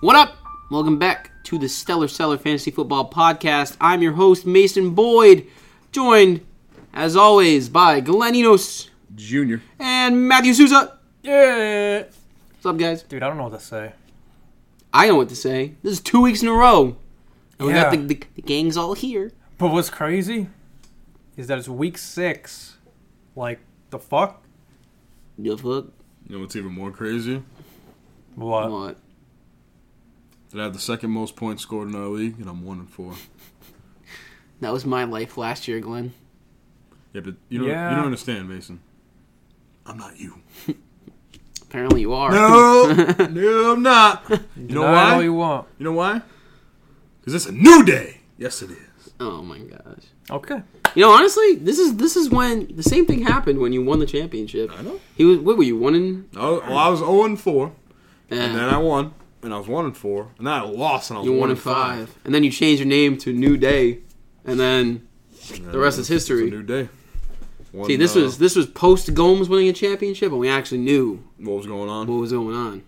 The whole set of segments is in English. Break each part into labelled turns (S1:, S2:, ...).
S1: What up? Welcome back to the Stellar Seller Fantasy Football Podcast. I'm your host, Mason Boyd, joined, as always, by Glenn Enos
S2: Junior.
S1: and Matthew Souza.
S3: Yeah.
S1: What's up, guys?
S3: Dude, I don't know what to say.
S1: I know what to say. This is two weeks in a row. And we got
S3: Yeah.
S1: the, the, the gang's all here.
S3: But what's crazy is that it's week six. Like, the fuck?
S1: The fuck?
S2: You know what's even more crazy?
S3: What?
S1: What?
S2: That I have the second most points scored in our league, and I'm one and four.
S1: That was my life last year, Glenn.
S2: Yeah, but you don't
S3: Yeah.
S2: you don't understand, Mason. I'm not you.
S1: Apparently you are.
S2: No, no, I'm not. You know
S3: Deny
S2: why?
S3: all you
S2: You
S3: want.
S2: know why? Because it's a new day. Yes, it is.
S1: oh my gosh.
S3: Okay.
S1: You know, honestly, this is this is when the same thing happened when you won the championship.
S2: I know.
S1: He was what were you one in?
S2: I was, well, I was zero and four,
S1: Eh,
S2: and then I won, and I was one and four, and then I lost, and I was
S1: you
S2: one,
S1: won in
S2: and
S1: five. and then you changed your name to New Day, and then
S2: And
S1: The rest is
S2: it was- it's
S1: history.
S2: a new day. One,
S1: see this
S2: uh,
S1: was this was post Gomes winning a championship, and we actually knew
S2: what was going on.
S1: what was going on.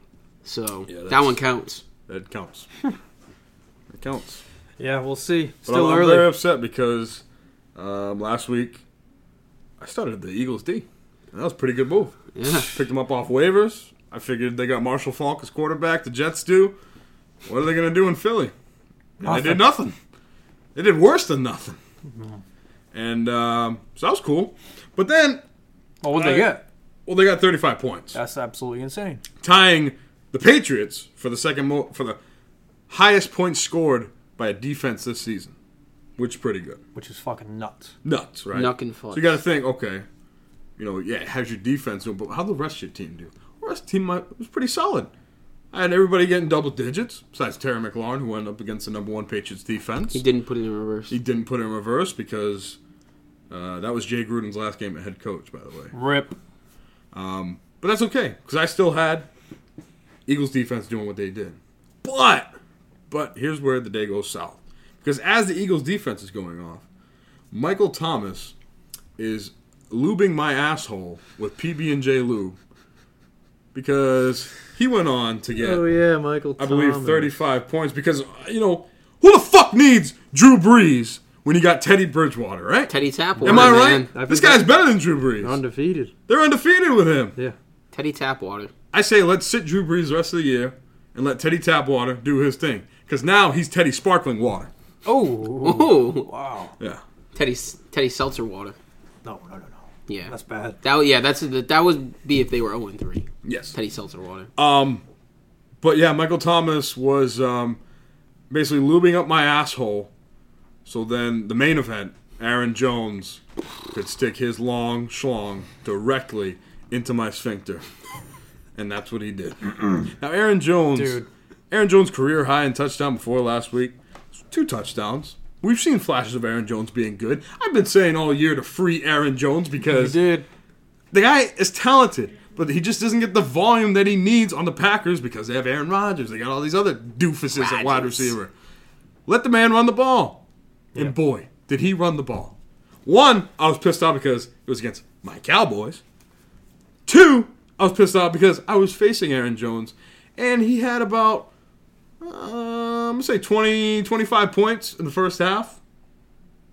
S1: So
S2: Yeah,
S1: that
S2: that's-
S1: one counts.
S2: That counts. that counts.
S3: Yeah, we'll see.
S2: But
S3: Still
S2: I'm, I'm
S3: early.
S2: very upset because um, last week I started the Eagles D. And that was a pretty good move.
S1: Yeah.
S2: Picked them up off waivers. I figured they got Marshall Falk as quarterback. The Jets do. What are they going to do in Philly? And they did nothing. They did worse than nothing. And um, so that was cool. But then,
S3: Well, what'd they
S2: I-
S3: get?
S2: well, they got 35 points,
S3: That's absolutely insane.
S2: tying the Patriots for the second mo- for the highest points scored by a defense this season, which is pretty good.
S3: Which is fucking nuts.
S2: Nuts, right?
S1: Nuck and fudge.
S2: So you got to think, okay, you know, yeah, how's your defense doing? But how the rest of your team do? The rest of the team uh, was pretty solid. I had everybody getting double digits, besides Terry McLaurin, who went up against the number one Patriots defense.
S1: he didn't put it in reverse.
S2: He didn't put it in reverse because uh, that was Jay Gruden's last game at head coach, by the way.
S3: Rip.
S2: Um, But that's okay because I still had Eagles defense doing what they did. But but here's where the day goes south because as the Eagles defense is going off, Michael Thomas is lubing my asshole with PB and J lube because he went on to get
S3: Oh, yeah, Michael.
S2: I believe 35 points because you know who the fuck needs Drew Brees when you got Teddy Bridgewater, right?
S1: Teddy Tapwater.
S2: Am I
S1: man.
S2: right? This guy's better than Drew Brees.
S3: undefeated.
S2: They're undefeated with him.
S3: Yeah.
S1: Teddy Tapwater.
S2: I say let's sit Drew Brees the rest of the year and let Teddy Tapwater do his thing because now he's Teddy Sparkling Water.
S3: Oh.
S1: Oh,
S3: Wow.
S2: Yeah,
S1: Teddy S- Teddy Seltzer water.
S3: No, no, no, no.
S1: Yeah,
S3: That's bad.
S1: that. Yeah, that's that would be if they were zero and three.
S2: yes.
S1: Teddy Seltzer water.
S2: Um, but yeah, Michael Thomas was um, basically lubing up my asshole. So then the main event, Aaron Jones could stick his long schlong directly into my sphincter, and that's what he did. now Aaron Jones,
S3: Dude.
S2: Aaron Jones' career high in touchdown before last week, two touchdowns. We've seen flashes of Aaron Jones being good. I've been saying all year to free Aaron Jones
S3: You
S2: because
S3: did.
S2: the guy is talented, but he just doesn't get the volume that he needs on the Packers because they have Aaron Rodgers. They got all these other doofuses at wide
S1: Rodgers.
S2: receiver. Let the man run the ball.
S3: Yeah.
S2: And boy, did he run the ball. One, I was pissed off because it was against my Cowboys. Two, I was pissed off because I was facing Aaron Jones and he had about, um, I'm going to say 20, 25 points in the first half.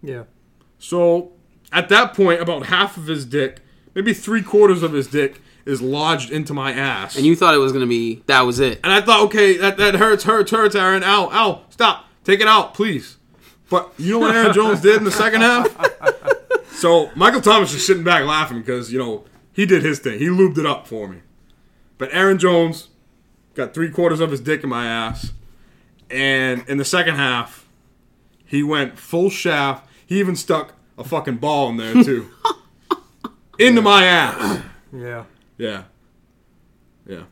S3: Yeah.
S2: So at that point, about half of his dick, maybe three quarters of his dick, is lodged into my ass.
S1: And you thought it was gonna be that was it.
S2: And I thought, okay, that, that hurts, hurts, hurts, Aaron. Ow, ow, stop. Take it out, please. But you know what Aaron Jones did in the second half? So Michael Thomas is sitting back laughing because, you know, he did his thing. He lubed it up for me. But Aaron Jones got three quarters of his dick in my ass. And in the second half, he went full shaft. He even stuck a fucking ball in there, too. Into my ass.
S3: Yeah.
S2: Yeah. Yeah.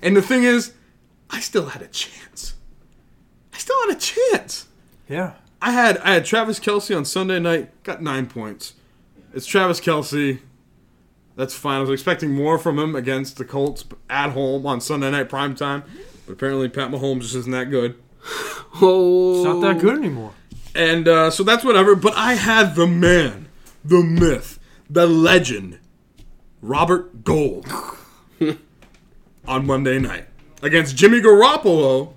S2: And the thing is, I still had a chance. I still had a chance.
S3: Yeah.
S2: I had I had Travis Kelsey on Sunday night, got nine points. It's Travis Kelsey. That's fine. I was expecting more from him against the Colts at home on Sunday night prime time, But apparently Pat Mahomes just isn't that good.
S1: Oh,
S3: It's not that good anymore.
S2: And uh, so that's whatever. But I had the man, the myth, the legend, Robert Gold on Monday night against Jimmy Garoppolo,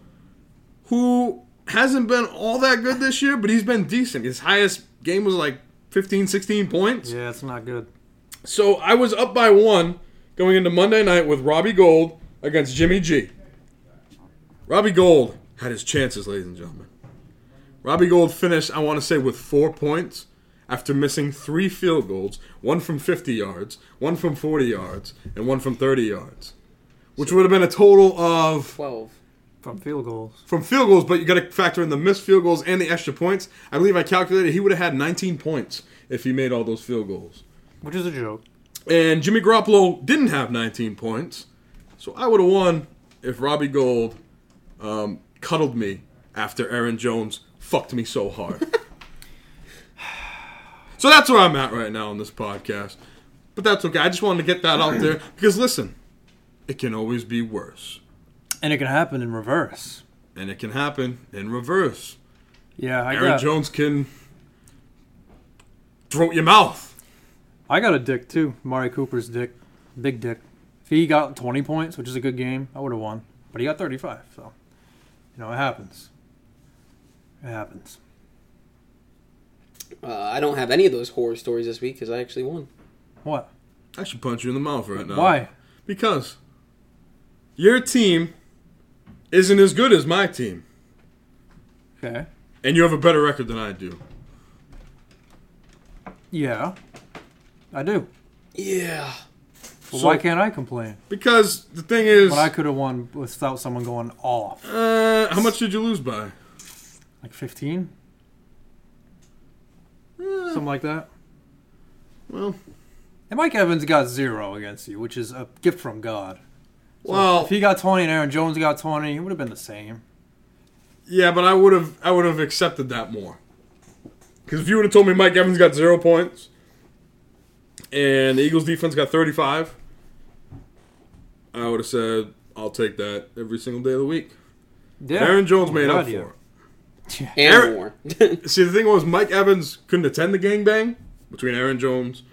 S2: who hasn't been all that good this year, but he's been decent. His highest game was like 15, 16 points.
S3: Yeah, it's not good.
S2: So I was up by one going into Monday night with Robbie Gold against Jimmy G. Robbie Gold had his chances, ladies and gentlemen. Robbie Gold finished, I want to say, with four points after missing three field goals one from 50 yards, one from 40 yards, and one from 30 yards, which would have been a total of
S1: Twelve.
S3: From field goals.
S2: from field goals, but you got to factor in the missed field goals and the extra points. I believe I calculated he would have had 19 points if he made all those field goals.
S3: Which is a joke.
S2: And Jimmy Garoppolo didn't have 19 points, so I would have won if Robbie Gold um, cuddled me after Aaron Jones fucked me so hard. so that's where I'm at right now on this podcast. But that's okay. I just wanted to get that out there because listen, it can always be worse,
S3: And it can happen in reverse.
S2: and it can happen in reverse.
S3: Yeah, I
S2: Aaron
S3: got,
S2: Jones can throat your mouth.
S3: I got a dick too. Mari Cooper's dick. Big dick. If he got 20 points, which is a good game, I would have won. But he got 35, so. You know, it happens. It happens.
S1: Uh, I don't have any of those horror stories this week because I actually won.
S3: What?
S2: I should punch you in the mouth right now.
S3: Why?
S2: Because your team isn't as good as my team,
S3: Okay.
S2: and you have a better record than I do.
S3: Yeah. I do.
S1: Yeah.
S3: But
S2: So-
S3: why can't I complain?
S2: Because the thing is,
S3: But I could have won without someone going off.
S2: uh, how much did you lose by?
S3: Like 15?
S2: Eh.
S3: Something like that.
S2: Well,
S3: And Mike Evans got zero against you, which is a gift from God.
S2: well,
S3: If he got 20 and Aaron Jones got 20, it would have been the same.
S2: yeah, but I would have, I would have accepted that more. Because if you would have told me Mike Evans got zero points, and the Eagles defense got thirty-five, I would have said I'll take that every single day of the week.
S3: Yeah.
S2: Aaron Jones
S3: Oh,
S2: made
S3: God,
S2: up for
S3: yeah.
S2: it.
S1: And
S2: Aaron-
S1: more.
S2: See, the thing was, Mike Evans couldn't attend the gangbang between Aaron Jones,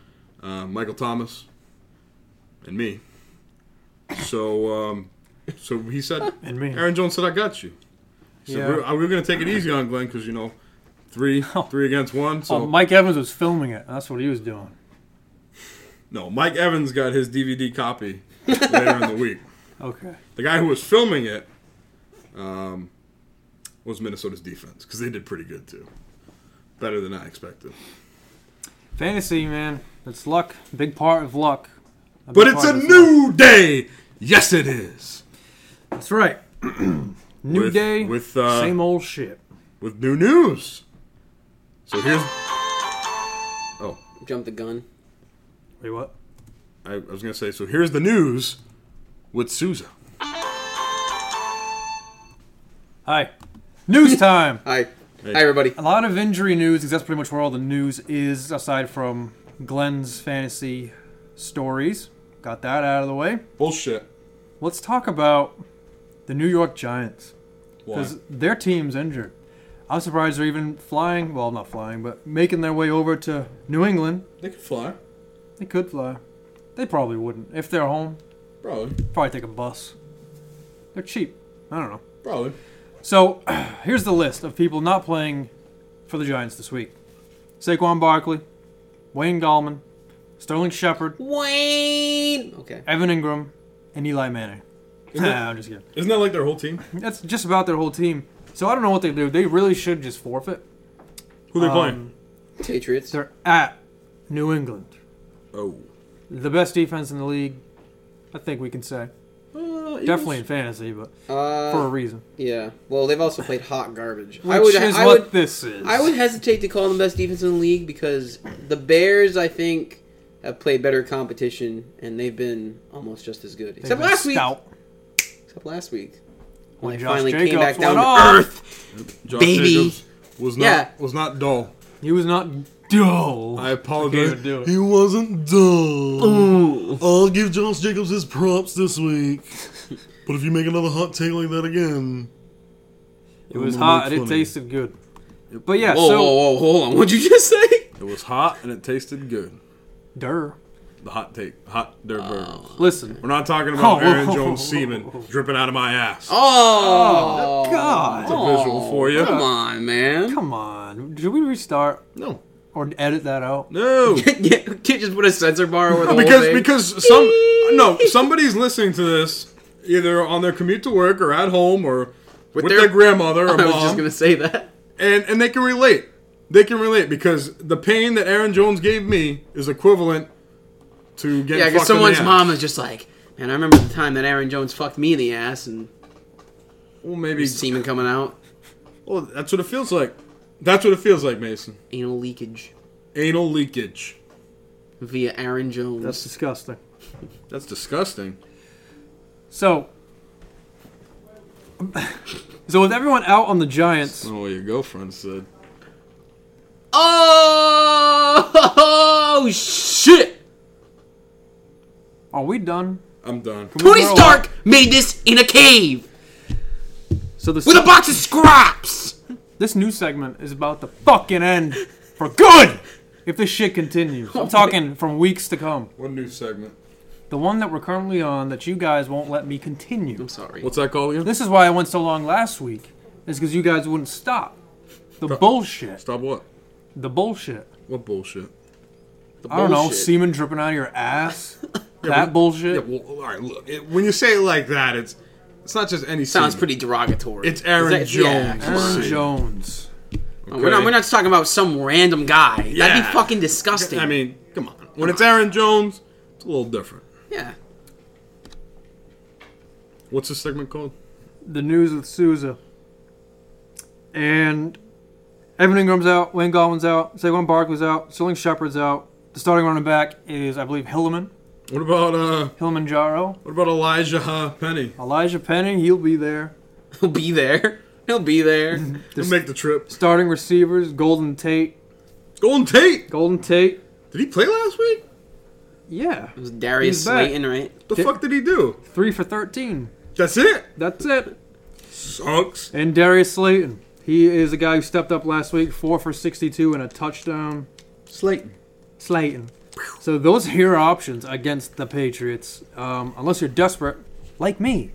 S2: uh, Michael Thomas, and me. So, um, so he said,
S3: And me.
S2: Aaron Jones said, "I got you." He said,
S3: Yeah.
S2: we're, we're going to take it easy on Glenn because you know, three, three against one. So
S3: Oh, Mike Evans was filming it. That's what he was doing.
S2: no, Mike Evans got his DVD copy later in the week.
S3: Okay.
S2: The guy who was filming it um, was Minnesota's defense because they did pretty good too, better than I expected.
S3: Fantasy, man. It's luck. Big part of luck. big
S2: But it's a
S3: part of luck.
S2: new day. Yes, it is.
S3: That's right. new
S2: With-
S3: day.
S2: with, uh,
S3: same old shit.
S2: With new news. So here's. Oh,
S1: Jump the gun.
S3: Wait, what?
S2: I, I was gonna say. So here's the news with Souza.
S3: Hi. News time.
S1: Hi.
S2: Hey.
S1: Hi, everybody.
S3: a lot of injury news because that's pretty much where all the news is, aside from Glenn's fantasy stories. Got that out of the way.
S2: Bullshit.
S3: Let's talk about the New York Giants
S2: Why?
S3: because their team's injured. I'm surprised they're even flying. Well, not flying, but making their way over to New England.
S2: They could fly,
S3: They could fly. They probably wouldn't if they're home.
S2: probably,
S3: Probably take a bus. They're cheap. I don't know.
S2: probably.
S3: So here's the list of people not playing for the Giants this week: Saquon Barkley, Wayne Gallman, Sterling Shepard,
S1: Wayne. Okay.
S3: Evan Ingram, and Eli Manning. Nah, I'm just kidding.
S2: Isn't that like their whole team?
S3: That's just about their whole team. So I don't know what they do. They really should just forfeit.
S2: Who they
S3: Um,
S2: playing?
S1: Patriots.
S3: They're at New England,
S2: Oh,
S3: the best defense in the league. I think we can say
S2: Uh, Eagles?
S3: definitely in fantasy, but for a
S1: Uh,
S3: reason.
S1: yeah. Well, they've also played hot garbage.
S3: Which
S1: I would.
S3: is
S1: I
S3: what
S1: would.
S3: this is.
S1: I would hesitate to call them the best defense in the league because the Bears, I think, have played better competition and they've been almost just as good.
S3: They've
S1: Except
S3: been
S1: last week.
S3: stout.
S1: Except last week.
S3: When
S1: When they
S3: Josh
S1: finally came
S3: Jacobs
S1: back down
S3: went
S1: to
S3: off.
S1: earth.
S2: Josh
S1: Baby.
S2: Jacobs was not
S1: Yeah.
S2: was not dull.
S3: He was not dull.
S2: I
S3: Can't
S2: apologize.
S3: even do it.
S2: He wasn't dull. I'll give Josh Jacobs his props this week. but if you make another hot take like that again,
S3: It was
S2: Mm,
S3: hot
S2: that's
S3: and it
S2: funny.
S3: tasted good. But yeah,
S1: Whoa,
S3: so
S1: whoa, whoa, hold on. What'd you just say?
S2: it was hot and it tasted good.
S3: Durr.
S2: the hot take, hot
S1: Oh.
S2: dirt burgers.
S3: Listen.
S2: We're not talking about
S3: Oh.
S2: Aaron Jones semen dripping out of my ass.
S1: Oh,
S3: God.
S2: It's a visual for you.
S1: Come on, man.
S3: Come on. Should we restart
S2: No,
S3: or edit that out?
S2: no,
S1: yeah, can't just put a censor bar over the whole
S2: because
S1: thing.
S2: because some no somebody's listening to this either on their commute to work or at home or with,
S1: their-
S2: their, grandmother or
S1: I was
S2: mom,
S1: just gonna say that.
S2: and and they can relate. They can relate because the pain that Aaron Jones gave me is equivalent to getting
S1: Yeah, because
S2: fucked in the
S1: someone's
S2: ass.
S1: mom is just like, man, I remember the time that Aaron Jones fucked me in the ass and
S2: Well, maybe.
S1: semen coming out,
S2: Well, that's what it feels like. That's what it feels like, Mason.
S1: anal leakage
S2: Anal leakage.
S1: via Aaron Jones.
S3: That's disgusting.
S2: That's disgusting.
S3: So, so with everyone out on the Giants,
S2: I don't know what your girlfriend said.
S1: oh shit!
S3: are we done?
S2: I'm done.
S1: Tony
S3: Bro.
S1: Stark made this in a cave
S3: So this
S1: with a box of scraps.
S3: this new segment is about to fucking end for good. If this shit continues, I'm talking from weeks to come.
S2: One new segment.
S3: The one that we're currently on that you guys won't let me continue.
S1: I'm sorry.
S2: What's that called again?
S3: This is why I went so long last week. Is because you guys wouldn't stop. The bullshit.
S2: Stop what?
S3: The bullshit.
S2: What bullshit?
S3: I don't know.
S1: Bullshit.
S3: Semen dripping out of your ass. that bullshit.
S2: Yeah, well, all right. Look, it, when you say it like that, it's it's not just any.
S1: Sounds
S2: semen.
S1: pretty derogatory.
S2: It's Aaron
S1: yeah,
S2: Jones.
S1: come on.
S3: Aaron
S2: See.
S3: Jones.
S1: We're not. We're not just talking about some random guy. That'd be
S2: Yeah.
S1: fucking disgusting.
S2: I mean, come on. When it's Aaron Jones, it's a little different.
S1: yeah.
S2: What's this segment called?
S3: The news with Souza. And Evan Ingram's out. Wayne Godwin's out. Saquon Barkley's out. Sterling Shepard's out. The starting running back is, I believe, Hillman.
S2: What about uh?
S3: Hillman Jaro.
S2: What about Elijah uh, Penny?
S3: Elijah Penny. He'll be there.
S1: He'll be there. He'll be there.
S2: He'll make the trip.
S3: Starting receivers: Golden Tate.
S2: Golden Tate.
S3: Golden Tate.
S2: Did he play last week?
S3: Yeah.
S1: It was Darius
S3: He's back.
S1: Slayton, right?
S2: The
S3: Did-
S2: fuck did he do?
S3: Three for 13.
S2: That's it.
S3: That's it.
S2: Sucks.
S3: And Darius Slayton. He is a guy who stepped up last week, four for 62 and a touchdown.
S2: Slayton.
S3: Slayton. So those are your options against the Patriots. Um, unless you're desperate, like me,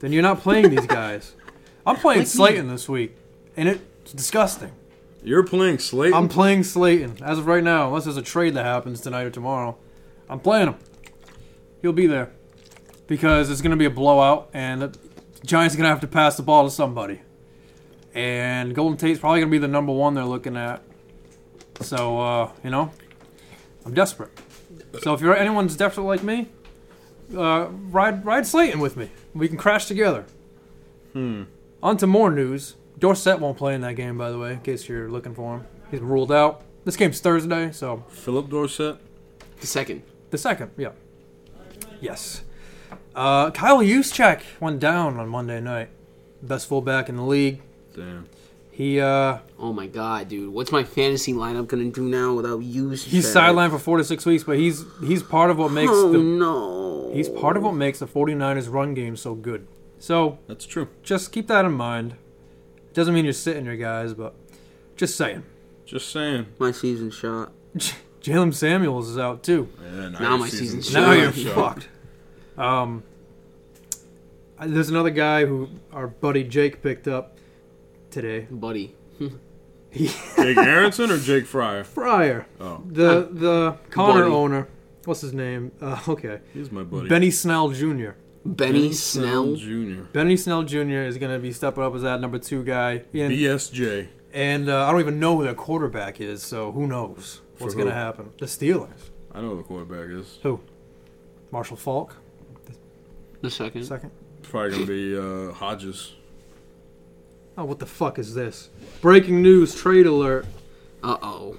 S3: then you're not playing these guys. I'm playing Slayton this week, and it's disgusting.
S2: You're playing Slayton.
S3: I'm playing Slayton as of right now, unless there's a trade that happens tonight or tomorrow. I'm playing him. He'll be there because it's going to be a blowout, and the Giants are going to have to pass the ball to somebody. And Golden Tate's probably going to be the number one they're looking at. So uh, you know, I'm desperate. So if you're anyone's desperate like me, uh, ride ride Slayton with me. We can crash together. On to more news. Dorsett won't play in that game, by the way, in case you're looking for him. He's ruled out. This game's Thursday, so
S2: Philip Dorsett.
S1: The second.
S3: the second, yeah. Yes. Uh, Kyle Juszczyk went down on Monday night. Best fullback in the league.
S2: Damn.
S3: He uh,
S1: Oh my god, dude. What's my fantasy lineup gonna do now without you?
S3: he's
S1: Shaq?
S3: sidelined for four to six weeks, but he's he's part of what makes
S1: Oh
S3: the
S1: no.
S3: he's part of what makes the 49ers run game so good. So
S2: That's true.
S3: just keep that in mind. Doesn't mean you're sitting your guys, but just saying.
S2: Just saying.
S1: my season shot.
S3: Jalen Samuels is out too.
S2: Yeah,
S1: Now my season's
S2: done.
S1: done.
S3: Now
S1: Yeah,
S3: you're fucked. Um, I- there's another guy who our buddy Jake picked up today.
S1: Buddy.
S2: Jake Aronson or Jake Fryer?
S3: Fryer,
S2: Oh,
S3: the the Connor
S1: buddy.
S3: owner. What's his name? Uh, okay,
S2: he's my buddy.
S3: Benny Snell Jr.
S1: Benny, Snell.
S2: Jr.
S3: Benny Snell Jr. is going to be stepping up as that number two guy, and,
S2: BSJ.
S3: and uh, I don't even know who their quarterback is, so who knows what's
S2: For
S3: going to
S2: who?
S3: happen? The Steelers.
S2: I know who the quarterback is.
S3: Who? Marshall Falk.
S1: The second.
S3: Second.
S2: Probably gonna be uh, Hodges.
S3: Oh, what the fuck is this? Breaking news! Trade alert.
S1: Uh oh.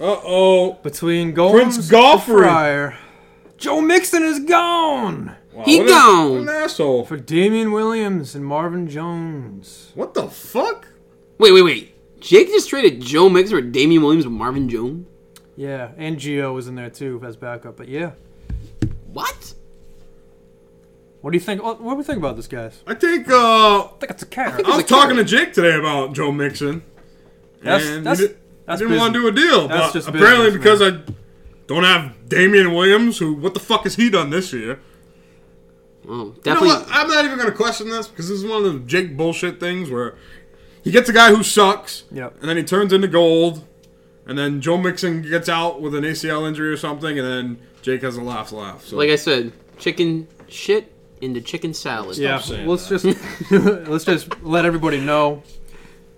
S2: Uh oh.
S3: Between Gomes
S2: Prince
S3: and
S2: Goffrey.
S3: Fryer, Joe Mixon is gone
S2: Wow,
S1: He
S2: what a-
S1: gone.
S2: what an asshole.
S3: for Damian Williams and Marvin Jones.
S2: What the fuck?
S1: Wait, wait, wait. Jake just traded Joe Mixon for Damian Williams with Marvin Jones?
S3: Yeah, and Gio was in there too as backup. But yeah,
S1: What?
S3: what do you think? What, what do we think about this, guys?
S2: I think uh,
S3: I think it's a carrot.
S2: I
S1: a
S2: was
S1: kid.
S2: talking to Jake today about Joe Mixon.
S3: That's-
S2: and
S3: that's-
S2: he, did,
S3: that's
S2: not want to do a deal.
S3: That's
S2: but
S3: just
S2: apparently
S3: business,
S2: because I Don't have Damian Williams, who what the fuck has he done this year?
S1: Well,
S2: You know
S1: Oh, definitely.
S2: what? I'm not even gonna question this because this is one of the Jake bullshit things where he gets a guy who sucks,
S3: Yep.
S2: and then he turns into gold, and then Joe Mixon gets out with an ACL injury or something, and then Jake has a last laugh. So
S1: like I said, chicken shit into chicken salad.
S3: yeah,
S2: saying
S3: let's just let's just let everybody know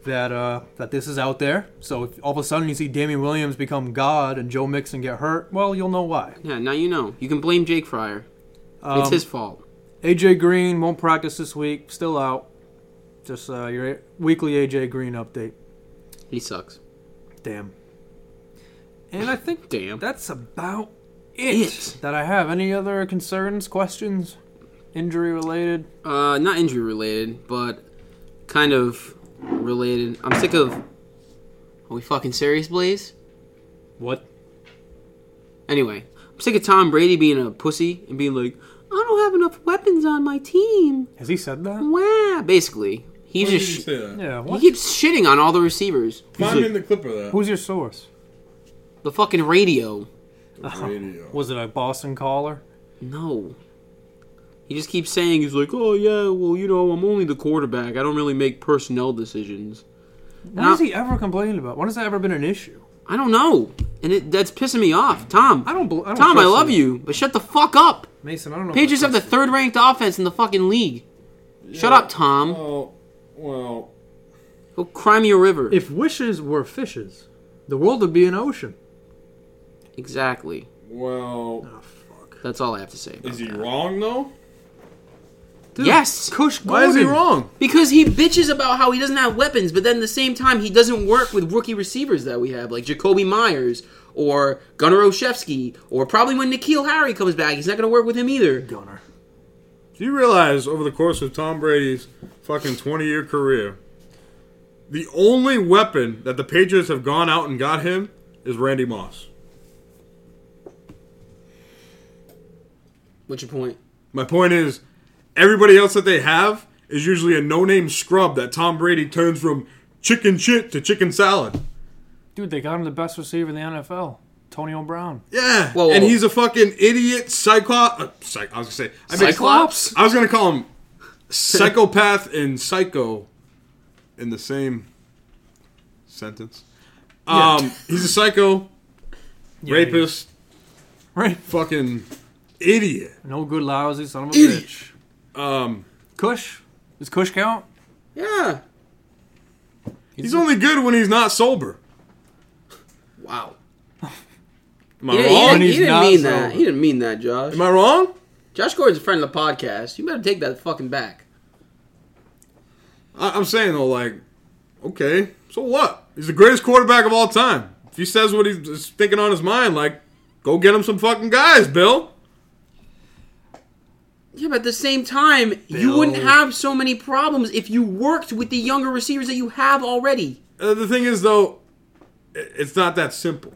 S3: that uh, that this is out there. So if all of a sudden you see Damian Williams become God and Joe Mixon get hurt, well, you'll know why.
S1: Yeah, now you know. You can blame Jake Fryer.
S3: Um,
S1: it's his fault.
S3: AJ Green won't practice this week. Still out. Just uh, your weekly AJ Green update.
S1: He sucks.
S3: Damn. And I think
S1: Damn.
S3: that's about it,
S1: It.
S3: that I have. Any other concerns, questions, injury related?
S1: Uh, not injury related, but kind of related. I'm sick of. Are we fucking serious, Blaze?
S3: What?
S1: Anyway, I'm sick of Tom Brady being a pussy and being like, I don't have enough weapons on my team.
S3: Has he said that?
S1: Wow. Basically, he
S2: Why did
S1: just
S2: you
S1: sh-
S2: say that?
S3: Yeah.
S1: he
S3: What?
S1: keeps shitting on all the receivers.
S2: Find me in the clip of that
S3: Who's your source?
S1: The fucking radio.
S2: radio.
S3: Was it a Boston caller?
S1: No. He just keeps saying he's like, oh yeah, well you know I'm only the quarterback. I don't really make personnel decisions.
S3: What has he ever complained about? When has that ever been an issue?
S1: I don't know, and it, that's pissing me off, Tom.
S3: I don't. bel- I don't
S1: Tom, I
S3: trust
S1: love you, but shut the fuck up.
S3: Mason. I don't know. if I
S1: Patriots have the
S3: trust
S1: third ranked offense in the fucking league. Shut up, Tom.
S2: Oh, well,
S1: Go cry me a river.
S3: you. If wishes were fishes, the world would be an ocean.
S1: exactly.
S2: well.
S3: Oh fuck.
S1: That's all I have to say. about
S2: Is he
S1: that.
S2: wrong though?
S3: Dude,
S1: Yes.
S3: Kush Gordon.
S2: Why is he wrong?
S1: Because he bitches about how he doesn't have weapons, but then at the same time he doesn't work with rookie receivers that we have, like Jacoby Myers or Gunnar Oshevsky, or probably when Nikhil Harry comes back, he's not going to work with him either.
S3: Gunner.
S2: Do you realize over the course of Tom Brady's fucking 20 year career, the only weapon that the Patriots have gone out and got him is Randy Moss?
S1: What's your point?
S2: My point is, everybody else that they have is usually a no name scrub that Tom Brady turns from chicken shit to chicken salad.
S3: Dude, they got him the best receiver in the NFL, Antonio Brown.
S2: Yeah.
S1: Whoa,
S2: and
S1: whoa.
S2: he's a fucking idiot cyclops. Uh, psych- I was going to say. I mixed-
S1: Cyclops?
S2: I was going to call him psychopath and psycho in the same sentence. Um, He's a psycho, rapist,
S3: Right.
S2: fucking idiot.
S3: No good, lousy son of a
S2: Idiot.
S3: bitch.
S2: Um,
S3: Kush. Does Kush count?
S1: Yeah.
S2: he's only good when he's not sober.
S1: Wow.
S2: Am I
S1: He didn't, he
S2: wrong?
S1: didn't- he
S3: He's
S1: didn't
S3: not
S1: mean that.
S3: sober.
S1: He didn't mean that, Josh.
S2: Am I wrong?
S1: Josh Gordon's a friend of the podcast. You better take that fucking back.
S2: I- I'm saying though, like, okay, so what? He's the greatest quarterback of all time. If he says what he's is thinking on his mind, like, go get him some fucking guys, Bill.
S1: Yeah, but at the same time, you
S3: Bill.
S1: wouldn't have so many problems if you worked with the younger receivers that you have already.
S2: Uh, the thing is, though, i- it's not that simple.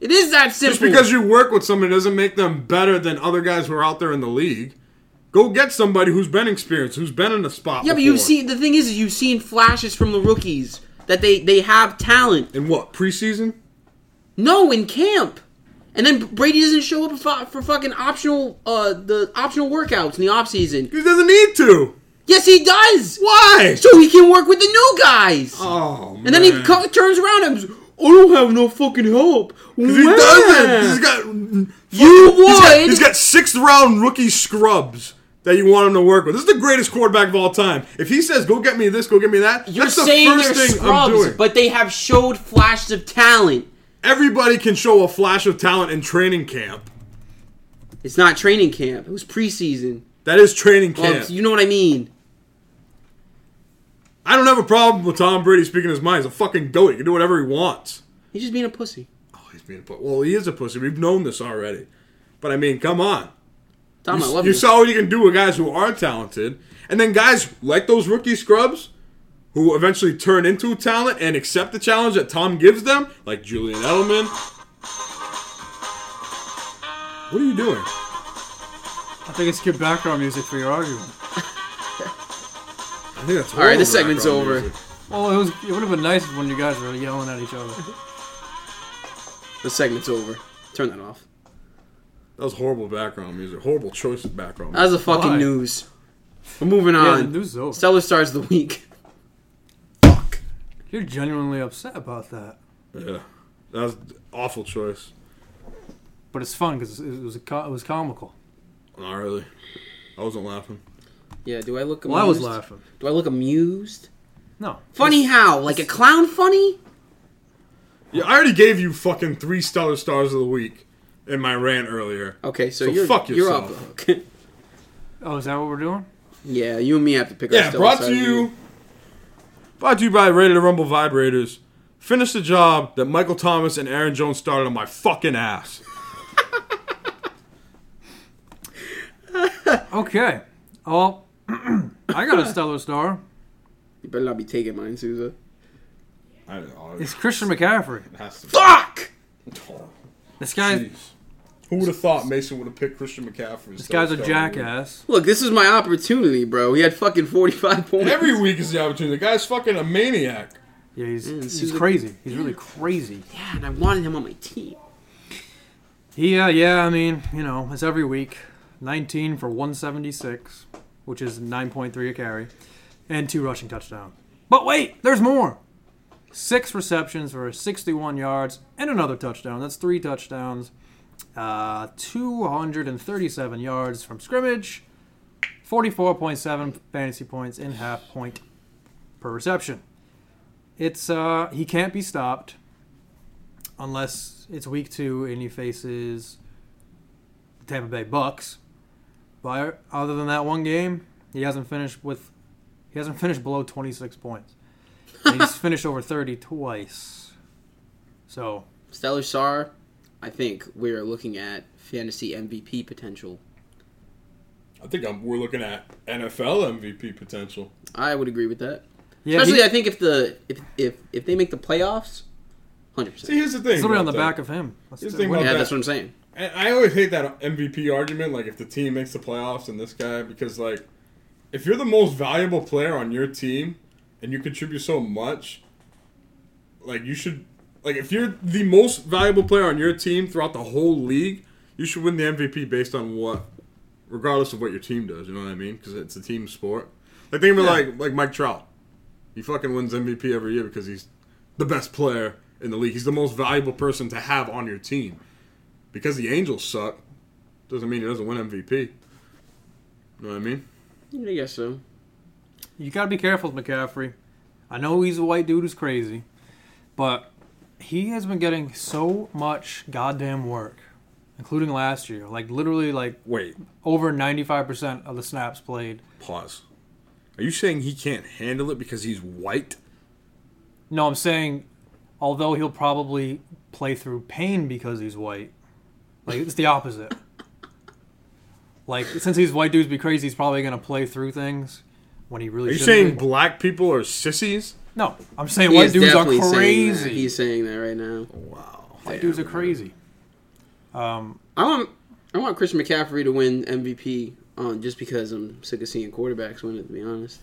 S1: It is that simple.
S2: Just because you work with somebody doesn't make them better than other guys who are out there in the league. Go get somebody who's been experienced, who's been in a spot.
S1: Yeah, but
S2: before.
S1: you've seen the thing is, is you've seen flashes from the rookies that they they have talent.
S2: in what preseason?
S1: No, in camp, and then Brady doesn't show up for, for fucking optional uh the optional workouts in the off season.
S2: He doesn't need to.
S1: Yes, he does.
S2: Why?
S1: So he can work with the new guys.
S2: Oh man.
S1: and then he co- turns around and goes, I don't have no fucking help.
S2: He
S1: Wow.
S2: doesn't. He's got
S1: you would.
S2: He's got, he's got sixth round rookie scrubs that you want him to work with. This is the greatest quarterback of all time. If he says, "Go get me this, go get me that,"
S1: You're
S2: that's the
S1: saying they're
S2: first thing
S1: scrubs,
S2: I'm doing.
S1: but they have showed flashes of talent.
S2: Everybody can show a flash of talent in training camp.
S1: It's not training camp. It was preseason.
S2: That is training
S1: Well,
S2: camp.
S1: you know what I mean.
S2: I don't have a problem with Tom Brady speaking his mind. He's a fucking goat. He can do whatever he wants.
S1: He's just being a pussy.
S2: Oh, he's being a pussy. Well, he is a pussy. We've known this already. But I mean, come on.
S1: Tom, I
S2: You,
S1: love
S2: you
S1: you.
S2: saw what you can do with guys who are talented, and then guys like those rookie scrubs, who eventually turn into talent and accept the challenge that Tom gives them, like Julian Edelman. What are you doing?
S3: I think it's good background music for your argument.
S2: I think that's
S1: All right, this
S2: horrible
S1: segment's
S2: background
S1: over.
S2: music.
S3: Well, it was. It would have been nice when you guys were yelling at each other.
S1: the segment's over. Turn that off.
S2: That was horrible background music. Horrible choice of background
S1: That
S2: music.
S1: was the fucking
S3: Why?
S1: news. We're moving
S3: Yeah, the
S1: on.
S3: news is over.
S1: Stellar Stars of the Week.
S2: Fuck.
S3: You're genuinely upset about that.
S2: Yeah. That was awful choice.
S3: But it's fun because it was a co- it was comical.
S2: Not really. I wasn't laughing.
S1: Yeah, do I look amused?
S3: Well, I was laughing.
S1: Do I look amused?
S3: No,
S1: Funny how? Like a clown funny?
S2: Yeah, I already gave you fucking three stellar stars of the week in my rant earlier.
S1: Okay, so,
S2: So
S1: you're
S2: fuck
S1: you're
S2: yourself.
S1: up. Okay.
S3: Oh, is that what we're doing?
S1: yeah, you and me have to pick. our
S2: Yeah,
S1: Stellar
S2: brought
S1: Stars
S2: to
S1: of the
S2: you
S1: Week.
S2: brought to you by Ready to Rumble Vibrators. Finish the job that Michael Thomas and Aaron Jones started on my fucking ass.
S3: Okay. Well, I got a stellar star.
S1: You better not be taking mine, Souza.
S2: I don't know.
S3: It's Christian McCaffrey.
S2: has to
S1: Fuck.
S3: This guy,
S2: Jeez. Who would have thought Mason would have picked Christian McCaffrey?
S3: this guy's a jackass.
S1: Look, this was my opportunity, bro. He had fucking 45 points.
S2: Every week is the opportunity. The guy's fucking a maniac.
S3: Yeah, he's he's
S1: Susan-
S3: crazy. He's really crazy.
S1: yeah, and I wanted him on my team.
S3: Yeah, yeah. I mean, you know, it's every week. 19 for 176, which is 9.3 a carry, and two rushing touchdowns. But wait, there's more. Six receptions for 61 yards and another touchdown. That's three touchdowns. Uh, 237 yards from scrimmage, 44.7 fantasy points in half point per reception. It's uh, he can't be stopped unless it's week two and he faces the Tampa Bay Bucks. But other than that one game, he hasn't finished with he hasn't finished below 26 points. And he's finished over 30 twice. So
S1: Stellar Sar, I think we are looking at fantasy MVP potential.
S2: I think I'm, we're looking at NFL MVP potential.
S1: I would agree with that.
S3: yeah,
S1: Especially,
S3: he-
S1: I think if the if if if they make the playoffs, hundred
S2: See,
S1: percent.
S2: here's the thing.
S3: it's literally on the
S2: about that.
S3: back of him. That's
S2: Here's
S3: the
S2: the thing
S3: way-
S1: Yeah,
S2: about-
S1: that's what I'm saying.
S2: And I always hate that MVP argument, like if the team makes the playoffs and this guy, because like if you're the most valuable player on your team and you contribute so much, like you should, like if you're the most valuable player on your team throughout the whole league, you should win the MVP based on what, regardless of what your team does. You know what I mean? Because it's a team sport. Like think of it like like Mike Trout, he fucking wins MVP every year because he's the best player in the league. He's the most valuable person to have on your team because the Angels suck doesn't mean he doesn't win MVP. You know what I mean?
S1: I guess so.
S3: You got to be careful with McCaffrey. I know he's a white dude who's crazy, but he has been getting so much goddamn work, including last year. Like literally, like
S2: Wait,
S3: over 95% of the snaps played.
S2: pause. Are you saying he can't handle it because he's white?
S3: No, I'm saying, although he'll probably play through pain because he's white, like it's the opposite. Like since he's white, dudes be crazy. He's probably gonna play through things when he really.
S2: Are you
S3: shouldn't
S2: saying
S3: be.
S2: black people are sissies?
S3: no? I'm saying
S1: He
S3: white
S1: is
S3: dudes are
S1: definitely saying that.
S3: crazy.
S1: He's saying that right now.
S2: Wow.
S3: White dudes are crazy.
S1: I want I want Christian McCaffrey to win MVP on um, just because I'm sick of seeing quarterbacks win it. To be honest,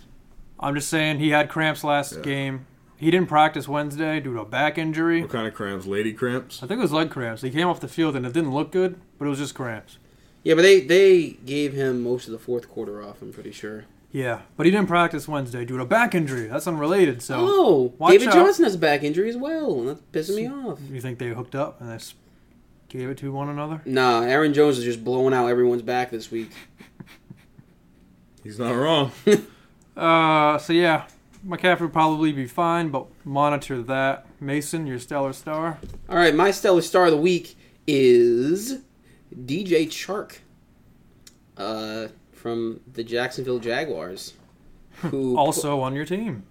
S3: I'm just saying he had cramps last game. He didn't practice Wednesday due to a back injury.
S2: What kind of cramps? Lady cramps?
S3: I think it was leg cramps. He came off the field and it didn't look good, but it was just cramps.
S1: yeah, but they they gave him most of the fourth quarter off. I'm pretty sure.
S3: Yeah, but he didn't practice Wednesday due to a back injury. That's unrelated. So
S1: Oh,
S3: watch
S1: David
S3: out.
S1: Johnson has a back injury as well, and that's pissing me off.
S3: You think they hooked up and they s- gave it to one another?
S1: Nah, Aaron Jones is just blowing out everyone's back this week.
S2: He's not wrong.
S3: Uh, so yeah, McCaffrey would probably be fine, but monitor that. Mason, your stellar star.
S1: All right, my stellar star of the week is DJ Chark uh, from the Jacksonville Jaguars. Who
S3: Also on your team.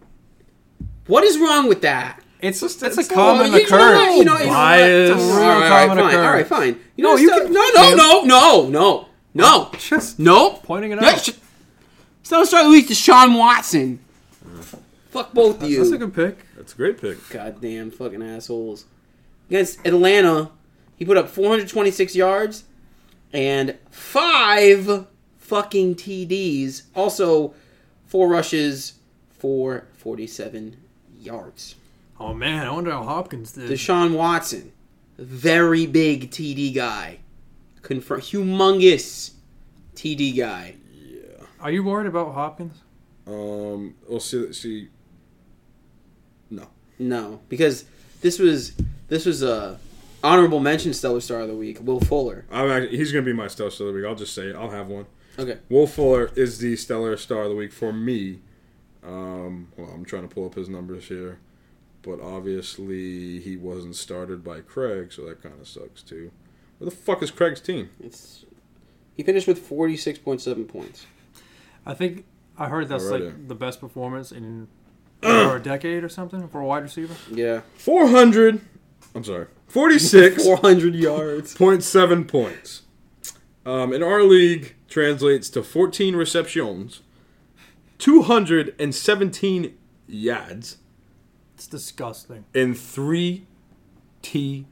S1: What is wrong with that?
S3: It's just it's,
S2: it's
S3: a
S2: a-
S3: common
S1: Well, you know
S3: occurrence.
S1: what, you know, you know what?
S2: Bias.
S1: All
S3: Real
S1: right, all right,
S3: common
S1: fine. All
S3: occurrence.
S1: right, fine. You
S3: No,
S1: know,
S3: you
S1: stellar-
S3: can-
S1: no, no, no, no, no, no,
S3: Just
S1: no.
S3: pointing it
S1: No,
S3: out.
S1: sh- Stellar star of the week to Sean Watson. Fuck both of you.
S3: That's a good pick.
S2: That's a great pick.
S1: goddamn fucking assholes. Against Atlanta, he put up 426 yards and five fucking TDs. Also, four rushes for 47 yards.
S3: Oh man, I wonder how Hopkins did.
S1: Deshaun Watson, very big TD guy. confirm humongous TD guy.
S3: Are you worried about Hopkins?
S2: Um, we'll see. See, no.
S1: No, because this was this was a honorable mention stellar star of the week, Will Fuller.
S2: I'm actually, he's gonna be my stellar star of the week. I'll just say it. I'll have one.
S1: Okay.
S2: Will Fuller is the stellar star of the week for me. Um, well, I'm trying to pull up his numbers here, but obviously he wasn't started by Craig, so that kind of sucks too. Where the fuck is Craig's team?
S1: It's he finished with 46.7 points.
S3: I think I heard that's
S2: Alrighty.
S3: like the best performance in over a decade or something for a wide receiver.
S1: Yeah.
S2: 400. I'm sorry, 46.
S1: 400 yards.
S2: 0.7 points. Um, in our league, translates to 14 receptions, 217 yards,
S3: It's disgusting.
S2: and three TDs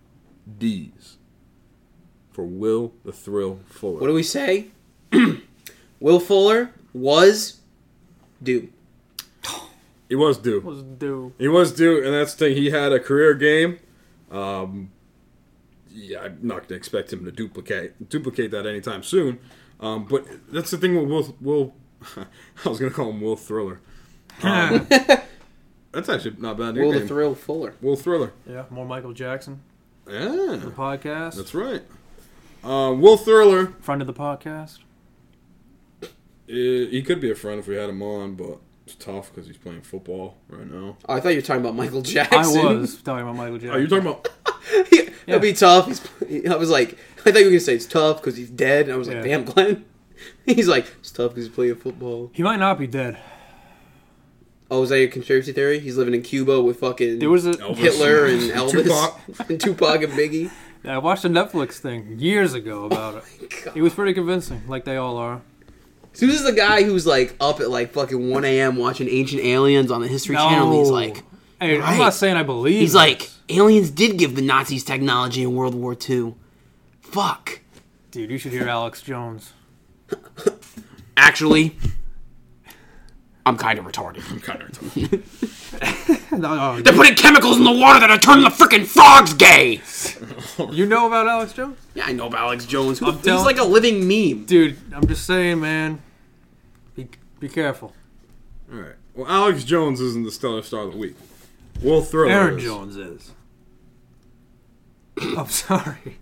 S2: for Will the Thrill Fuller.
S1: What do we say? Will Fuller was due.
S2: he was due.
S3: Was due.
S2: He was due, and that's the thing. He had a career game. Um, yeah, I'm not going to expect him to duplicate duplicate that anytime soon. Um, but that's the thing with Will. Will I was going to call him Will Thriller. Um, That's actually not bad.
S1: Will
S2: Nickname.
S1: the Thrill Fuller.
S2: Will Thriller.
S3: yeah, more Michael Jackson.
S2: Yeah,
S3: The podcast.
S2: that's right. Um, Will Thriller.
S3: Friend of the podcast.
S2: uh, He could be a friend if we had him on, but it's tough because he's playing football right now.
S1: Oh, I thought you were talking about Michael
S3: I
S1: Jackson.
S3: was talking about Michael Jackson.
S2: Are you Oh, talking about?
S1: That'd be tough. He's, I was like, I thought you were gonna say it's tough because he's dead, and I was like,
S3: Yeah.
S1: damn, Glenn. He's like, it's tough because he's playing football.
S3: He might not be dead.
S1: Oh, is that your conspiracy theory? He's living in Cuba with fucking
S3: There was a.
S2: Elvis.
S1: Hitler and Elvis
S2: Tupac.
S1: and Tupac and Biggie.
S3: I watched a Netflix thing years ago about it.
S1: God.
S3: It was pretty convincing, like they all are.
S1: So this is the guy who's like up at like fucking 1 a.m. watching Ancient Aliens on the History Channel. And he's like,
S3: Oh. Hey,
S1: Right.
S3: I'm not saying I believe.
S1: he's
S3: this.
S1: like, aliens did give the Nazis technology in World War II. Fuck.
S3: dude, you should hear Alex Jones.
S1: Actually, I'm kind of retarded.
S2: I'm kind of retarded.
S3: No, no,
S1: They're putting chemicals in the water that are turning the freaking frogs gay.
S3: you know about Alex Jones,
S1: Yeah, I know about Alex Jones. Who-
S3: I'm
S1: he's
S3: telling-
S1: like a living meme.
S3: dude. I'm just saying, man. Be be careful.
S2: All right. Well, Alex Jones isn't the stellar star of the week. Will Thriller.
S3: Aaron
S2: is.
S3: Jones is. I'm sorry.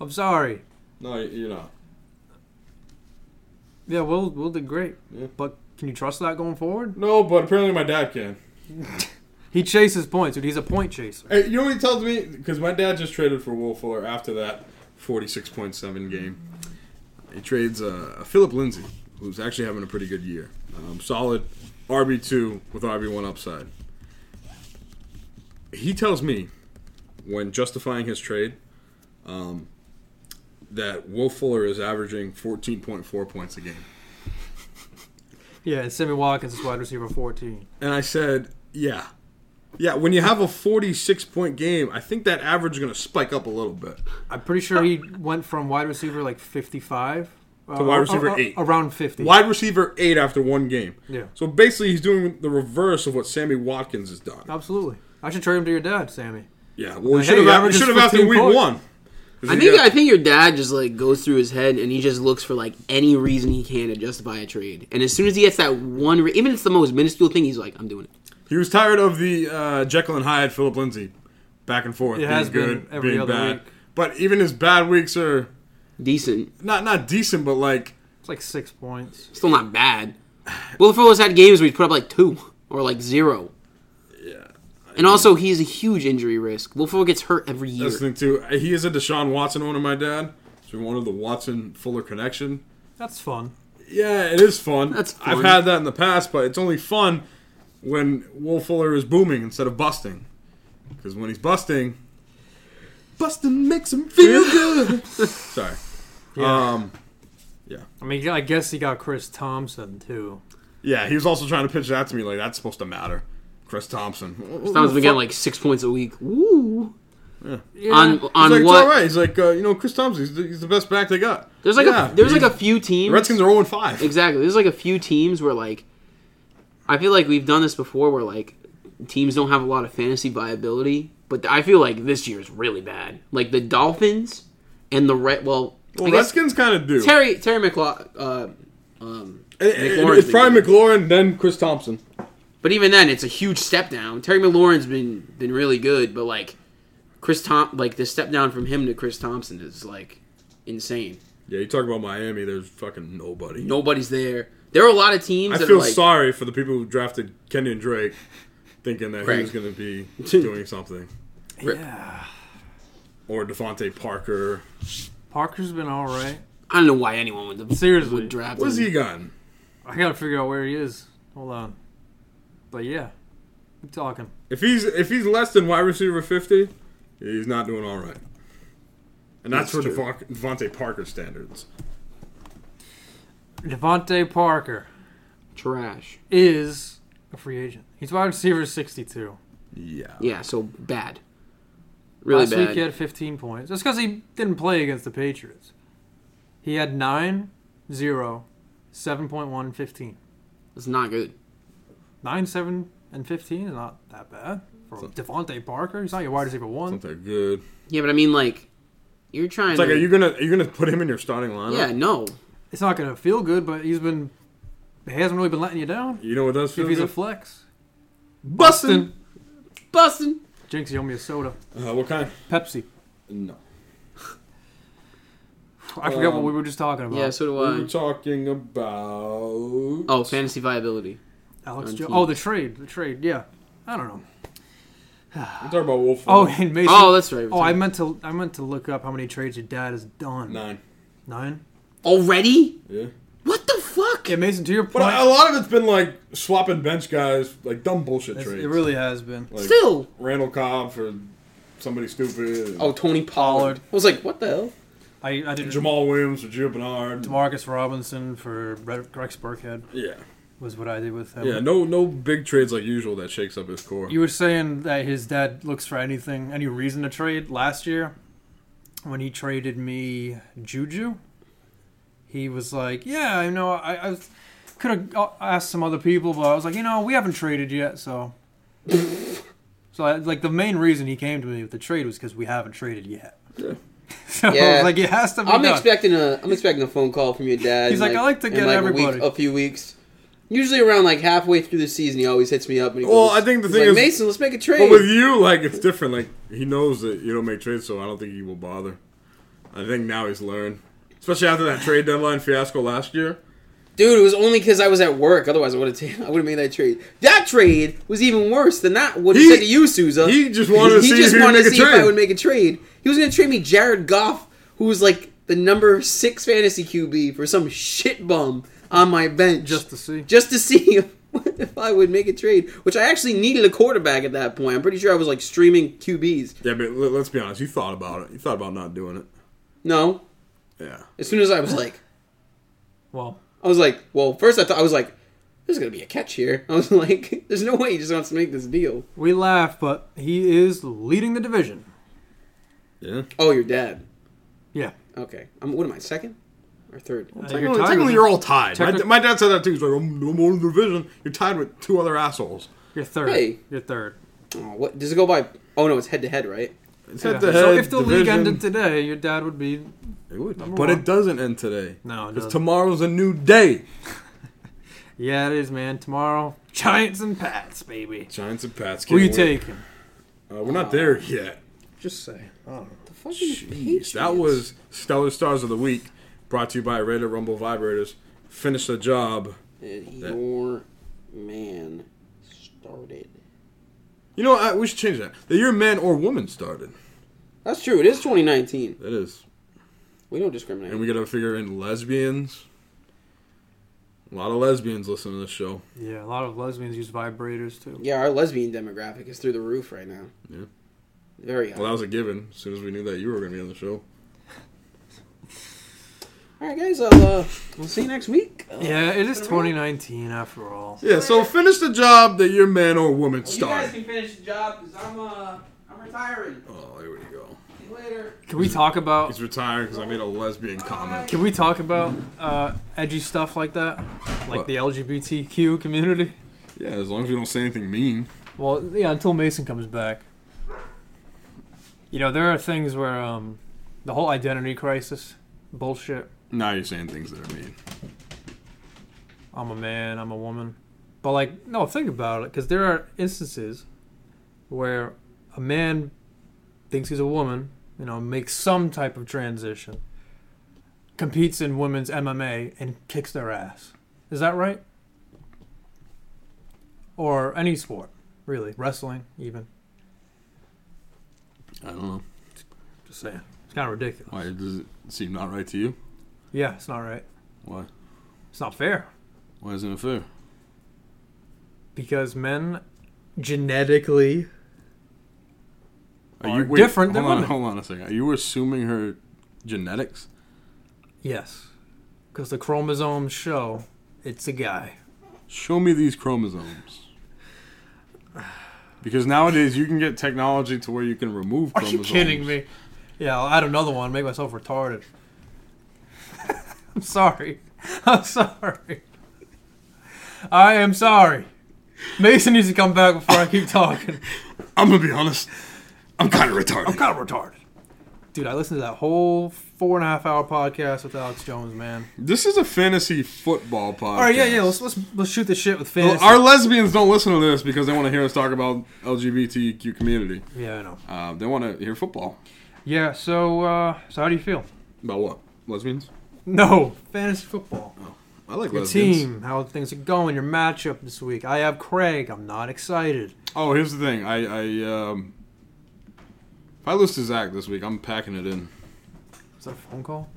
S3: I'm sorry.
S2: No, you- you're not.
S3: Yeah, Will Will did great,
S2: Yeah.
S3: but can you trust that going forward?
S2: No, but apparently my dad can.
S3: He chases points, dude. He's a point chaser.
S2: Hey, you know what he tells me? Because my dad just traded for Will Fuller after that 46.7 game. He trades uh, Philip Lindsay, who's actually having a pretty good year. Um, solid RB2 with RB1 upside. He tells me, when justifying his trade, um, that Will Fuller is averaging 14.4 points a game.
S3: Yeah, and Sammy Watkins is wide receiver 14.
S2: And I said, yeah. Yeah, when you have a 46 point game, I think that average is going to spike up a little bit.
S3: I'm pretty sure he went from wide receiver like 55 to
S2: wide receiver eight.
S3: around 50.
S2: wide receiver eight after one game.
S3: Yeah.
S2: So basically, he's doing the reverse of what Sammy Watkins has done.
S3: Absolutely. I should trade him to your dad, Sammy.
S2: Yeah. Well, he
S3: Hey,
S2: should have
S3: averages
S2: should have after
S3: 15
S2: week
S3: points.
S2: one.
S1: I think I think your dad just like goes through his head and he just looks for like any reason he can to justify a trade. And as soon as he gets that one, re- even if it's the most minuscule thing, he's like, I'm doing it.
S2: he was tired of the uh, Jekyll and Hyde, Philip Lindsay, back and forth.
S3: It
S2: being
S3: has been
S2: good,
S3: every
S2: being
S3: other
S2: bad.
S3: week.
S2: But even his bad weeks are
S1: Decent,
S2: not not decent, but like
S3: It's like six points.
S1: still not bad. Will Fuller's had games where he's put up like two or like zero.
S2: yeah.
S1: And also, he's a huge injury risk. Will Fuller gets hurt every year.
S2: That's the thing too. He is a Deshaun Watson owner, my dad. So we wanted the Watson Fuller connection.
S3: That's fun.
S2: Yeah, it is fun.
S1: That's
S2: I've
S1: fun.
S2: had that in the past, but it's only fun when Will Fuller is booming instead of busting. Because when he's busting, busting makes him feel good. Sorry.
S3: Yeah.
S2: Um,
S3: I mean, I guess he got Chris Thompson, too.
S2: yeah, he was also trying to pitch that to me like that's supposed to matter. Chris Thompson.
S1: Thomas been getting like six points a week. Woo.
S3: Yeah.
S1: On on what?
S2: He's like, it's all right. He's like, uh, you know, Chris Thompson. He's the, he's the best back they got.
S1: There's like
S2: Yeah,
S1: a there's like
S2: he's-
S1: a few teams.
S2: the Redskins are 0 and 5.
S1: Exactly. There's like a few teams where like I feel like we've done this before where like teams don't have a lot of fantasy viability, but But I feel like this year's really bad. Like the Dolphins and the Red. Well,
S2: Well,
S1: I guess
S2: Redskins kind of do.
S1: Terry Terry McLaughlin. Uh, um,
S2: It- it-
S1: McLaurin's
S2: it's
S1: been
S2: probably
S1: good.
S2: McLaurin, then Chris Thompson.
S1: But even then, it's a huge step down. Terry McLaurin's been been really good, but like Chris Tom, like the step down from him to Chris Thompson is like insane.
S2: Yeah, you talk about Miami. There's fucking nobody.
S1: Nobody's there. There are a lot of teams.
S2: I
S1: that
S2: feel
S1: are like,
S2: sorry for the people who drafted Kenyon Drake, thinking that
S1: Right.
S2: he was going to be doing something,
S3: Yeah.
S2: or Devontae Parker.
S3: Parker's been all right.
S1: I don't know why anyone would
S3: Seriously.
S1: would draft
S2: What's
S1: him.
S2: he gotten?
S3: I gotta figure out where he is. Hold on. But yeah, I'm talking.
S2: If he's if he's less than wide receiver fifty, he's not doing all right. And that's,
S1: That's
S2: for
S1: true.
S2: Devon- Devontae Parker standards.
S3: Devontae Parker
S1: Trash.
S3: is a free agent. He's wide receiver 62.
S2: Yeah.
S1: Yeah, so bad. Really
S3: Last
S1: bad.
S3: week he had 15 points. That's because he didn't play against the Patriots. He had 9, 0, 7.1, 15.
S1: It's not good.
S3: 9, 7, and 15 is not that bad. For Devontae Parker, he's not your wide receiver one.
S2: Something good.
S1: Yeah, but I mean, like, you're trying.
S2: It's like,
S1: to,
S2: are you gonna are you gonna put him in your starting lineup?
S1: Yeah, no.
S3: It's not going to feel good, but he's been. He hasn't really been letting you down.
S2: You know what does feel
S3: if he's a
S2: good?
S3: flex.
S2: Bustin.
S1: Busting.
S3: Jinx, you owe me a soda.
S2: Uh, what kind?
S3: Pepsi.
S2: No.
S3: I forgot
S2: Um,
S3: what we were just talking about.
S1: Yeah, so do
S2: We were
S1: I.
S2: talking about.
S1: Oh, fantasy viability.
S3: Alex
S1: on
S3: Jo-
S1: team.
S3: Oh, the trade. The trade. Yeah. I don't know.
S2: We're talking about Wolf.
S3: Oh, and Mason.
S1: Oh, that's right.
S3: Oh, I meant to. I meant to look up how many trades your dad has done.
S2: nine.
S3: Nine?
S1: Already?
S2: Yeah.
S1: What the fuck?
S3: Yeah, Mason. To your
S2: But
S3: point,
S2: a lot of it's been like swapping bench guys, like dumb bullshit
S3: it's-
S2: trades.
S3: it really has been.
S2: like
S1: Still.
S2: Randall Cobb for somebody stupid.
S1: Oh, Tony Pollard. I was like, what the hell?
S3: I, I did
S2: Jamal Williams for Gio Bernard.
S3: Demarcus Robinson for Red- Rex Burkhead
S2: Yeah.
S3: was what I did with him.
S2: Yeah, no no big trades like usual that shakes up his core.
S3: You were saying that his dad looks for anything, any reason to trade. Last year, when he traded me Juju, he was like, "Yeah, I know, I, I could have asked some other people, but I was like, you know, we haven't traded yet, so." so, I, like, the main reason he came to me with the trade was because we haven't traded yet.
S2: Yeah.
S3: so, I
S1: Yeah.
S3: was like, it has to be
S1: I'm
S3: done.
S1: expecting a I'm expecting a phone call from your dad.
S3: He's
S1: in,
S3: like, "I like to
S1: in,
S3: get
S1: like, A,
S3: everybody."
S1: week, a few weeks. Usually around like halfway through the season, he always hits me up. And he
S2: Well,
S1: goes-
S2: I think the
S1: he's
S2: thing
S1: like,
S2: is-
S1: Mason, let's make a trade.
S2: But with you, like it's different. Like he knows that you don't make trades, so I don't think he will bother. I think now he's learned, especially after that trade deadline fiasco last year.
S1: Dude, it was only because I was at work. Otherwise, I would have t- I would have made that trade. That trade was even worse than that. What he,
S2: He-
S1: said to you, Souza.
S2: he just wanted to see if he would make a
S1: if I
S2: trade.
S1: would make a trade. He was going to trade me Jared Goff, who was like the number six fantasy QB for some shit bum on my bench,
S3: Just to see.
S1: just to see if, if I would make a trade. Which I actually needed a quarterback at that point. I'm pretty sure I was like streaming QBs.
S2: Yeah, but let- let's be honest. You thought about it. You thought about not doing it.
S1: No,
S2: Yeah.
S1: as soon as I was like,
S3: well,
S1: I was like, well, first I thought I was like, there's going to be a catch here. I was like, there's no way he just wants to make this deal.
S3: we laugh, but he is leading the division.
S2: Yeah.
S1: Oh, your dad.
S3: Yeah.
S1: Okay. I'm, what am I, second or third?
S3: Uh, you're
S2: Technically,
S3: tied
S2: technically
S3: with
S2: you're
S3: him.
S2: all tied. My,
S3: Technic-
S2: my dad said that too. He's like, I'm, I'm on the division. You're tied with two other assholes.
S3: You're third.
S1: Hey.
S3: You're third.
S1: Oh, what does it go by? Oh no, it's head to head, right?
S2: It's
S3: Yeah. so if the league ended today, your dad would be
S2: it would.
S3: Number
S2: But
S3: one.
S2: it doesn't end today.
S3: No, it
S2: because
S3: doesn't.
S2: tomorrow's a new day.
S3: yeah, it is, man. Tomorrow, Giants and Pats, baby.
S2: Giants and Pats.
S3: Who you
S2: can't wait.
S3: taking?
S2: Uh, we're not there yet.
S3: Just say.
S1: The fucking
S2: Jeez, that was Stellar Stars of the Week, brought to you by Reddit Rumble Vibrators. Finish the job.
S1: your man started.
S2: You know, I, we should change that. That your man or woman started.
S1: That's true. It is 2019.
S2: That is,
S1: We don't discriminate.
S2: and we gotta figure in lesbians. A lot of lesbians listen to this show.
S3: Yeah, a lot of lesbians use vibrators too.
S1: yeah, our lesbian demographic is through the roof right now.
S2: Yeah.
S1: Very high.
S2: Well, that was a given. As soon as we knew that you were gonna be on the show.
S1: All right, guys. I'll, uh, we'll see you next week. Uh,
S3: Yeah, it is 2019 after all.
S2: Yeah, so finish the job that your man or woman
S1: You guys
S2: started.
S1: can finish the job because I'm uh I'm retiring.
S2: Oh, there we go.
S1: See you later.
S3: Can we talk about?
S2: He's retiring because I made a lesbian comment.
S3: Can we talk about uh, edgy stuff like that, like
S2: What?
S3: the LGBTQ community?
S2: Yeah, as long as we don't say anything mean.
S3: Well, yeah, until Mason comes back. You know, there are things where um, the whole identity crisis, bullshit.
S2: Now you're saying things that are mean.
S3: I'm a man, I'm a woman. But, like, no, think about it, because there are instances where a man thinks he's a woman, you know, makes some type of transition, competes in women's MMA, and kicks their ass. Is that right? Or any sport, really. Wrestling, even.
S2: I don't know.
S3: Just saying. It's kind of ridiculous.
S2: Why does it seem not right to you?
S3: Yeah, it's not right.
S2: Why?
S3: It's not fair.
S2: Why isn't it fair?
S3: Because men genetically Are
S2: wait,
S3: different
S2: Hold
S3: than
S2: on,
S3: women.
S2: hold on a second. Are you assuming her genetics?
S3: Yes. Because the chromosomes show it's a guy.
S2: Show me these chromosomes. Because nowadays you can get technology to where you can remove chromosomes.
S3: me? Yeah, I'll add another one, make myself retarded. I'm sorry. I'm sorry. I am sorry. Mason needs to come back before I keep talking.
S2: I'm gonna be honest. I'm kind of retarded.
S3: I'm kind of retarded. Dude, I listened to that whole four and a half hour podcast with Alex Jones, man.
S2: This is a fantasy football podcast.
S3: All right, yeah, yeah. Let's let's, let's shoot the shit with
S2: Well,
S3: fans.
S2: Our lesbians don't listen to this because they want to hear us talk about LGBTQ community.
S3: yeah, I know.
S2: Uh, they want to hear football.
S3: Yeah. So, uh, so how do you feel?
S2: About what? Lesbians?
S3: No fantasy football.
S2: I like
S3: Your
S2: lesbians.
S3: team, how things are going, your matchup this week. I have Craig. I'm not excited.
S2: Oh, here's the thing. I, I um, if I lose to Zach this week, I'm packing it in.
S3: Is that a phone call?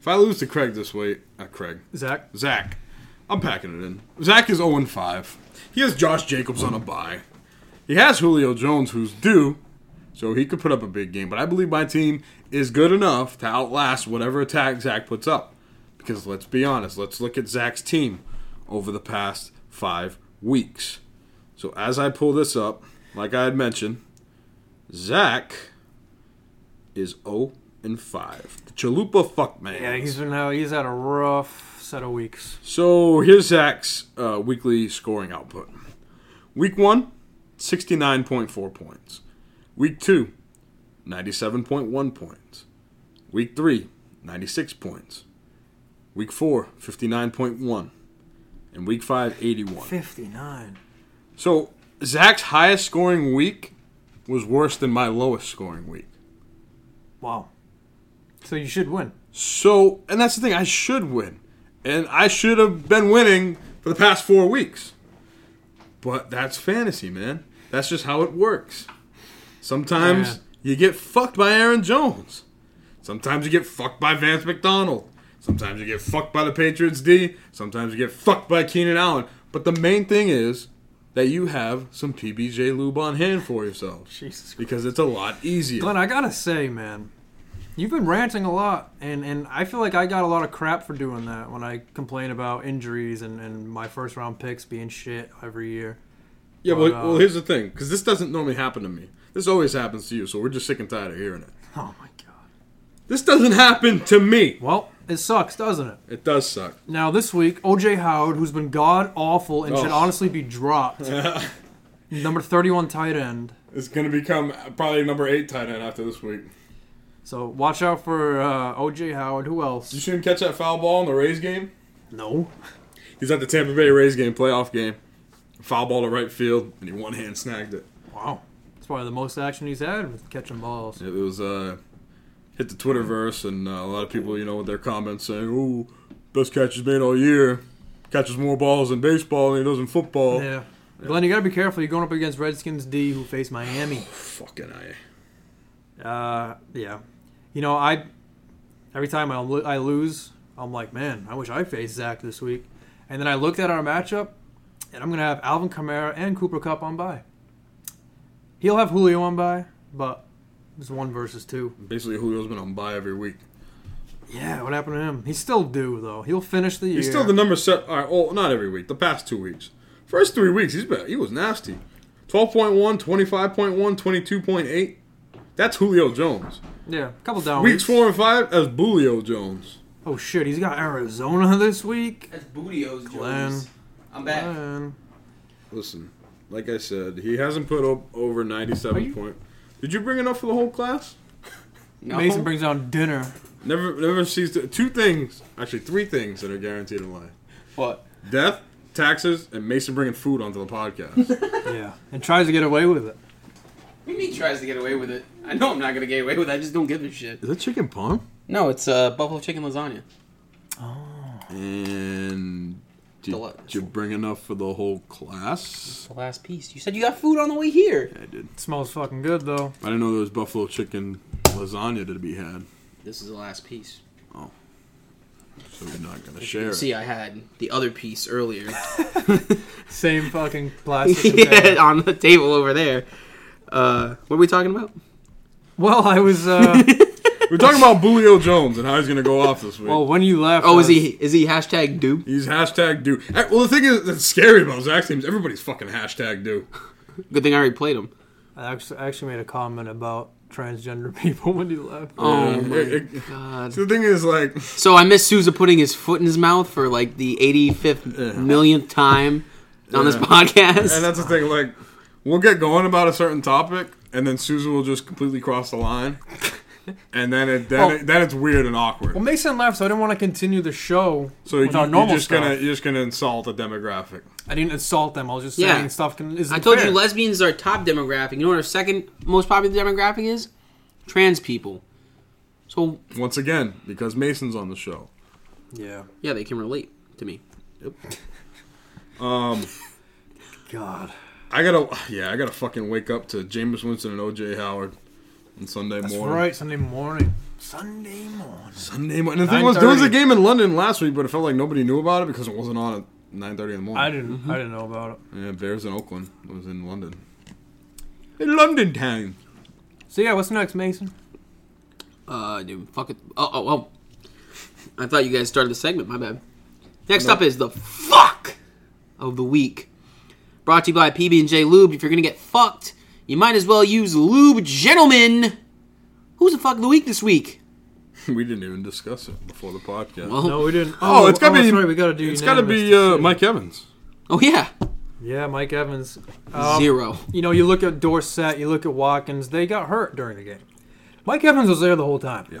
S2: If I lose to Craig this week, uh, Craig,
S3: Zach.
S2: Zach, I'm packing it in. Zach is 0 5. He has Josh Jacobs on a bye. He has Julio Jones, who's due, so he could put up a big game. But I believe my team is good enough to outlast whatever attack Zach puts up. Because let's be honest, let's look at Zach's team over the past five weeks. So as I pull this up, like I had mentioned, Zach is 0 and 5. The Chalupa fuck man.
S3: Yeah, he's been how he's had a rough set of weeks.
S2: So here's Zach's uh, weekly scoring output. Week one, 69.4 points. Week two, 97.1 points. Week three, 96 points. Week four, 59.1. And week five, 81.
S3: Fifty nine.
S2: So Zach's highest scoring week was worse than my lowest scoring week.
S3: Wow. So you should win.
S2: So, and that's the thing, I should win. And I should have been winning for the past four weeks. But that's fantasy, man. That's just how it works. Sometimes you get fucked by Aaron Jones. Sometimes you get fucked by Vance McDonald. Sometimes you get fucked by the Patriots D. Sometimes you get fucked by Keenan Allen. But the main thing is that you have some PBJ lube on hand for yourself.
S3: Jesus Christ.
S2: Because it's a lot easier.
S3: Glenn, I gotta say, man, you've been ranting a lot, and and I feel like I got a lot of crap for doing that when I complain about injuries and and my first round picks being shit every year.
S2: Yeah, well,
S3: But, uh,
S2: well, here's the thing, because this doesn't normally happen to me. This always happens to you, so we're just sick and tired of hearing it.
S3: Oh my god.
S2: This doesn't happen to me.
S3: Well, it sucks, doesn't it?
S2: It does suck.
S3: Now this week, OJ Howard, who's been god awful and should
S2: Ugh.
S3: honestly be dropped, number thirty-one tight end.
S2: It's going to become probably number eight tight end after this week.
S3: So watch out for uh, OJ Howard. Who
S2: You
S3: else?
S2: see him catch that foul ball in the Rays game?
S3: No.
S2: He's at the Tampa Bay Rays game, playoff game. Foul ball to right field, and he one hand snagged it.
S3: Wow. It's probably the most action he's had with catching balls.
S2: It was uh, hit the Twitterverse, and uh, a lot of people, you know, with their comments saying, "Ooh, best catch he's made all year. Catches more balls in baseball than he does in football."
S3: Yeah. Glenn, you gotta be careful. You're going up against Redskins D, who face Miami.
S2: Fucking I.
S3: Uh, yeah. You know, I every time I, lo- I lose, I'm like, man, I wish I faced Zach this week. And then I looked at our matchup, and I'm gonna have Alvin Kamara and Cooper Cup on by. He'll have Julio on by, but it's one versus two.
S2: Basically, Julio's been on bye every week.
S3: Yeah, what happened to him? He's still due though. He'll finish the year.
S2: He's still the number set. All right, well, not every week. The past two weeks. First three weeks, he's been, he was nasty. 12.1, 25.1, 22.8. That's Julio Jones.
S3: yeah, a couple down
S2: Weeks
S3: weeks.
S2: four and five, as Julio Jones.
S3: Oh shit, he's got Arizona this week.
S1: That's Bootio's
S3: Glenn.
S1: Jones. I'm back.
S3: Man.
S2: Listen, like I said, he hasn't put up over
S3: Are
S2: 97
S3: you-
S2: point. Did you bring enough for the whole class?
S1: No.
S3: Mason brings down dinner.
S2: Never, never sees th- two things, actually three things that are guaranteed in life:
S1: what?
S2: death, taxes, and Mason bringing food onto the podcast.
S3: Yeah, and tries to get away with
S1: What
S3: it.
S1: do you mean tries to get away with it? I know I'm not gonna get away with it. I just don't give a shit.
S2: Is that chicken palm?
S1: No, it's uh, buffalo chicken lasagna.
S2: And did,
S1: Deli-
S2: did you bring enough for the whole class?
S1: The last piece. You said you got food on the way here.
S2: I did.
S3: Smells fucking good though.
S2: I didn't know there was buffalo chicken lasagna to be had,
S1: This is the last piece.
S2: so we're not gonna
S1: As you can
S2: share.
S1: See,
S2: it.
S1: I had the other piece earlier.
S3: Same fucking plastic.
S1: yeah,
S3: container.
S1: on the table over there. Uh, what are we talking about?
S3: Well, I was. Uh,
S2: We're talking about Julio Jones and how he's gonna go off this week.
S3: well, when you left.
S1: Oh,
S3: I
S1: is he is he hashtag do?
S2: He's hashtag do. Eh, Well, the thing is, that's scary about Zach's teams. Everybody's fucking hashtag do.
S1: Good thing I already played him.
S3: I actually, I actually made a comment about transgender people when you left.
S1: Oh
S2: Yeah,
S1: my
S2: it- Um, it-
S1: god.
S2: so the thing is, like,
S1: So I miss Sousa putting his foot in his mouth for like the 85th millionth time on this
S2: Yeah.
S1: podcast.
S2: and that's the thing. Like, we'll get going about a certain topic, and then Susan will just completely cross the line, and then it then,
S3: Well-
S2: it, then it's weird and
S3: Well,
S2: awkward.
S3: Mason left, so I didn't want to continue the show
S2: So you,
S3: with our
S2: you're
S3: normal
S2: just
S3: stuff.
S2: gonna you're just gonna insult a demographic.
S3: I didn't insult them. I was just
S1: Yeah.
S3: saying stuff. Can, is
S1: I told
S3: fair.
S1: you lesbians are top demographic. You know what our second most popular demographic is? Trans people. So
S2: Once again, because Mason's on the show.
S3: Yeah.
S1: yeah, they can relate to me.
S2: Um,
S3: God.
S2: I gotta yeah, I gotta fucking wake up to Jameis Winston and OJ Howard on Sunday
S3: That's
S2: morning.
S3: right. Sunday morning. Sunday morning.
S2: Sunday morning. And the thing was, there was a
S3: 9:30.
S2: game in London last week, but it felt like nobody knew about it because it wasn't on at nine thirty in the morning.
S3: I didn't. I didn't know about it.
S2: Yeah, Bears in Oakland. It was in London. In London town.
S3: So yeah, what's next, Mason?
S1: Uh, dude, fuck it. Oh, oh, oh. I thought you guys started the segment. My bad. Next
S2: No.
S1: up is the fuck of the week, brought to you by PB and J Lube. If you're gonna get fucked, you might as well use lube, gentlemen. Who's the fuck of the week this week?
S2: We didn't even discuss it before the podcast.
S1: Well,
S3: No, we didn't.
S2: oh, it's gotta be.
S3: that's right, we gotta do.
S2: It's gotta
S3: unanimous
S2: be uh,
S3: decision.
S2: Mike Evans.
S1: oh yeah,
S3: Yeah, Mike Evans. Um,
S1: zero.
S3: You know, you look at Dorsett, you look at Watkins. They got hurt during the game. Mike Evans was there the whole time.
S2: Yeah.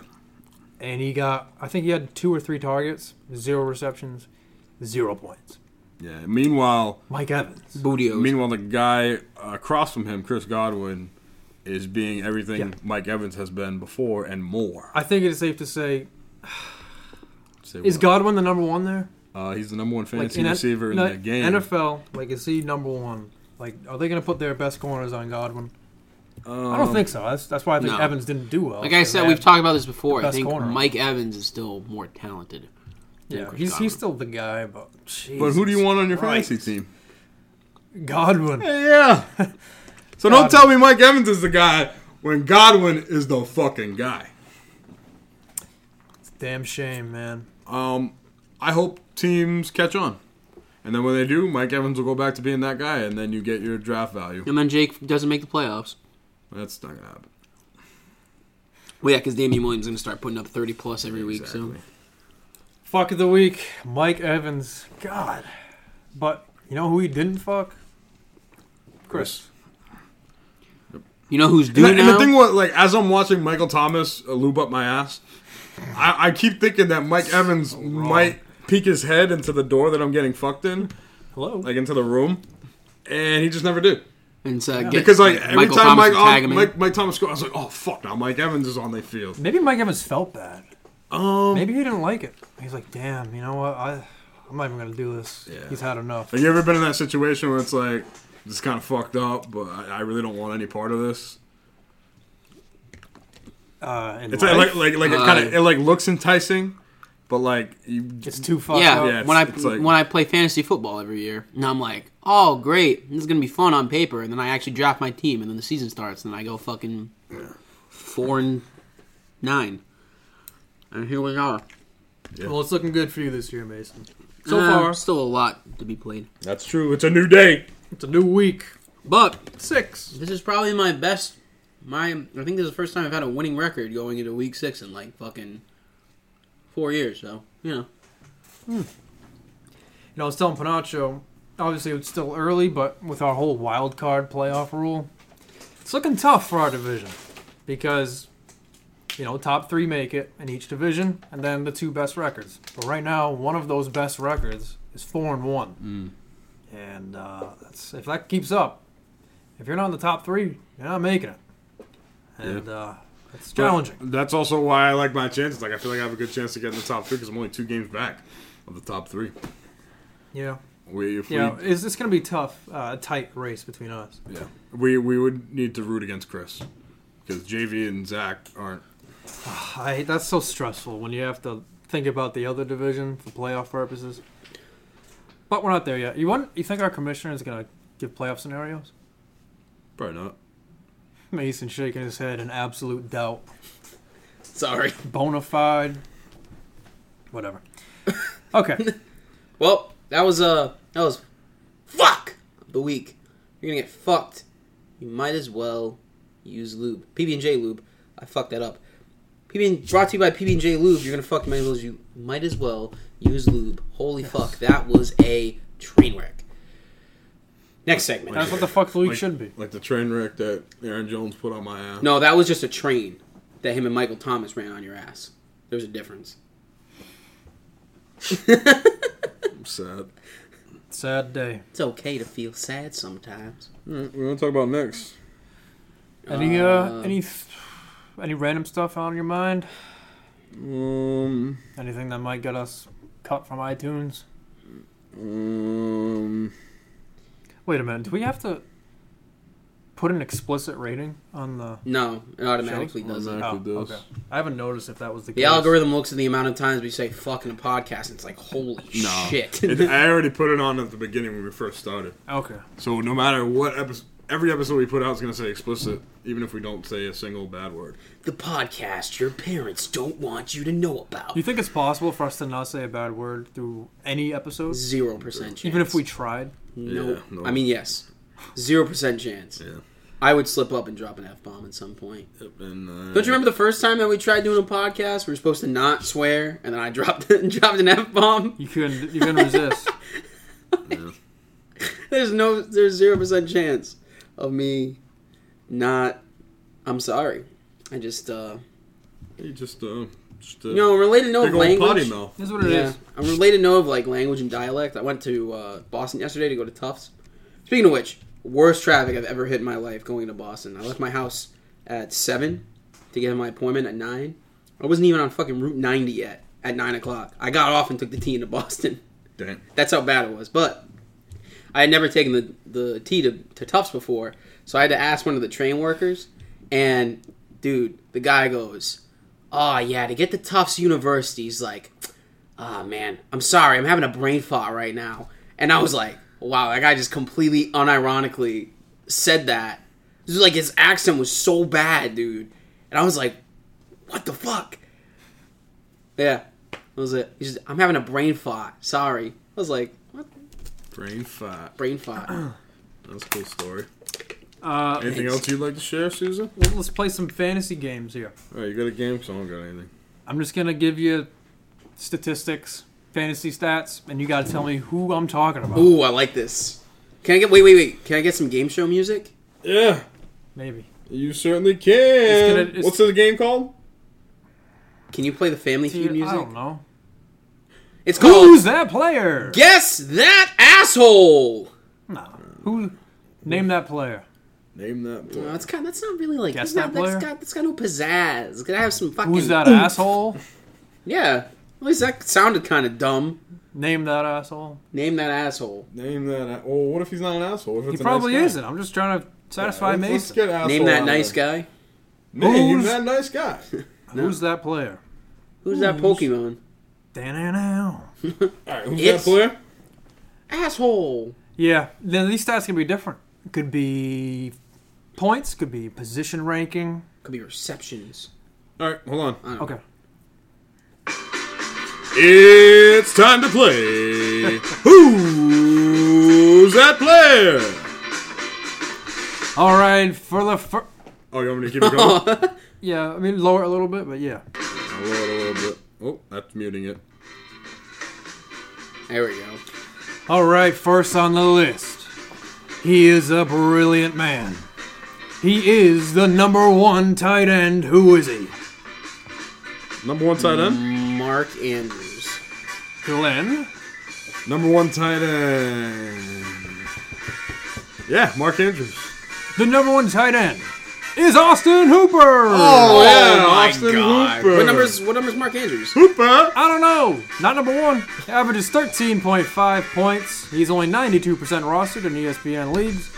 S3: And he got, I think he had two or three targets, zero receptions, zero points.
S2: Yeah. Meanwhile,
S3: Mike Evans.
S1: Bootios.
S2: meanwhile, the guy across from him, Chris Godwin, is being everything Mike Evans has been before and more.
S3: I think it is safe to say,
S2: Say
S3: is
S2: what?
S3: Godwin the number one there?
S2: Uh, he's the number one fantasy
S3: in N-
S2: receiver in
S3: no,
S2: that game.
S3: NFL, like is he number one? Like, are they going to put their best corners on Godwin?
S2: Um,
S3: I don't think so. That's, that's why I think
S1: no.
S3: Evans didn't do well.
S1: Like I said, we've talked about this before. I
S3: best
S1: think
S3: corner.
S1: Mike Evans is still more talented.
S3: Yeah,
S1: Chris
S3: he's,
S1: Godwin.
S3: he's still the guy, but
S2: But who do you
S3: Jesus
S2: want on your
S3: Christ.
S2: fantasy team?
S3: Godwin.
S2: Yeah. So
S3: Godwin.
S2: don't tell me Mike Evans is the guy when Godwin is the fucking guy.
S3: Damn shame, man.
S2: Um, I hope teams catch on. And then when they do, Mike Evans will go back to being that guy, and then you get your draft value.
S1: And then Jake doesn't make the playoffs.
S2: That's not gonna happen.
S1: Well, yeah, because Damian Williams is gonna start putting up thirty plus every week. So.
S2: Exactly.
S3: Fuck of the week, Mike Evans. God. But you know who he didn't fuck? Chris.
S1: You know who's
S2: And,
S1: due
S2: the- and
S1: now?
S2: the thing was, like, as I'm watching Michael Thomas uh, lube up my ass, I, I keep thinking that Mike Evans might peek his head into the door that I'm getting fucked in,
S3: Hello.
S2: like into the room, and he just never did.
S1: and so, uh, get-
S2: Because like every
S1: Michael
S2: time
S1: Thomas
S2: Mike,
S1: would tag him in.
S2: Mike, Mike Thomas scored, I was like, oh fuck, now Mike Evans is on the field.
S3: Maybe Mike Evans felt bad.
S2: Um,
S3: Maybe he didn't like it. He's like, damn, you know what? I, I'm not even going to do this.
S2: Yeah.
S3: He's had enough.
S2: Have you ever been in that situation where it's like, this is kind of fucked up, but I, I really don't want any part of this?
S3: Uh, in
S2: It's
S3: life,
S2: like, like, like it
S1: Uh,
S2: kind of it like looks enticing, but like you,
S3: it's too fucked
S1: yeah,
S3: up.
S2: Yeah, it's-
S1: when I
S2: it's like-
S1: when I play fantasy football every year, and I'm like, oh great, this is gonna be fun on paper, and then I actually draft my team, and then the season starts, and I go fucking four and nine, and here we are.
S2: Yeah.
S3: Well, it's looking good for you this year, Mason. So
S1: Uh,
S3: far,
S1: still a lot to be played,
S2: that's true. It's a new day.
S3: it's a new week.
S1: but
S3: Six.
S1: this is probably my best. My I think this is the first time I've had a winning record going into week six in like fucking four years. So you know,
S3: You know, I was telling Panacho, obviously it's still early, but with our whole wild card playoff rule, It's looking tough for our division because, you know, top three make it in each division, and then the two best records. But right now, one of those best records is four and one, and uh, that's, if that keeps up, if you're not in the top three, you're not making it, and uh, that's challenging.
S2: But That's also why I like my chances. Like I feel like I have a good chance to get in the top three because I'm only two games back of the top three.
S3: yeah,
S2: We, if
S3: you know, is this going to be tough, uh, tight race between us?
S2: we, yeah, we we would need to root against Chris because JV and Zach aren't.
S3: I that's so stressful when you have to think about the other division for playoff purposes. But we're not there yet. You want? You think our commissioner is gonna give playoff scenarios?
S2: Probably not.
S3: Mason shaking his head in absolute doubt.
S1: Sorry.
S3: Bona fide. Whatever. Okay.
S1: Well, that was uh that was fuck the week. You're gonna get fucked. You might as well use lube. PB and J lube. I fucked that up. PB brought to you by PB and J lube. You're gonna fuck. You might as well. You might as well use lube. Holy fuck, that was a train wreck. Next segment.
S3: That's what the fuck the week
S2: Like-
S3: should be.
S2: Like the train wreck that Aaron Jones put on my ass.
S1: No, that was just a train that him and Michael Thomas ran on your ass. There's a difference.
S2: I'm sad.
S3: Sad day.
S1: It's okay to feel sad sometimes.
S2: All right, we're gonna talk about next.
S3: Any uh,
S1: Um,
S3: any th- any random stuff on your mind?
S2: Um,
S3: Anything that might get us cut from iTunes?
S2: um,
S3: Wait a minute. Do we have to put an explicit rating on the?
S1: No, it automatically does it.
S2: Automatic.
S3: Oh,
S2: Actually does.
S3: okay. I haven't noticed if that was the
S1: The
S3: case.
S1: algorithm looks at the amount of times we say fuck in a podcast and it's like, holy
S2: no.
S1: shit.
S2: It- I already put it on at the beginning when we first started.
S3: Okay.
S2: So no matter what episode, every episode we put out is gonna say explicit, even if we don't say a single bad word.
S1: the podcast your parents don't want you to know about.
S3: You think it's possible for us to not say a bad word through any episode,
S1: Zero percent chance.
S3: even if we tried?
S1: no,
S2: Yeah, no.
S1: I mean yes, zero percent chance.
S2: Yeah.
S1: I would slip up and drop an f bomb at some point.
S2: And, uh,
S1: Don't you remember the first time that we tried doing a podcast? We were supposed to not swear, and then I dropped and dropped an f bomb.
S3: You couldn't. You couldn't resist.
S1: There's no, there's zero percent chance of me not. I'm sorry. I just, uh,
S2: You just uh, just uh,
S1: you know, related note
S2: big
S1: of
S2: old potty
S1: language.
S2: mouth.
S3: This is what it is.
S1: Yeah, I'm related know of like language and dialect. I went to uh, Boston yesterday to go to Tufts. Speaking of which, worst traffic I've ever hit in my life going to Boston. I left my house at seven to get my appointment at nine. I wasn't even on fucking Route 90 yet at nine o'clock. I got off and took the T into Boston.
S2: Damn.
S1: That's how bad it was. But I had never taken the the T to, to Tufts before, so I had to ask one of the train workers. And dude, the guy goes, "Oh yeah, to get to Tufts University." He's like, "Ah man, I'm sorry, I'm having a brain fog right now." And I was like, "Wow, that guy just completely unironically said that." This was like his accent was so bad, dude. And I was like, "What the fuck?" Yeah, that was it. He's just, I'm having a brain fog. Sorry. I was like, "What
S2: Brain fat.
S1: brain fog?"
S2: That's a cool story.
S3: Uh,
S2: Anything
S1: Thanks.
S2: else you'd like to share, Susan?
S3: well, let's play some fantasy games here.
S2: All right, you got a game? Cause I don't got anything.
S3: I'm just gonna give you statistics, fantasy stats, and you gotta tell me who I'm talking about.
S1: Ooh, I like this. Can I get wait, wait, wait? Can I get some game show music?
S2: Yeah,
S3: Maybe.
S2: you certainly can.
S3: gonna- it's-
S2: What's the game called?
S1: Can you play the Family Feud
S3: Dude, I
S1: music?
S3: don't know.
S1: It's called
S3: Who's that player?
S1: Guess That Asshole. Uh,
S3: no. Who? Name that player.
S2: Name that.
S1: No, that's kind. That's not really like. that's
S3: Guess
S1: not-
S3: that
S1: that's
S3: player?
S1: got. That's got no pizzazz. It's gonna have some fucking.
S3: Who's that
S1: oomph.
S3: asshole?
S1: Yeah. At least that sounded kind of dumb.
S3: Name that asshole.
S1: Name that asshole.
S2: Name that. a- Well, what if he's not an asshole? What if
S3: He
S2: it's a
S3: probably
S2: nice guy?
S3: isn't. I'm just trying to
S2: Yeah,
S3: satisfy
S2: let's- let's
S3: Mason.
S2: get asshole
S1: Name
S2: out
S1: that
S2: of
S1: nice
S2: there.
S1: guy.
S2: Name
S3: Who's-
S2: that nice guy.
S3: Who's that player?
S1: Who's that Pokemon?
S3: Da-na-na.
S2: All right, who's
S1: It's-
S2: that player?
S1: Asshole.
S3: Yeah, then these stats can be different. Could be points, could be position ranking.
S1: Could be receptions.
S2: All right, hold on.
S1: I don't know.
S3: Okay.
S2: It's time to play. Who's that player?
S3: All right, for the fir-
S2: Oh, you want me to keep it going? I'll
S3: yeah, I mean lower it a little bit, but yeah.
S2: lower it a little bit. Oh, that's muting it.
S1: There we go.
S3: All right, first on the list. He is a brilliant man. He is the number one tight end. Who is he?
S2: Number one tight end.
S1: Mark Andrews.
S3: Glenn.
S2: Number one tight end. Yeah, Mark Andrews.
S3: The number one tight end is Austin Hooper.
S2: Oh, yeah,
S1: my
S2: Austin
S1: God.
S2: Hooper.
S1: What numbers? What numbers? Mark Andrews.
S2: Hooper.
S3: I don't know. Not number one. He averages 13.5 points. He's only 92% rostered in E ESPN leagues.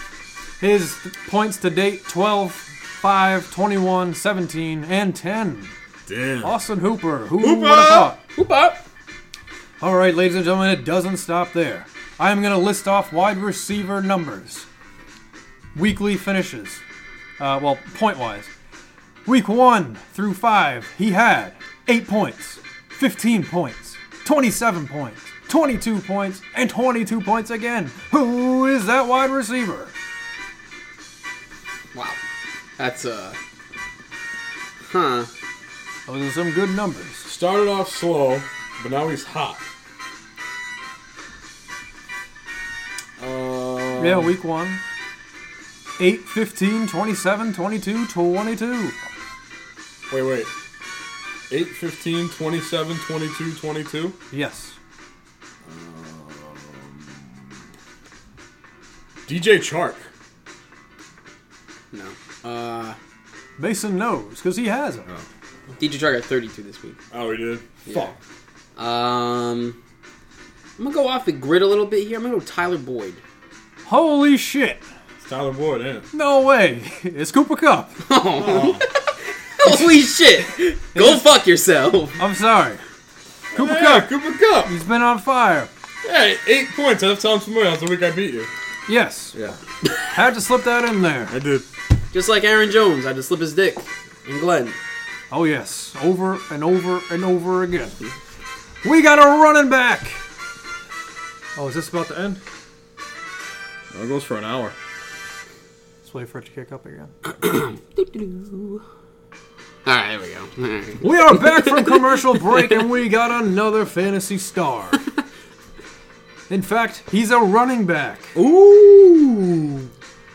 S3: His th- points to date 12, 5, 21, 17, and 10.
S2: Damn.
S3: Austin Hooper. Who
S2: Hooper!
S3: would have thought?
S1: Whoop up.
S3: All right, ladies and gentlemen, it doesn't stop there. I am going to list off wide receiver numbers, weekly finishes, uh, well, point wise. Week one through five, he had eight points, 15 points, 27 points, 22 points, and 22 points again. Who is that wide receiver?
S1: Wow. That's uh. Huh.
S3: Those are some good numbers.
S2: Started off slow, but now he's hot. Uh,
S3: Yeah, week one. 8, 15, 27, 22, 22.
S2: Wait, wait. 8, 15, 27, 22, 22.
S3: Yes.
S2: DJ Chark.
S1: No. Uh,
S3: Mason knows because he has it.
S1: DJ Chark got 32 this week.
S2: Oh, he did?
S1: Yeah. Um, I'm gonna go off the grid a little bit here. I'm gonna go Tyler Boyd.
S3: Holy shit!
S2: It's Tyler Boyd, eh? yeah.
S3: No way! It's Cooper Cup.
S1: Holy shit! Go fuck yourself.
S3: I'm sorry. Cooper
S2: Yeah,
S3: Cup.
S2: Cooper Cup.
S3: He's been on fire.
S2: Hey, eight points. That sounds familiar. That's the week I beat you.
S3: Yes.
S2: Yeah,
S3: Had to slip that in there.
S2: I did.
S1: Just like Aaron Jones, I had to slip his dick. And Glenn.
S3: Oh yes. Over and over and over again. We got a running back. Oh, is this about to end?
S2: That goes for an hour.
S3: Let's wait for it to kick up again.
S1: All right, there we go. All right.
S3: We are back from commercial break and we got another fantasy star. In fact, he's a running back.
S2: Ooh.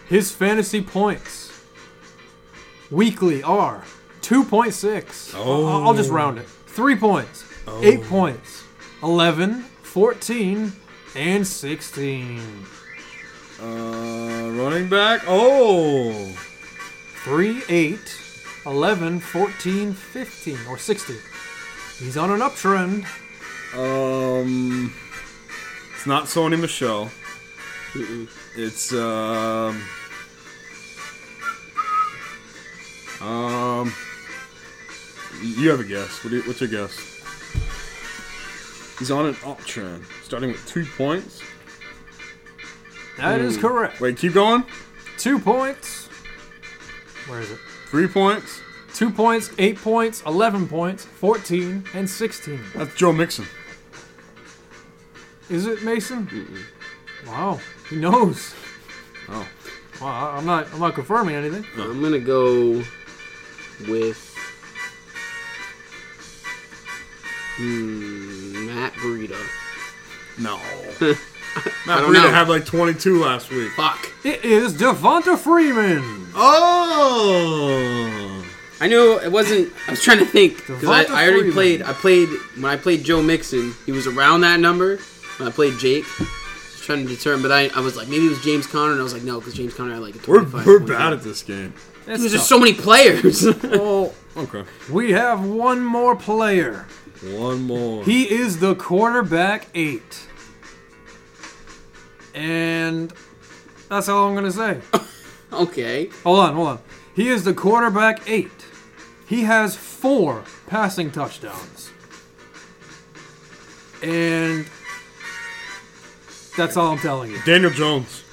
S3: His fantasy points weekly are 2.6.
S2: Oh.
S3: I'll, I'll just round it. 3 points, 8 points, 11, 14, and 16.
S2: Uh, running back. Oh.
S3: 3, 8, 11, 14, 15, or 16. He's on an uptrend.
S2: Um. It's not Sony Michelle. It's um. Um. You have a guess. What do you, what's your guess? He's on an uptrend, starting with two points.
S3: That is correct.
S2: Wait, keep going.
S3: 2 points. Where is it?
S2: Three points.
S3: 2 points, 8 points, 11 points, 14, and 16.
S2: That's Joe Mixon.
S3: Is it Mason? Wow, he knows.
S2: Oh.
S3: Wow, I- I'm not. I'm not confirming anything.
S1: I'm gonna go with hmm, Matt Burrito.
S2: No.
S1: I
S2: Matt
S1: don't
S2: Breida
S1: know.
S2: had like 22 last week.
S1: Fuck.
S3: It is Devonta Freeman.
S2: Oh.
S1: I knew it wasn't. I was trying to think because I,
S3: Devonta
S1: I already
S3: Freeman.
S1: played. I played when I played Joe Mixon. He was around that number. When I played Jake, I was trying to determine, but I, I was like maybe it was James Conner, and I was like no, because James Conner had like a
S2: We're,
S1: 25.
S2: we're
S1: point.
S2: bad at this game.
S3: That's
S1: There's just
S3: tough.
S1: so many players.
S2: Oh. Okay.
S3: we have one more player.
S2: One more.
S3: He is the quarterback eight, and that's all I'm gonna say.
S1: okay.
S3: hold on, hold on. He is the quarterback eight. He has four passing touchdowns, and that's all I'm telling you.
S2: Daniel Jones.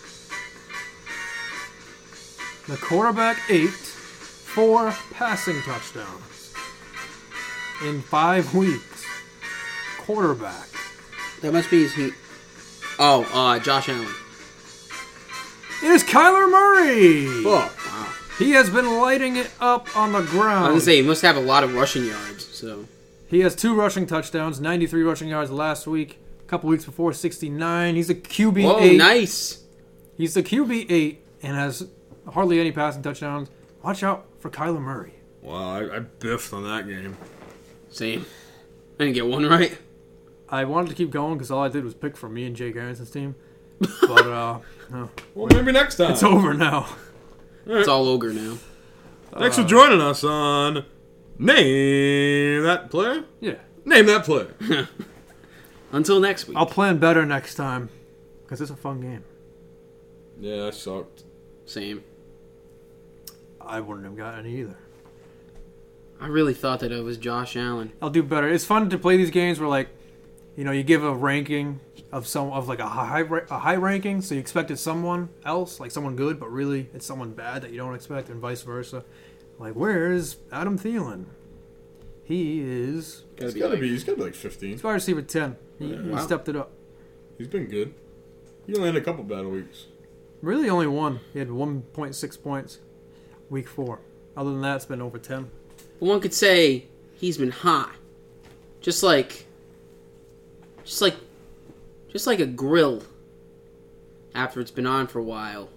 S3: The quarterback eight, four passing touchdowns in five weeks. Quarterback.
S1: That must be his heat. Oh, uh, Josh Allen.
S3: It is Kyler Murray.
S1: Oh, wow.
S3: He has been lighting it up on the
S1: I was gonna
S3: ground.
S1: say he must have a lot of rushing yards. So
S3: He has two rushing touchdowns, 93 rushing yards last week. A couple weeks before, 69. He's a QB
S1: whoa,
S3: eight.
S1: nice.
S3: He's the QB eight and has hardly any passing touchdowns. Watch out for Kyler Murray.
S2: Wow, I, I biffed on that game.
S1: Same. I didn't get one right.
S3: I wanted to keep going because all I did was pick from me and Jake Aronson's team. But uh, no.
S2: Well, maybe next time.
S3: it's over now.
S1: It's all ogre now.
S2: Thanks for joining us on Name That Player.
S3: Yeah.
S2: Name That Player.
S1: Until next week.
S3: I'll plan better next time because it's a fun game.
S2: yeah, that sucked.
S1: Same.
S3: I wouldn't have gotten any either.
S1: I really thought that it was Josh Allen.
S3: I'll do better. It's fun to play these games where like, you know, you give a ranking of some of like a high ra- a high ranking, so you expected someone else, like someone good, but really it's someone bad that you don't expect, and vice versa. Like, where is Adam Thielen? He is
S1: Gotta
S2: He's
S1: be
S2: gotta
S1: like-
S2: be. He's gotta be like
S3: he's
S2: 15.
S3: wide receiver ten. He, he
S1: Wow.
S3: stepped it up.
S2: He's been good. He only had a couple bad weeks.
S3: Really, only one. He had one point six points, week four. Other than that, it's been over ten.
S1: One could say he's been hot, just like, just like, just like a grill. After it's been on for a while,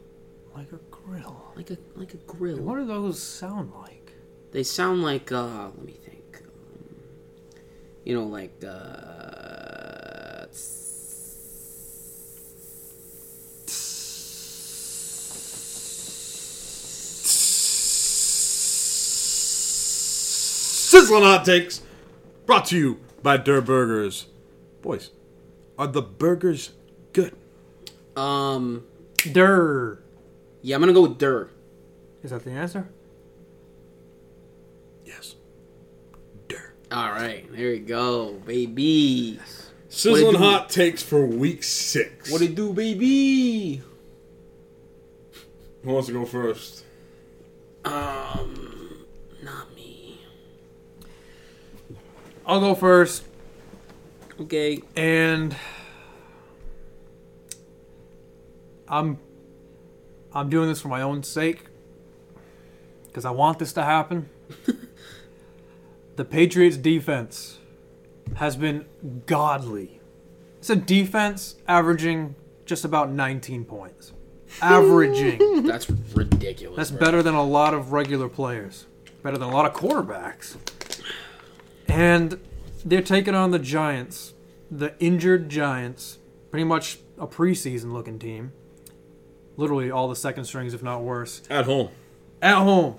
S3: Like a grill.
S1: like a like a grill.
S3: What do those sound like?
S1: They sound like uh let me think. Um, You know like uh
S2: Sizzling hot takes. Brought to you by Der Burgers. Boys, are the burgers good?
S1: um
S3: Durr.
S1: yeah, I'm going to go with dir.
S3: Is that the answer?
S2: Yes. Der.
S1: All right. There you go, baby.
S2: Sizzling
S1: do?
S2: hot takes for week six.
S1: What it do, baby?
S2: Who wants to go first?
S1: Um not me.
S3: I'll go first.
S1: Okay.
S3: and I'm I'm doing this for my own sake because I want this to happen. the Patriots defense has been godly. It's a defense averaging just about 19 points. Averaging.
S1: That's ridiculous.
S3: That's
S1: bro.
S3: better than a lot of regular players. Better than a lot of quarterbacks. And they're taking on the Giants, the injured Giants, pretty much a preseason looking team. Literally all the second strings, if not worse,
S2: At home.
S3: at home.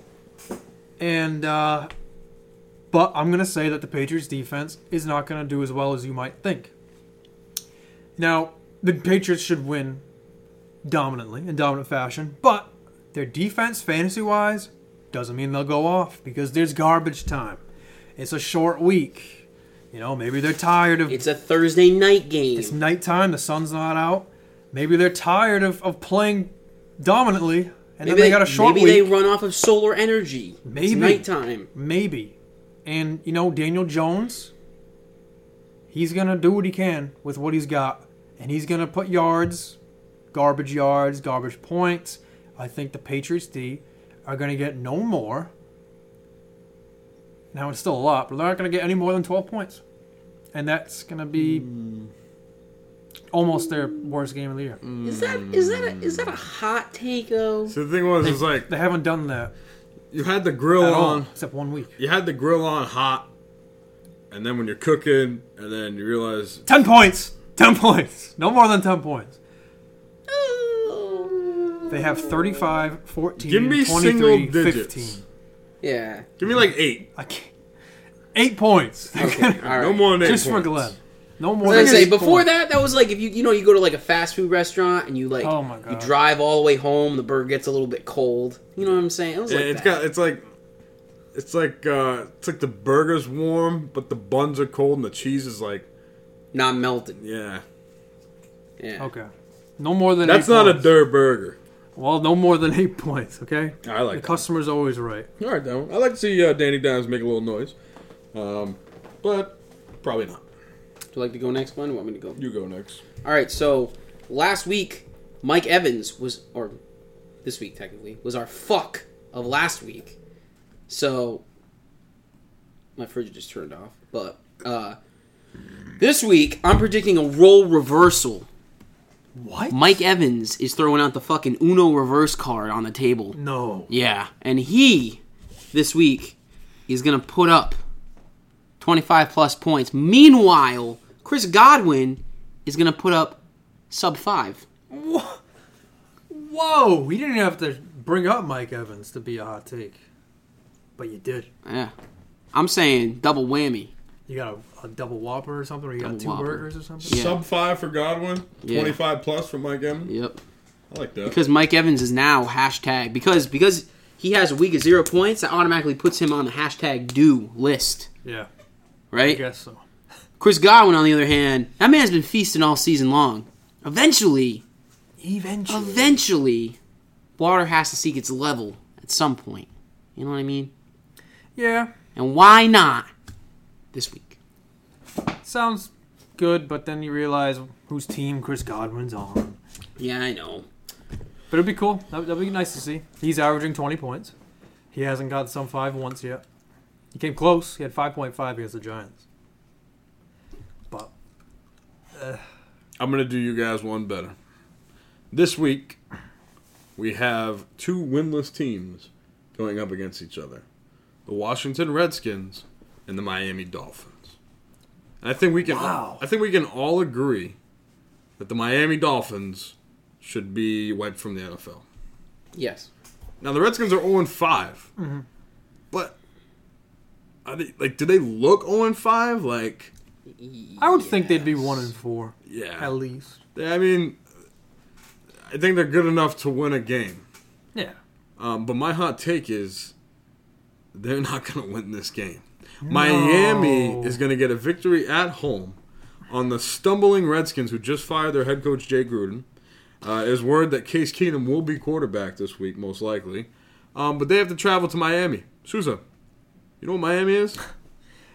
S3: And, uh, but I'm going to say that the Patriots defense is not going to do as well as you might think. Now, the Patriots should win dominantly, in dominant fashion, but their defense, fantasy wise, doesn't mean they'll go off because there's garbage time. It's a short week. You know, maybe they're tired of
S1: It's a Thursday night game.
S3: it's nighttime. The sun's not out. Maybe they're tired of, of playing dominantly, and then
S1: maybe
S3: they, got a short
S1: maybe
S3: week.
S1: they run off of solar energy.
S3: Maybe.
S1: It's nighttime.
S3: Maybe. And, you know, Daniel Jones, he's going to do what he can with what he's got. And he's going to put yards, garbage yards, garbage points. I think the Patriots D are going to get no more. Now, it's still a lot, but they're not going to get any more than 12 points. And that's going to be almost their worst game of the year.
S1: Is that is that a, is that a hot take though?
S2: So the thing was, it's like
S3: They haven't done that
S2: you had the grill
S3: at all,
S2: on.
S3: except one week.
S2: You had the grill on hot, and then when you're cooking, and then you realize
S3: 10 points! 10 points! No more than 10 points. They have 35, 14,
S2: Give me
S3: 23,
S2: single digits.
S3: 15.
S1: Yeah.
S2: Give me like eight.
S3: I can't. Eight points.
S1: Okay. All right.
S2: No more than eight.
S3: Just for
S2: points.
S3: Glenn. No
S1: I
S3: more
S1: was
S3: than
S1: gonna say
S3: eight
S1: before
S3: points.
S1: that, that was like if you you know you go to like a fast food restaurant and you like
S3: Oh my
S1: you
S3: God.
S1: drive all the way home, the burger gets a little bit cold. You know what I'm saying? It was
S2: Yeah,
S1: like
S2: it's
S1: that.
S2: got. It's like. It's like uh, it's like the burger's warm, but the buns are cold, and the cheese is like,
S1: not melted.
S2: yeah.
S1: Yeah.
S3: Okay. No more than
S2: That's
S3: eight
S2: not a
S3: points.
S2: der burger.
S3: Well, no more than eight points, okay?
S2: I
S3: The
S2: like. That.
S3: customer's always right.
S2: All right, that one. I like to see uh, Danny Dimes make a little noise, um, but probably not.
S1: Would you like to go next, Glenn? or Want me to go?
S2: You go next.
S1: All right. So last week, Mike Evans was, or this week technically, was our fuck of last week. So my fridge just turned off. But uh, this week, I'm predicting a role reversal
S3: What?
S1: Mike Evans is throwing out the fucking Uno reverse card on the table.
S3: No.
S1: Yeah, and he this week is going to put up 25 plus points. Meanwhile, Chris Godwin is going to put up sub 5.
S3: Wha- Whoa! We didn't have to bring up Mike Evans to be a hot take, but you did.
S1: Yeah. I'm saying double whammy.
S3: You got a, a double whopper or something, or you
S1: Double
S3: got two
S1: Whopper.
S3: burgers or something.
S1: Yeah.
S2: Sub five for Godwin,
S1: Yeah.
S2: twenty five plus for Mike Evans.
S1: Yep.
S2: I like that.
S1: Because Mike Evans is now hashtag because because he has a week of zero points, that automatically puts him on the hashtag do list,
S3: Yeah, I
S1: right?
S3: guess so.
S1: Chris Godwin, on the other hand, that man's been feasting all season long. Eventually,
S3: Eventually.
S1: eventually, water has to seek its level at some point. You know what I mean?
S3: Yeah,
S1: And why not this week?
S3: sounds good, but then you realize whose team Chris Godwin's on.
S1: Yeah, I know.
S3: But it'd be cool. That'd, that'd be nice to see. He's averaging 20 points. He hasn't got some five once yet. He came close. He had 5.5 against the Giants. But
S2: I'm gonna do you guys one better. This week, we have two winless teams going up against each other: the Washington Redskins and the Miami Dolphins. And I think we can.
S3: Wow.
S2: I think we can all agree that the Miami Dolphins should be wiped from the NFL.
S1: Yes.
S2: Now the Redskins are 0 5. But are they like do they look 0 5? Like
S3: I would think they'd be one and four at
S2: yeah.
S3: least.
S2: I mean I think they're good enough to win a game.
S3: Yeah.
S2: Um, but my hot take is they're not going to win this game. Miami is going to get a victory at home on the stumbling Redskins who just fired their head coach Jay Gruden. Uh, it is word that Case Keenum will be quarterback this week, most likely. Um, but they have to travel to Miami. Sousa, you know what Miami is?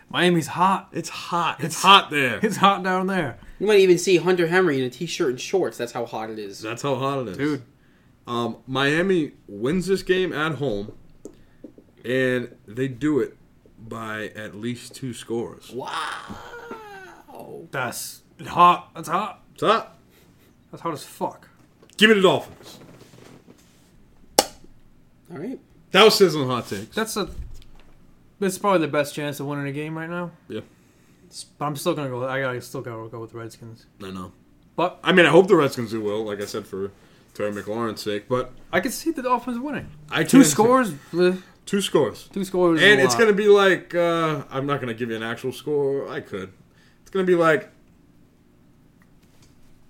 S3: Miami's hot.
S2: It's hot. It's, hot there.
S3: It's hot down there.
S1: You might even see Hunter Henry in a t-shirt and shorts. That's how hot it is.
S2: That's how hot it is.
S3: Dude.
S2: Um, Miami wins this game at home, and they do it by at least two scores.
S1: Wow.
S3: That's hot. That's hot.
S2: What's up?
S3: That's hot as fuck.
S2: Give me the Dolphins.
S1: All right.
S2: That was sizzling hot takes.
S3: That's a. This is probably the best chance of winning a game right now.
S2: Yeah,
S3: But I'm still gonna go. I gotta still gotta go with the Redskins.
S2: I know.
S3: But
S2: I mean, I hope the Redskins do well, like I said, for Terry McLaurin's sake. But
S3: I can see the Dolphins winning.
S2: I
S3: Two
S2: can-
S3: scores. bleh.
S2: two scores,
S3: Two scores. is a
S2: and it's
S3: lot.
S2: gonna be like uh, I'm not gonna give you an actual score. I could. It's gonna be like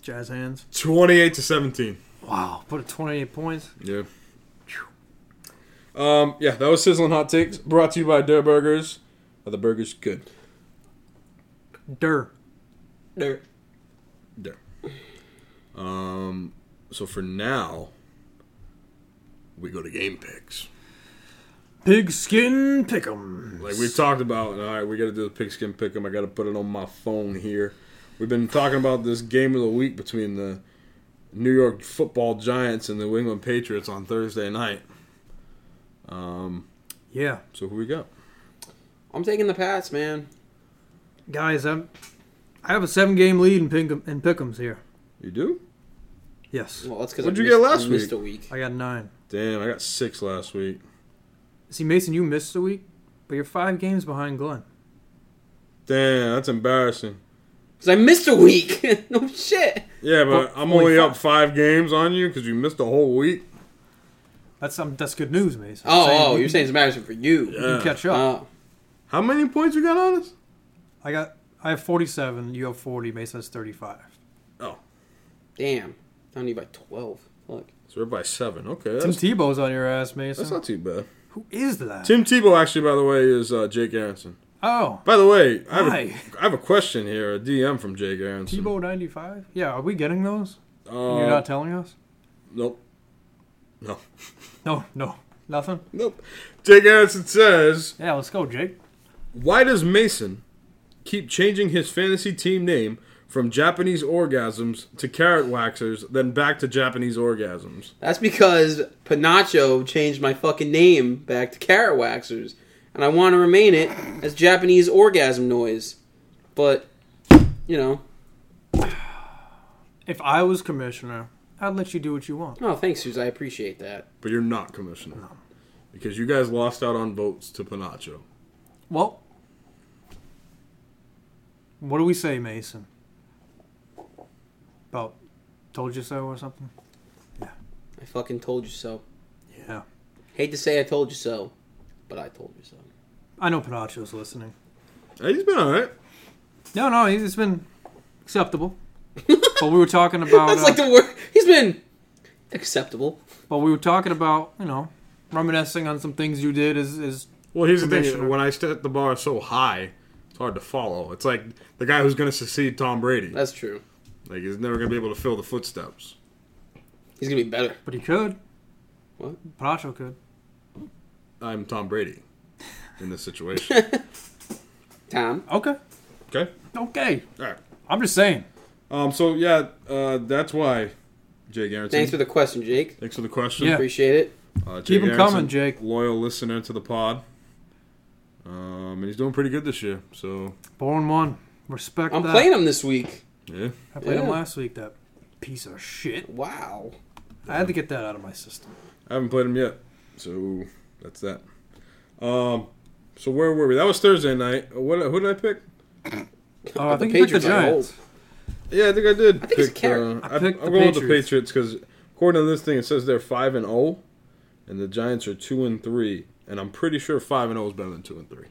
S3: jazz hands.
S2: 28 to 17.
S3: Wow, put a 28 points.
S2: Yeah. Um, yeah, that was sizzling hot takes brought to you by Dirt Burgers. Are the burgers good?
S3: Durr.
S1: Dirt.
S2: There. Um, so for now, we go to game picks.
S3: Pigskin pick'em.
S2: Like we've talked about, all right, we got to do the pigskin pick 'em. I got to put it on my phone here. We've been talking about this game of the week between the New York Football Giants and the New England Patriots on Thursday night.
S3: Yeah,
S2: So who we got?
S1: I'm taking the Pats, man.
S3: guys, I'm. I have a seven-game lead in pick'em in pick'ems here.
S2: You do?
S3: Yes,
S1: Well, that's because
S2: What'd you get last
S1: missed
S2: week?
S1: a week.
S3: I got nine.
S2: Damn, I got six last week.
S3: See, Mason, you missed a week, but you're five games behind Glenn.
S2: Damn, that's embarrassing.
S1: Because I missed a week. no shit.
S2: Yeah, but
S3: Well,
S2: I'm
S3: only
S2: only up
S3: five.
S2: five games on you because you missed a whole week.
S3: That's um, that's good news, Mason.
S1: Oh,
S3: Saying
S1: oh,
S3: you
S1: you're saying it's embarrassing for you.
S3: can- you can catch up.
S1: Oh.
S2: How many points you got on us?
S3: I got I have 47. You have 40. Mason has 35.
S2: Oh,
S1: Damn. I need by 12. Look.
S2: so we're by seven.
S3: Tim
S2: Okay, that's,
S3: Tebow's on your ass, Mason.
S2: that's not too bad.
S3: Who is that?
S2: Tim Tebow, actually, by the way, is uh, Jake Aronson.
S3: oh,
S2: By the way, I have, a,
S3: Hi.
S2: I have a question here, a DM from Jake Aronson.
S3: Tebow 95. Yeah, are we getting those?
S2: Uh,
S3: you're not telling us?
S2: nope. No.
S3: No, no, nothing.
S2: Nope. Jake Aronson says,
S3: Yeah, let's go, Jake.
S2: Why does Mason keep changing his fantasy team name from Japanese orgasms to carrot waxers, then back to Japanese orgasms?
S1: That's because Panacho changed my fucking name back to Carrot Waxers, and I want to remain it as Japanese orgasm noise. But, you know,
S3: if I was commissioner, I'd let you do what you want.
S1: Oh, thanks, Suze. I appreciate that.
S2: But you're not commissioner. Because you guys lost out on votes to Panacho.
S3: Well, what do we say, Mason? About told you so or something?
S1: I fucking told you so.
S3: Yeah.
S1: Hate to say I told you so, but I told you so.
S3: I know Panacho's listening.
S2: Hey, he's been all right.
S3: No, no, he's it's been acceptable. but we were talking about.
S1: That's
S3: uh,
S1: like the word. He's been acceptable.
S3: But we were talking about, you know, reminiscing on some things you did as, as
S2: Well, here's the
S3: Commissioner.
S2: thing. When I set the bar so high, it's hard to follow. It's like the guy who's going to succeed Tom Brady.
S1: That's true.
S2: Like, he's never going to be able to fill the footsteps.
S1: He's gonna be better.
S3: but he could.
S1: What?
S3: Panacho could.
S2: I'm Tom Brady in this situation.
S1: Tom.
S3: Okay.
S2: okay?
S3: Okay.
S2: All right.
S3: I'm just saying.
S2: Um, so, yeah, uh, that's why Jay Garrison.
S1: Thanks for the question, Jake.
S2: Thanks for the question.
S3: Yeah.
S1: Appreciate it.
S2: Uh,
S3: Keep
S2: Jay
S3: 'em
S2: Garrison,
S3: coming, Jake.
S2: Loyal listener to the pod. Um, and he's doing pretty good this year. So,
S3: Born one. Respect
S1: I'm
S3: that.
S1: playing him this week.
S2: yeah.
S3: I played him
S1: Yeah.
S3: last week, that piece of shit.
S1: Wow.
S3: I had to get that out of my system.
S2: I haven't played him yet, so that's that. Um, so where were we? That was Thursday night. What? Who did I pick?
S3: Oh, I
S1: But
S3: think you picked the
S1: Patriots are
S3: Giants.
S2: Yeah, I think I did. I
S1: think it's Carrot.
S2: Uh,
S3: I
S2: I
S3: picked the
S2: am going with the
S3: Patriots.
S2: Patriots because according to this thing, it says they're five and zero, and the Giants are two and three. And I'm pretty sure five and zero is better than two and three.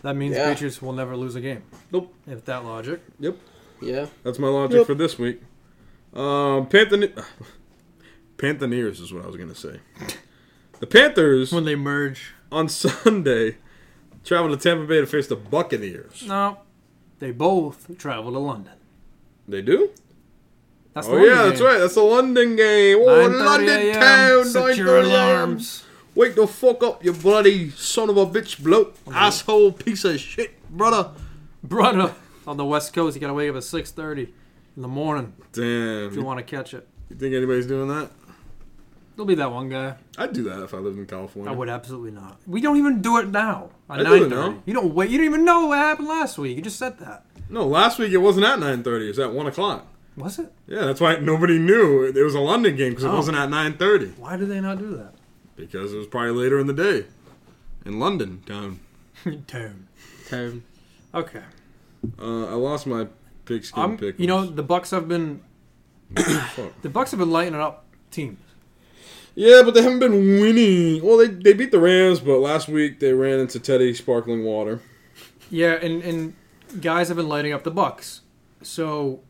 S3: That means
S1: Yeah.
S3: Patriots will never lose a game.
S2: Nope.
S3: If that logic.
S2: Yep.
S1: Yeah.
S2: That's my logic
S1: Yep.
S2: for this week. Um, Panther. Pantheneers is what I was gonna say. The Panthers
S3: When they merge.
S2: on Sunday travel to Tampa Bay to face the Buccaneers.
S3: No. They both travel to London.
S2: They do.
S3: That's the
S2: Oh
S3: London
S2: yeah, that's
S3: game.
S2: right. That's the London game. Oh,
S3: 9:30
S2: London
S3: a.m.,
S2: town.
S3: Set
S2: 9:30
S3: your
S2: a.m..
S3: alarms.
S2: Wake the fuck up, you bloody son of a bitch, bloke, asshole, piece of shit, brother.
S3: Brother. On the West Coast, you gotta wake up at 6.30 in the morning
S2: Damn.
S3: if you
S2: You,
S3: want to catch it.
S2: you think anybody's doing that?
S3: There'll be that one guy.
S2: I'd do that if I lived in California.
S3: I would absolutely not. We don't even do it now. On
S2: I do
S3: 9:30.
S2: it now.
S3: You don't wait. You don't even know what happened last week. You just said that.
S2: No, last week it wasn't at 9:30. It was at one o'clock.
S3: Was it?
S2: Yeah, that's why nobody knew it was a London game because it
S3: Oh.
S2: wasn't at 9:30
S3: Why do they not do that?
S2: because it was probably later in the day in London town.
S3: Damn.
S1: Tom.
S3: Okay.
S2: Uh, I lost my pigskin
S3: I'm,
S2: pick.
S3: you know the Bucks have been
S2: Fuck.
S3: the Bucks have been lighting up teams.
S2: Yeah, but they haven't been winning. Well, they, they beat the Rams, but last week they ran into Teddy Sparkling Water.
S3: Yeah, and and guys have been lighting up the Bucks. So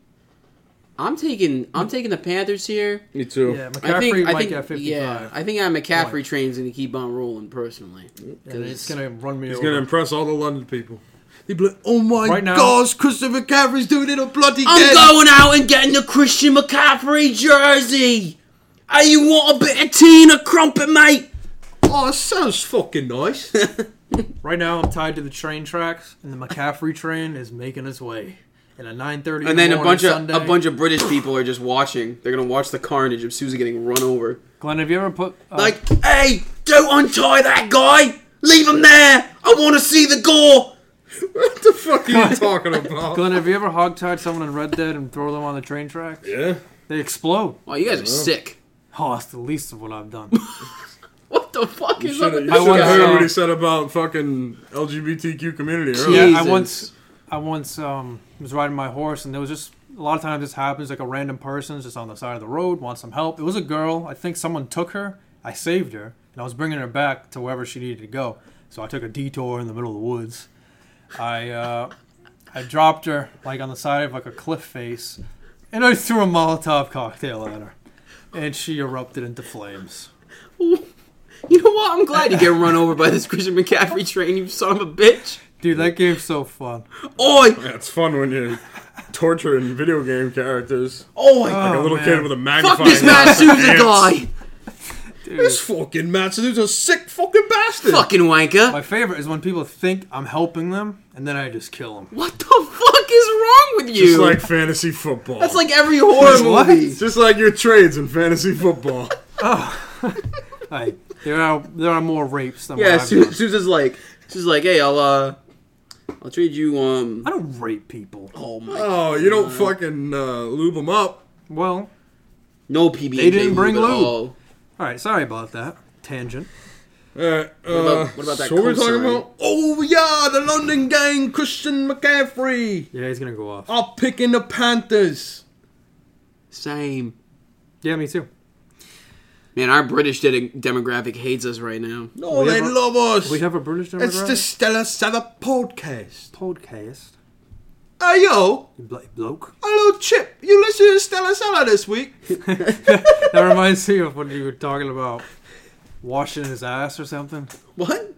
S1: I'm taking I'm taking the Panthers here.
S2: Me too.
S3: yeah, McCaffrey
S1: I think,
S3: might
S1: I think,
S3: get 55.
S1: yeah, I think I'm McCaffrey
S3: Right.
S1: train's gonna keep on rolling personally. 'Cause
S3: and it's gonna run me
S2: He's
S3: over.
S2: going to impress all the London people. They'd be like, oh my
S3: Right now-
S2: gosh, Christopher Caffrey's doing it a bloody
S1: I'm
S2: game.
S1: going out and getting a Christian McCaffrey jersey. Hey, you want a bit of tea and a crumpet, mate?
S2: Oh, it sounds fucking nice.
S3: Right now, I'm tied to the train tracks, and the McCaffrey train is making its way. And at 9:30, in
S1: And
S3: the
S1: then a
S3: morning
S1: bunch of
S3: Sunday,
S1: a bunch of British people are just watching. They're gonna watch the carnage of Susie getting run over.
S3: Glenn, have you ever put uh,
S1: Like, hey, don't untie that guy. Leave him there. I want to see the gore.
S2: what the fuck are you talking about?
S3: Glenn, have you ever hogtied someone in Red Dead and throw them on the train tracks?
S2: yeah.
S3: They explode.
S1: Oh, you guys are sick.
S3: Oh, that's the least of what I've done.
S1: What the fuck
S2: You
S1: is up with
S2: should
S1: this
S3: I
S2: have
S3: wanna-
S1: guy?
S2: heard what he said about fucking LGBTQ community earlier.
S3: yeah, I
S1: Jesus.
S3: once, I once um, was riding my horse, and there was just a lot of times this happens. Like a random person's just on the side of the road, wants some help. It was a girl. I think someone took her. I saved her, and I was bringing her back to wherever she needed to go. So I took a detour in the middle of the woods. I, uh, I dropped her like on the side of like a cliff face, and I threw a Molotov cocktail at her, and she erupted into flames.
S1: You know what? I'm glad you get run over by this Christian McCaffrey train, you son of a bitch.
S3: Dude, that game's so fun.
S1: Oi!
S2: Yeah, it's fun when you're torturing video game characters.
S1: Oi!
S2: Like a
S3: Oh,
S2: little
S3: man.
S2: kid with a magnifying
S1: Fuck this
S2: glass
S1: Matt
S2: and
S1: Souza
S2: ants.
S1: guy!
S2: This fucking Matt Souza's a sick fucking bastard.
S1: Fucking wanker!
S3: My favorite is when people think I'm helping them, and then I just kill them.
S1: What the fuck is wrong with you?
S2: Just like fantasy football.
S1: That's like every horror
S3: What?
S1: movie.
S2: just like your trades in fantasy football.
S3: Like there are there are more rapes than
S1: Yeah,
S3: what I've done.
S1: Su- Sousa's like, she's like, hey, I'll uh, I'll trade you um.
S3: I don't rape people.
S1: Oh my!
S2: oh, you don't fucking uh, lube them up.
S3: Well,
S1: No PB.
S3: They didn't bring
S1: at
S3: Lou.
S1: all.
S3: all right. Sorry about that tangent.
S2: All right.
S1: about-
S2: uh,
S1: what about that
S2: So what are we talking
S1: cosign?
S2: about? Oh yeah, the London gang, Christian McCaffrey.
S3: Yeah, he's gonna go off.
S2: I'll pick in the Panthers.
S1: Same.
S3: Yeah, me too.
S1: Man, our British de- demographic hates us right now.
S2: No,
S3: We
S2: they
S3: have a-
S2: love us.
S3: We have a British
S2: it's
S3: demographic.
S2: the Stella Stella podcast.
S3: podcast.
S2: Hey yo,
S3: You blo- bloke.
S2: hello Chip. You listen to Stella Stella this week?
S3: That reminds me of when you were talking about washing his ass or something.
S1: What?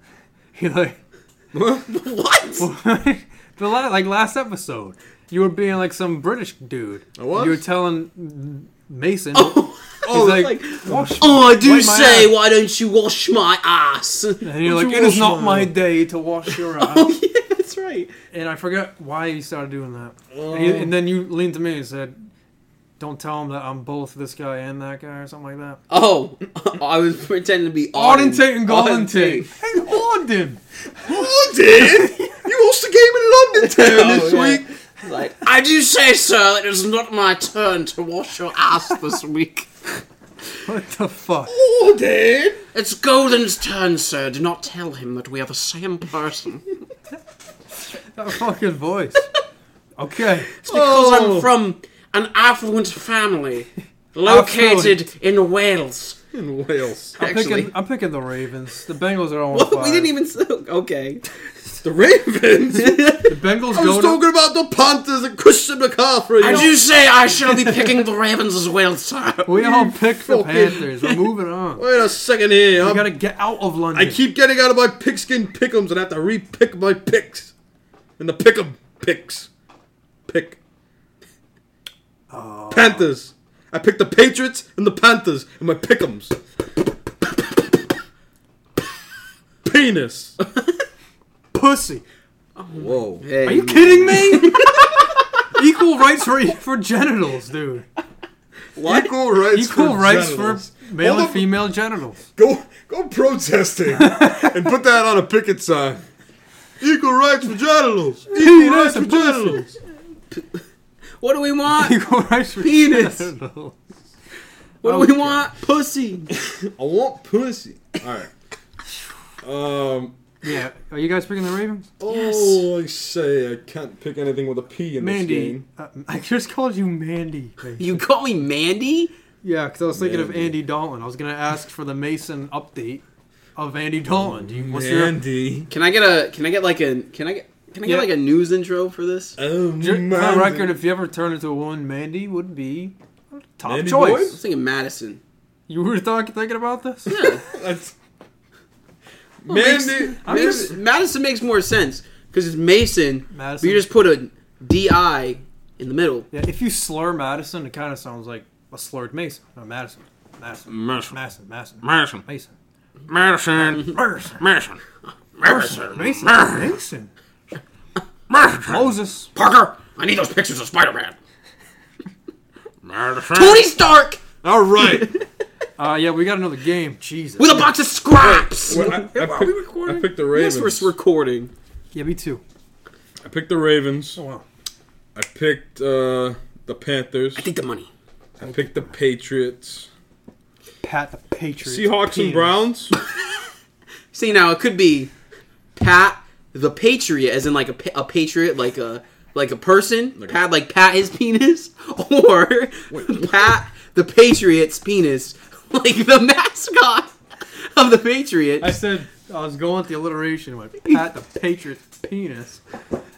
S3: He like
S1: What?
S3: the la- like last episode, you were being like some British dude.
S2: I was?
S3: You were telling Mason.
S1: Oh,
S3: oh,
S2: that's
S3: like, wash.
S1: oh, I do
S3: wipe my
S1: say,
S3: ass."
S1: why don't you wash my ass?
S3: And you're
S2: Don't
S3: like,
S2: you
S3: it is
S2: wash
S3: not
S2: my
S3: my
S2: ass."
S3: day to wash your ass.
S1: oh yeah, that's right.
S3: And I forgot why you started doing that. And, you- and then you leaned to me and said, "Don't tell him that I'm both this guy and that guy or something like that."
S1: Oh, I was pretending to be
S3: Auden
S1: Auden
S3: Tate and Golden
S1: Auden
S3: Tate. Hey, Auden.
S2: I did. you watched the game in London town this
S1: Oh, yeah.
S2: week.
S1: Like, I do say, sir, it is not my turn to wash your ass this week.
S3: What the fuck?
S2: Oh, dude.
S1: It's Golden's turn, sir. Do not tell him that we are the same person.
S3: That fucking voice. Okay.
S1: Because
S2: Oh.
S1: I'm from an affluent family located in Wales.
S2: In Wales.
S3: I'm
S1: Actually,
S3: picking, I'm picking the Ravens. The Bengals are on
S1: What?
S3: fire.
S1: we didn't even. Okay.
S2: The Ravens.
S3: The Bengals
S2: I was
S3: go to
S2: talking about the Panthers and Christian McCaffrey.
S1: I do say I shall be picking the Ravens as well, sir.
S3: We all picked the
S2: fucking-
S3: Panthers. We're moving on. We
S2: Wait a second here. I'm-
S3: gotta get out of London.
S2: I keep getting out of my pigskin pickums and I have to re-pick my picks. And the pick'em picks. Pick. Panthers. I picked the Patriots and the Panthers in my pick'ems. Penis.
S3: pussy.
S2: Whoa.
S1: Hey,
S3: Are you kidding me? Equal rights for e-, for genitals, dude.
S2: Equal rights
S3: Equal
S2: for
S3: rights
S2: genitals.
S3: for male
S2: Hold
S3: and
S2: up.
S3: female genitals.
S2: Go, go protesting and put that on a picket sign. Equal rights for genitals. Equal rights for
S3: and pussy.
S2: genitals.
S1: What do we want?
S3: Equal rights for
S1: Penis.
S3: genitals.
S1: What do we want? Pussy.
S2: I want pussy. All right. Um.
S3: Yeah. Are you guys picking the Ravens?
S2: Oh, I say I can't pick anything with a P in this
S3: Mandy.
S2: game.
S3: Uh, I just called you Mandy.
S1: You call me Mandy?
S3: Yeah, because I was thinking of
S2: Mandy.
S3: Andy Dalton. I was gonna ask for the Mason update of Andy Dalton. Do you, what's your
S2: Mandy.
S1: Can I get a? Can I get like a? Can I get? Can I get
S3: Yeah.
S1: like a news intro for this?
S2: Oh,
S3: Ju-
S2: Mandy.
S3: For the record, if you ever turn into a woman, Mandy would be top
S2: Mandy
S1: I was
S3: choice.
S1: thinking Madison.
S3: You were talk- thinking about this?
S1: Yeah.
S2: That's- Mandy.
S3: I'm
S1: Makes-
S3: just-
S1: Madison makes more sense because it's Mason.
S3: Madison.
S1: But you just put a di in the middle.
S3: Yeah, if you slur Madison, it kind of sounds like a slurred Mason. No, Madison. Madison.
S2: Madison.
S3: Madison. Madison.
S2: Madison.
S3: Mason.
S2: Madison.
S3: Madison.
S2: Madison.
S1: Madison.
S3: Mason. Mason. Moses.
S1: Parker, I need those pictures of Spider-Man.
S2: Madison.
S1: Tony Stark
S2: All right.
S3: Uh, yeah, we got another game. Jesus.
S1: with a box of scraps.
S2: Well, I, I picked,
S3: we recording?
S2: I picked the Ravens.
S1: Yes, we're recording.
S3: Yeah, me too.
S2: I picked the Ravens.
S3: Oh, wow.
S2: I picked uh, the Panthers.
S1: I think the money.
S2: I picked the Patriots.
S3: Pat the Patriots.
S2: Seahawks and
S3: penis.
S2: Browns.
S1: See now, it could be Pat the Patriot, as in like a, pa- a patriot, like a like a person. Pat like Pat his penis, or Pat the Patriot's penis, like the mascot of the
S3: I
S1: Patriots.
S3: said I was going with the alliteration with Pat the Patriots penis,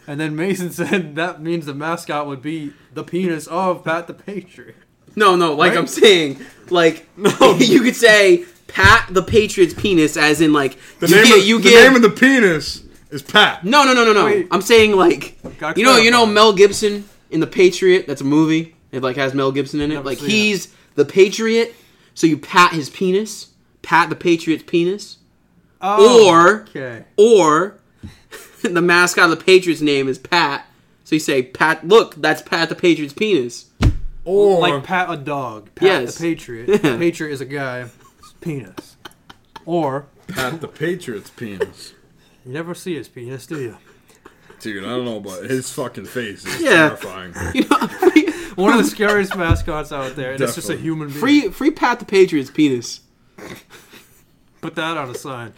S3: and then Mason said that means the mascot would be the penis of Pat the Patriot.
S1: No, no, like
S3: Right?
S1: I'm saying, like you could say Pat the Patriot's penis, as in like
S2: The
S1: you
S2: name,
S1: get-
S2: of,
S1: you
S2: the
S1: give-
S2: name of the penis is Pat.
S1: No, no, no, no, no.
S3: Wait.
S1: I'm saying like
S3: Gotta
S1: you know, you know
S3: clarify.
S1: Mel Gibson in The Patriot. That's a movie. It like has Mel Gibson in it.
S3: Never
S1: like
S3: seen
S1: he's the Patriot, so you pat his penis, pat the Patriot's penis, or
S3: Oh, okay,
S1: or the mascot of the Patriots' name is Pat, so you say Pat. Look, that's Pat the Patriot's penis.
S2: Or
S3: like Pat a dog. Pat
S1: Yes.
S3: the Patriot. The Patriot is a guy's penis, or
S2: Pat the Patriots penis.
S3: you never see his penis, do you?
S2: Dude, I don't know, but his fucking face is
S1: Yeah.
S2: terrifying.
S1: You know, we,
S3: One of the scariest mascots out there, and it's just a
S2: Definitely.
S3: human being.
S1: Free free Pat the Patriots penis.
S3: Put that on a sign.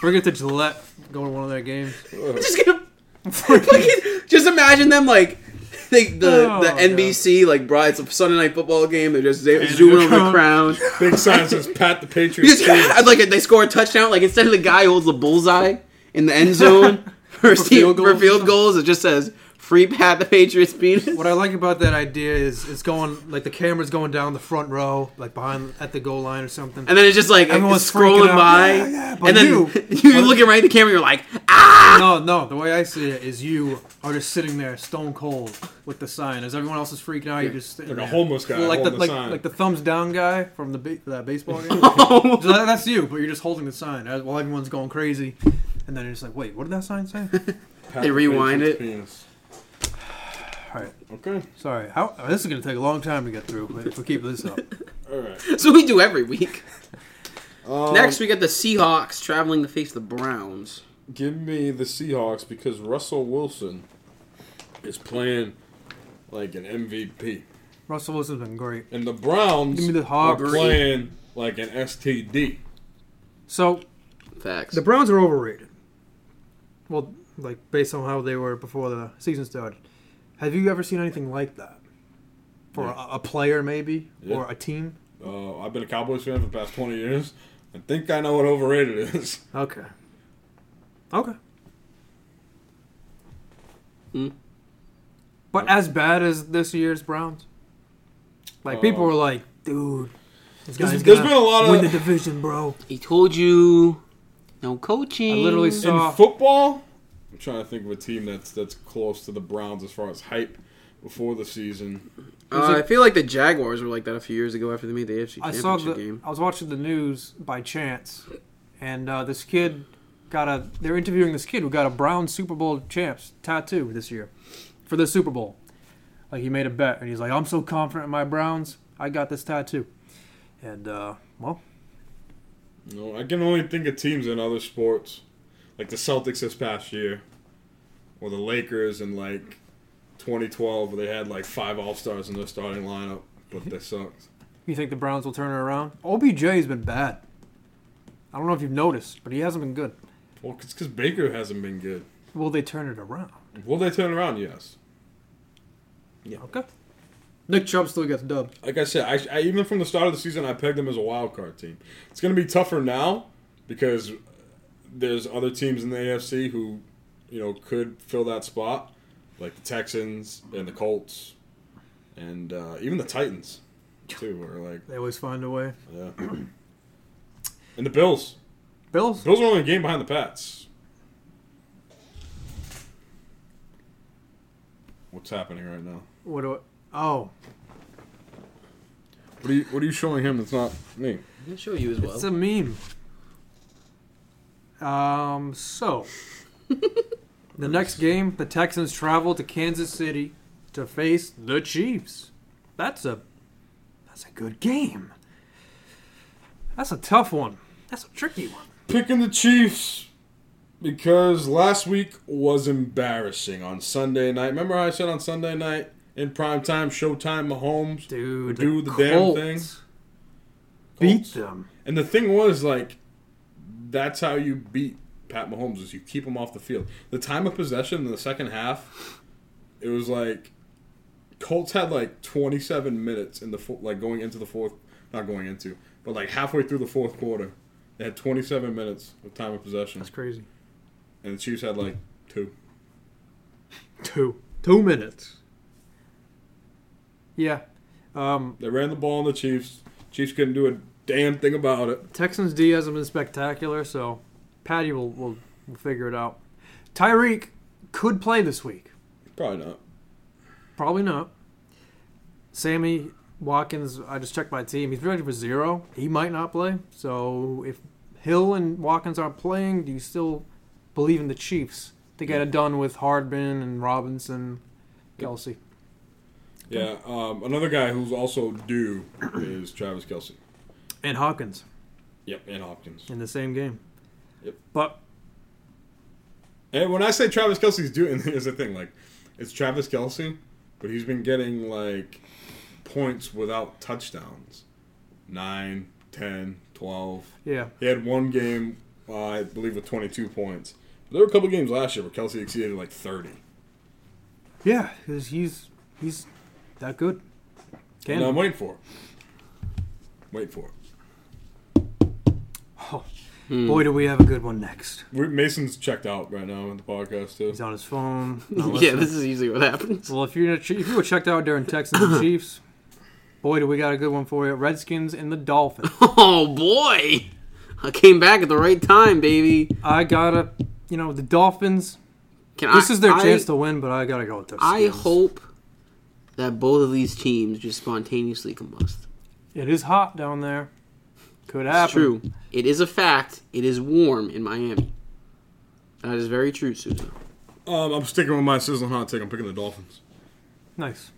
S3: Bring it to Gillette. Go to one of their games.
S1: I'm just gonna fucking just imagine them like they, the
S3: Oh,
S1: the
S3: God.
S1: NBC like brought it's a Sunday night football game. They're just they
S3: the
S1: zooming over the
S3: crown.
S1: crown.
S2: Big sign says Pat the Patriots.
S1: Just- like they score a touchdown. Like instead of the guy who holds the bullseye in the end zone for, field,
S3: field
S1: for
S3: goals.
S1: field goals, it just says free Pat the Patriots penis.
S3: What I like about that idea is it's going like the camera's going down the front row, like behind at the goal line or something.
S1: And then it's just like
S3: Everyone's
S1: it's scrolling
S3: freaking out.
S1: by,
S3: Yeah, yeah, but
S1: and then
S3: you-
S1: you're looking right at the camera. You're like, ah,
S3: no, no. The way I see it is you are just sitting there, stone cold, with the sign. As everyone else is freaking out, you're just sitting
S2: Like
S3: there.
S2: a homeless guy
S3: like the,
S2: holding the
S3: like,
S2: sign.
S3: like the thumbs down guy from the ba- that baseball game. So that- that's you, but you're just holding the sign as- while everyone's going crazy, and then you're just like, wait, what did that sign say?
S2: Pat
S1: They
S2: the
S1: rewind
S2: Patriots
S1: it.
S2: penis.
S3: All right,
S2: Okay.
S3: sorry. How this is gonna take a long time to get through but if we keep this up.
S2: All right.
S1: so we do every week.
S2: Um,
S1: Next, we got the Seahawks traveling to face the Browns.
S2: give me the Seahawks because Russell Wilson is playing like an MVP,
S3: Russell Wilson's been great.
S2: and the Browns
S3: Give me the
S2: are
S3: Hawks.
S2: playing like an STD.
S3: So
S1: Facts.
S3: the Browns are overrated. Well, like based on how they were before the season started. Have you ever seen anything like that? For a, a player, maybe,
S2: Yeah.
S3: or a team?
S2: Uh, I've been a Cowboys fan for the past twenty years. I think I know what overrated is.
S3: Okay. Okay.
S1: Hmm.
S3: But as bad as this year's Browns, like people
S2: Uh,
S3: were like, "Dude, this
S2: There's-
S3: guy's
S2: there's
S3: gonna
S2: been a lot of-
S3: win the division, bro."
S1: he told you no coaching.
S3: I literally
S2: In
S3: saw-
S2: football, I'm trying to think of a team that's that's close to the Browns as far as hype before the season.
S1: Uh, I feel like the Jaguars were like that a few years ago after they made the AFC
S3: I
S1: Championship
S3: saw the.
S1: game.
S3: I was watching the news by chance, and uh, this kid got a. They're interviewing this kid who got a brown Super Bowl champs tattoo this year, for the Super Bowl. Like he made a bet, and he's like, "I'm so confident in my Browns, I got this tattoo." And uh, well,
S2: You know, I can only think of teams in other sports, like the Celtics this past year, or the Lakers in like 2012, where they had like five All Stars in their starting lineup, but they sucked.
S3: you think the Browns will turn it around? OBJ's been bad. I don't know if you've noticed, but he hasn't been good.
S2: Well, it's because Baker hasn't been good.
S3: Will they turn it around?
S2: Will they turn around? Yes.
S3: Okay. Nick Chubb still gets dubbed.
S2: Like I said, I, I even from the start of the season, I pegged them as a wild card team. It's going to be tougher now because there's other teams in the AFC who, you know, could fill that spot, like the Texans and the Colts, and uh, even the Titans too. Are like,
S3: They always find a way.
S2: yeah, and the Bills.
S3: Bills.
S2: Bills are only a game behind the Pats. What's happening right now?
S3: What do? I, oh,
S2: What are you, what are you showing him that's not me?
S1: I can show you as well.
S3: It's a meme. Um, so the next game, the Texans travel to Kansas City to face the Chiefs. That's a that's a good game. That's a tough one. That's a tricky one.
S2: picking the Chiefs because last week was embarrassing on Sunday night. Remember how I said on Sunday night in prime time, Showtime, Mahomes
S3: Dude,
S2: Do the damn thing.
S3: beat
S2: Colts?
S3: them.
S2: And the thing was, like, that's how you beat Pat Mahomes is you keep him off the field. The time of possession in the second half, it was like Colts had like 27 minutes in the fo- like going into the fourth, not going into, but like halfway through the fourth quarter, they had 27 minutes of time of possession,
S3: That's crazy.
S2: and the Chiefs had like two.
S3: Two. Two minutes. Yeah. Um,
S2: They ran the ball on the Chiefs. Chiefs couldn't do a damn thing about it.
S3: Texans D hasn't been spectacular, so Patty will, will, will figure it out. Tyreek could play this week.
S2: Probably not.
S3: Probably not. Sammy Watkins, I just checked my team. He's projected for zero. He might not play. So if Hill and Watkins aren't playing, do you still believe in the Chiefs to get it done with Hardman and Robinson, Kelsey?
S2: Yeah. Um, another guy who's also due is Travis Kelsey.
S3: And Hawkins
S2: Yep, and Hopkins.
S3: in the same game.
S2: Yep.
S3: But
S2: And when I say Travis Kelsey's due, and here's the thing: like, it's Travis Kelsey, but he's been getting like points without touchdowns 9, 10, 12.
S3: Yeah.
S2: He had one game, uh, I believe, with 22 points. There were a couple games last year where Kelsey exceeded like 30.
S3: Yeah, 'cause he's he's that good. Can
S2: And I'm waiting for it. Wait for it.
S3: oh, boy, do we have a good one next.
S2: We- Mason's checked out right now in the podcast, too.
S3: He's on his phone. not
S1: yeah,
S3: listening.
S1: this is usually what happens.
S3: Well, if you're if you were checked out during Texans and Chiefs, boy, do we got a good one for you. Redskins and the Dolphins.
S1: Oh boy, I came back at the right time, baby.
S3: I gotta, you know, the Dolphins.
S1: Can
S3: This
S1: I,
S3: is their
S1: I,
S3: chance to win, but I gotta go with Texans.
S1: I hope that both of these teams just spontaneously combust.
S3: it is hot down there. Could happen.
S1: It's true. It is a fact. It is warm in Miami. That is very true, Susan.
S2: Um, I'm sticking with my sizzling hot take. I'm picking the Dolphins.
S3: Nice.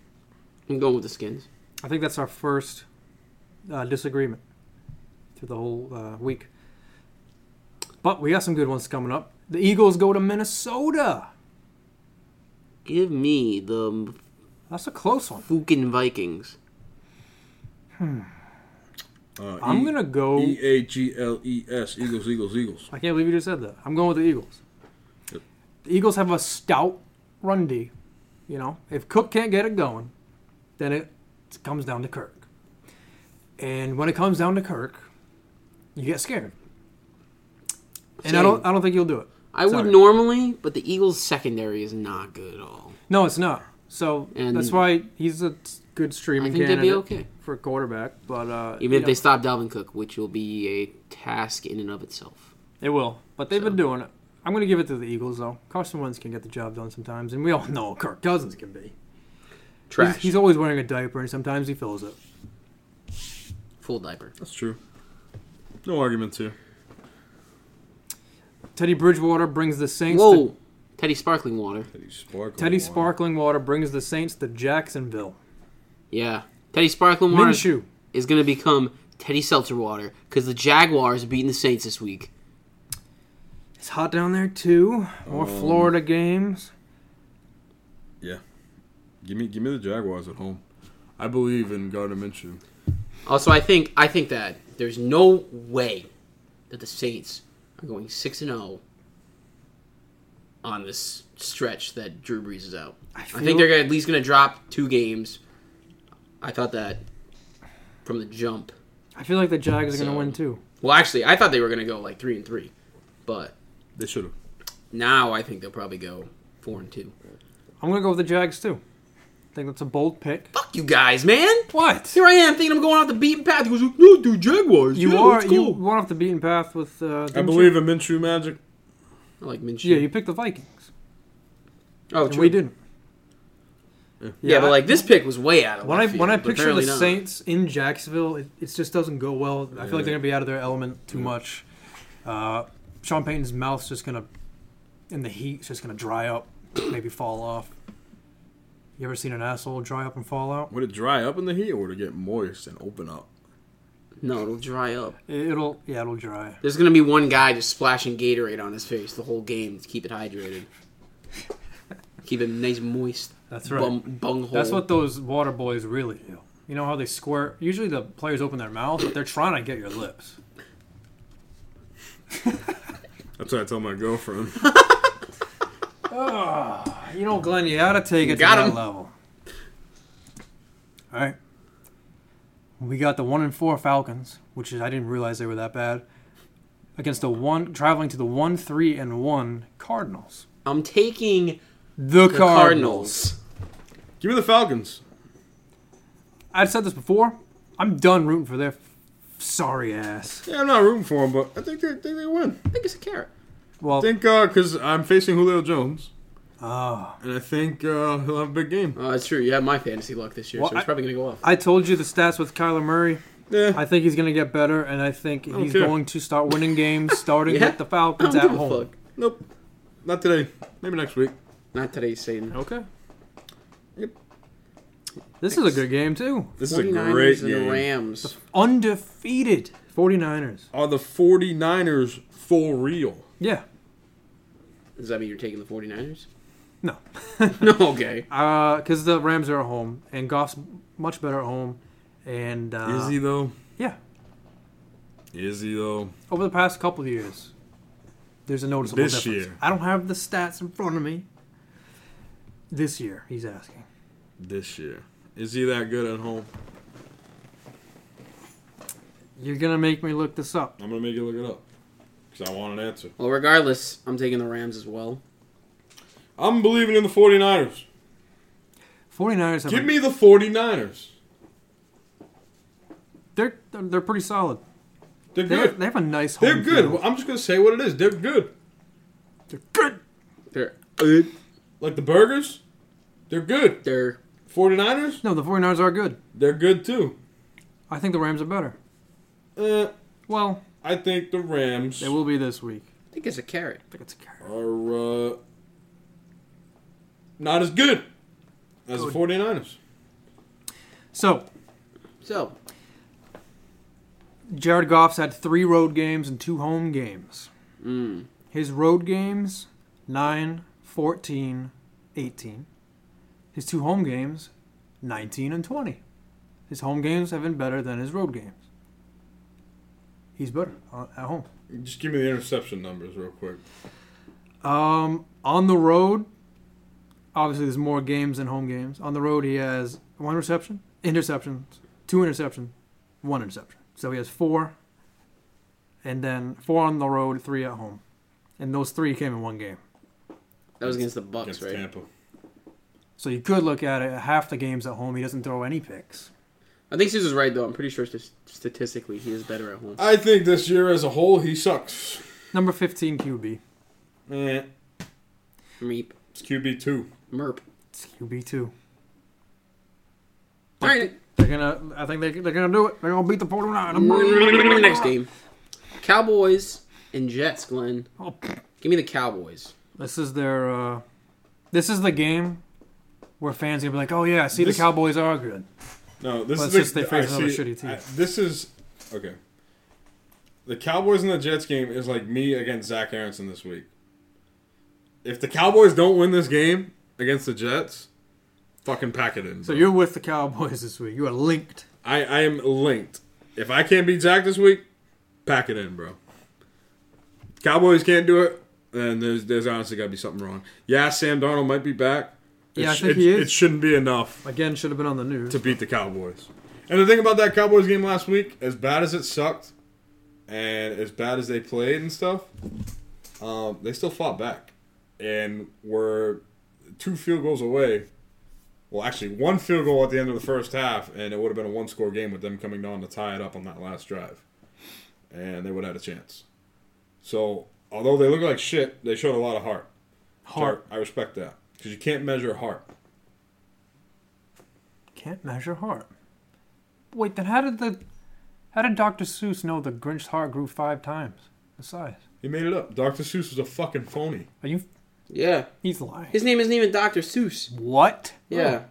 S1: I'm going with the skins.
S3: I think that's our first uh, disagreement through the whole uh, week. But we got some good ones coming up. The Eagles go to Minnesota.
S1: Give me the
S3: That's a close one.
S1: fucking Vikings.
S2: Uh,
S3: I'm
S2: E-
S3: gonna go.
S2: E A G L E S Eagles Eagles Eagles.
S3: I can't believe you just said that. I'm going with the Eagles.
S2: Yep.
S3: The Eagles have a stout run D. You know, if Cook can't get it going, then it comes down to Kirk. And when it comes down to Kirk, you get scared. And I don't.
S1: Same.
S3: I don't think you'll do it.
S1: I
S3: Sorry.
S1: would normally, but the Eagles' secondary is not good at all.
S3: No, it's not. So
S1: And-
S3: that's why he's a s- good
S1: I
S3: streaming
S1: think they'd
S3: candidate
S1: be okay,
S3: for a quarterback. But uh,
S1: even
S3: you
S1: if
S3: know,
S1: they stop Dalvin Cook, which will be a task in and of itself.
S3: It will, but they've been
S1: So.
S3: doing it. I'm going to give it to the Eagles, though. Carson Wentz can get the job done sometimes, and we all know Kirk Cousins can be. He's-
S1: Trash,
S3: He's, always wearing a diaper, and sometimes he fills it.
S1: full diaper.
S2: That's true. No arguments here.
S3: Teddy Bridgewater brings the Saints.
S1: Whoa,
S3: To,
S1: Teddy sparkling water.
S2: Teddy Sparkle.
S3: Teddy
S2: Water.
S3: Sparkling Water brings the Saints to Jacksonville.
S1: Yeah, Teddy sparkling water
S3: Minshew.
S1: is going to become Teddy seltzer water because the Jaguars are beating the Saints this week.
S3: It's hot down there too. More
S2: Um,
S3: Florida games.
S2: Give me, give me the Jaguars at home. I believe in Gardner Minshew.
S1: Also, I think I think that there's no way that the Saints are going six and zero on this stretch that Drew Brees is out. I,
S3: feel-
S1: think they're gonna, at least going to drop two games. I thought that from the jump.
S3: I feel like the Jags are going
S1: So-
S3: to win too.
S1: Well, actually, I thought they were going to go like three and three, but
S2: They should have.
S1: now I think they'll probably go four and two.
S3: I'm going to go with the Jags too. I think that's a bold pick.
S1: Fuck you guys, man!
S3: What?
S1: Here I am thinking I'm going off the beaten path. He goes, "No, dude, Jaguars.
S3: You
S1: yeah,
S3: are
S1: let's
S3: you
S1: go."
S3: went off the beaten path with. Uh,
S2: I
S3: didn't
S2: believe in Minshew magic.
S1: I like Minshew.
S3: You? Yeah, you picked the Vikings.
S1: oh,
S3: And
S1: true.
S3: we didn't.
S2: Yeah.
S1: Yeah, but
S3: I-
S1: like this pick was way out of
S3: When I
S1: left
S3: when I
S1: field, but
S3: picture the
S1: apparently not.
S3: Saints in Jacksonville, it, it just doesn't go well. I feel like
S2: Yeah.
S3: they're gonna be out of their element too much. Uh, Sean Payton's mouth's just gonna, in the heat, it's just gonna dry up, maybe fall off. You ever seen an asshole dry up and fall out?
S2: Would it dry up in the heat, or would it get moist and open up?
S1: No, it'll dry up.
S3: It- It'll yeah, it'll dry.
S1: There's gonna be one guy just splashing Gatorade on his face the whole game to keep it hydrated, keep it nice moist.
S3: That's right.
S1: Bung, bunghole.
S3: That's what those water boys really do. You know how they squirt? Usually the players open their mouths, but they're trying to get your lips.
S2: That's what I tell my girlfriend.
S3: You know, Glenn, you gotta take it
S1: Got
S3: to that
S1: him.
S3: level. All right. We got the one and four Falcons, which is I didn't realize they were that bad, against the one traveling to the one three and one Cardinals.
S1: I'm taking
S3: The,
S1: the
S3: Cardinals.
S1: Cardinals.
S2: give me the Falcons.
S3: I've said this before. I'm done rooting for their f- sorry ass.
S2: Yeah, I'm not rooting for them, but I think they, think they win.
S1: I think it's a carrot.
S3: Well,
S2: I think because I'm facing Julio Jones,
S3: ah,
S2: and I think uh, he'll have a big game.
S1: Oh, that's true. You had my fantasy luck this year,
S3: Well,
S1: so it's
S3: I-
S1: probably gonna go off.
S3: I told you the stats with Kyler Murray.
S2: Yeah,
S3: I think he's gonna get better, and I think
S2: don't
S3: he's
S2: care.
S3: going to start winning games, starting
S1: Yeah?
S3: with the
S1: I
S3: Falcons
S1: don't
S3: at
S1: give a
S3: home.
S1: fuck.
S2: nope, not today. Maybe next week.
S1: Not today, Satan.
S3: Okay.
S2: Yep.
S3: This is a good game too.
S2: This is a
S1: 49ers
S2: great
S1: and the
S2: game.
S1: Rams.
S3: Undefeated 49ers.
S2: Are the 49ers for real?
S3: Yeah.
S1: Does that mean you're taking the 49ers?
S3: No.
S1: No, okay.
S3: Because the Rams are at home, and Goff's much better at home. And uh,
S2: Is he though?
S3: yeah,
S2: Is he though?
S3: over the past couple of years, there's a noticeable
S2: This
S3: difference.
S2: year.
S3: I don't have the stats in front of me. This year, he's asking.
S2: This year. Is he that good at home?
S3: You're gonna make me look this up.
S2: I'm gonna make you look it up because I want an answer.
S1: Well, regardless, I'm taking the Rams as well.
S2: I'm believing in the 49ers.
S3: 49ers have
S2: Give
S3: a-
S2: me the 49ers.
S3: they're they're- they're pretty solid.
S2: They're
S3: They
S2: good.
S3: they have a nice home.
S2: They're good.
S3: field.
S2: Well, I'm just gonna say what it is. They're good.
S3: They're good.
S1: They're good.
S2: Like the burgers, they're good.
S1: They're
S2: 49ers,
S3: No, the 49ers are good.
S2: they're good too.
S3: I think the Rams are better.
S2: Uh,
S3: Well,
S2: I think the Rams
S3: they will be this week.
S1: I think it's a carrot.
S3: I think it's a carrot.
S2: are uh, not as good as
S3: Good.
S2: the 49ers.
S3: So
S1: So
S3: Jared Goff's had three road games and two home games.
S1: Mm.
S3: His road games 9, 14, 18. His two home games 19 and 20. His home games have been better than his road games. He's better uh, at home.
S2: Just give me the interception numbers real quick.
S3: Um, on the road, obviously there's more games than home games. On the road, he has one reception, interceptions, two interceptions, one interception. So he has four, and then four on the road, three at home, and those three came in one game.
S1: that was against the Bucks,
S2: Against
S1: right?
S2: Tampa.
S3: So you could look at it. Half the games at home, he doesn't throw any picks.
S1: I think Caesar's right though. I'm pretty sure st- statistically he is better at home.
S2: I think this year as a whole, he sucks.
S3: Number 15 QB,
S2: Eh,
S1: Meep,
S2: it's QB two.
S1: merp.
S3: it's QB two.
S1: All right,
S3: They're gonna. I think they, they're gonna do it. They're gonna beat the 49.
S1: next game, Cowboys and Jets. Glenn,
S3: Oh,
S1: give me the Cowboys.
S3: This is their. Uh, this is the game where fans gonna be like, "Oh yeah, I see
S2: This-
S3: the Cowboys are good."
S2: No, this
S3: Well,
S2: is
S3: it's just they
S2: I
S3: face another
S2: see-
S3: shitty team.
S2: I- this is okay. The Cowboys and the Jets game is like me against Zach Aronson this week. If the Cowboys don't win this game against the Jets, fucking pack it in.
S3: So
S2: bro.
S3: you're with the Cowboys this week. You are linked.
S2: I, I am linked. If I can't beat Zach this week, pack it in, bro. Cowboys can't do it, then there's there's honestly gotta be something wrong. Yeah, Sam Darnold might be back. It
S3: Yeah, I
S2: sh-
S3: think
S2: it-
S3: he is.
S2: It shouldn't be enough.
S3: Again, should have been on the news.
S2: to beat the Cowboys. And the thing about that Cowboys game last week, as bad as it sucked, and as bad as they played and stuff, um, they still fought back, and were two field goals away. Well, actually, one field goal at the end of the first half, and it would have been a one-score game with them coming down to tie it up on that last drive, and they would have had a chance. So, although they look like shit, they showed a lot of heart.
S3: Heart
S2: I respect that because you can't measure heart.
S3: can't measure heart. Wait, then how did the, how did Dr. Seuss know the Grinch's heart grew five times the size?
S2: He made it up. Dr. Seuss was a fucking phony.
S3: Are you?
S1: Yeah, Oh.
S3: He's lying.
S1: his name isn't even Dr. Seuss.
S3: what?
S1: Yeah,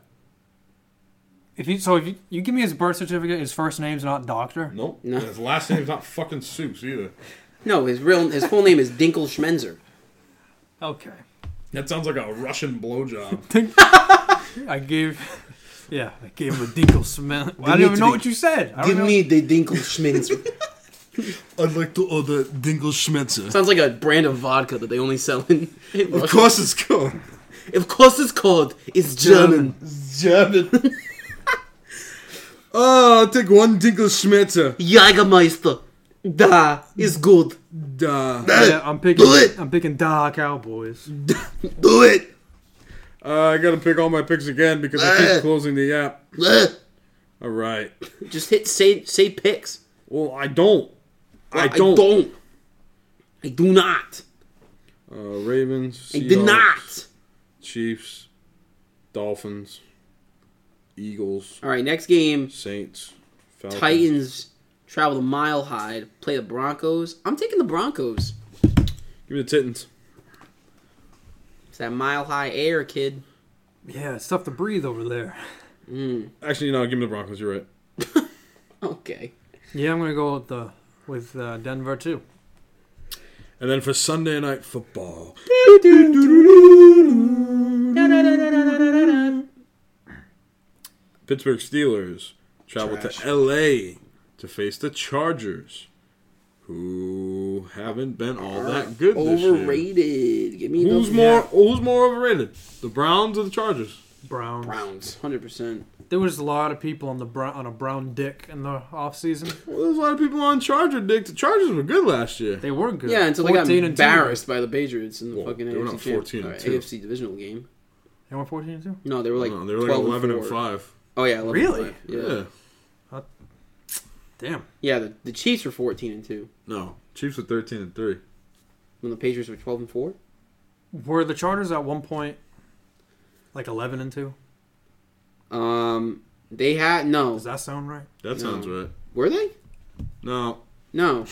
S3: If you so if you, you give me his birth certificate, his first name's not Doctor.
S2: Nope.
S1: No.
S2: And his last name's not fucking Seuss either.
S1: no, his real his full name is Dinkle Schmenzer.
S3: Okay.
S2: That sounds like a Russian blowjob.
S3: I gave. Yeah, I gave him a dinkle smell. I
S1: me
S3: don't even know
S1: to-
S3: what you said. I don't
S1: Give
S3: know-
S1: me the Dinkle Schmenzer.
S2: I'd like to order Dingle Schmetzer.
S1: Sounds like a brand of vodka that they only sell in. in Russia.
S2: course it's good.
S1: Of course it's called. It's German.
S2: German. oh, I'll take one Dingle Schmetzer.
S1: Jägermeister. Da is good.
S2: Duh.
S3: Yeah, I'm picking.
S1: Do it.
S3: I'm picking Da Cowboys.
S1: Do it.
S2: Uh, I gotta pick all my picks again because I keep closing the app.
S1: Ugh.
S2: Alright.
S1: Just hit say say picks.
S2: Well, I don't. I
S1: I
S2: don't.
S1: don't. I do not.
S2: Uh, Ravens.
S1: I did
S2: Seahawks,
S1: not.
S2: Chiefs. Dolphins. Eagles.
S1: All right, next game.
S2: Saints. Falcons.
S1: Titans travel to Mile High to play the Broncos. I'm taking the Broncos.
S2: Give me the Titans.
S1: It's that Mile High air, kid.
S3: Yeah, it's tough to breathe over there.
S2: Actually, no, give me the Broncos. You're right.
S1: Okay.
S3: Yeah, I'm gonna go with the with uh, Denver too.
S2: And then for Sunday night football, Pittsburgh Steelers travel
S4: Trash.
S2: to LA to face the Chargers, who haven't been all that good this year.
S1: Overrated. Give me
S2: Who's
S1: the
S2: more who's more overrated? The Browns or the Chargers?
S3: Brown.
S1: Browns, hundred percent.
S3: There was a lot of people on the brown, on a brown dick in the off season.
S2: Well, there's a lot of people on Charger dick. The Chargers were good last year.
S3: They were good.
S1: Yeah, until they got
S3: 14 and two.
S1: embarrassed by the Patriots in the
S2: Well,
S1: fucking
S2: they were
S1: AFC,
S2: not
S1: champ- uh,
S2: 14 and
S1: alright,
S2: two.
S1: AFC divisional game.
S3: They were 14 and 2?
S1: No, they were like
S2: No, they were like
S1: 12
S2: 11 and
S1: four.
S2: 5.
S1: Oh yeah, 11
S3: Really?
S1: And five. Yeah,
S2: Yeah.
S1: yeah.
S3: Damn.
S1: the, the Chiefs were fourteen and two
S2: No. Chiefs were 13 and 3.
S1: when the Patriots were twelve and four.
S3: Were the Chargers at one point like 11 and 2?
S1: Um, they had no.
S3: Does that sound right?
S2: That sounds right.
S1: Were they?
S2: No.
S1: No,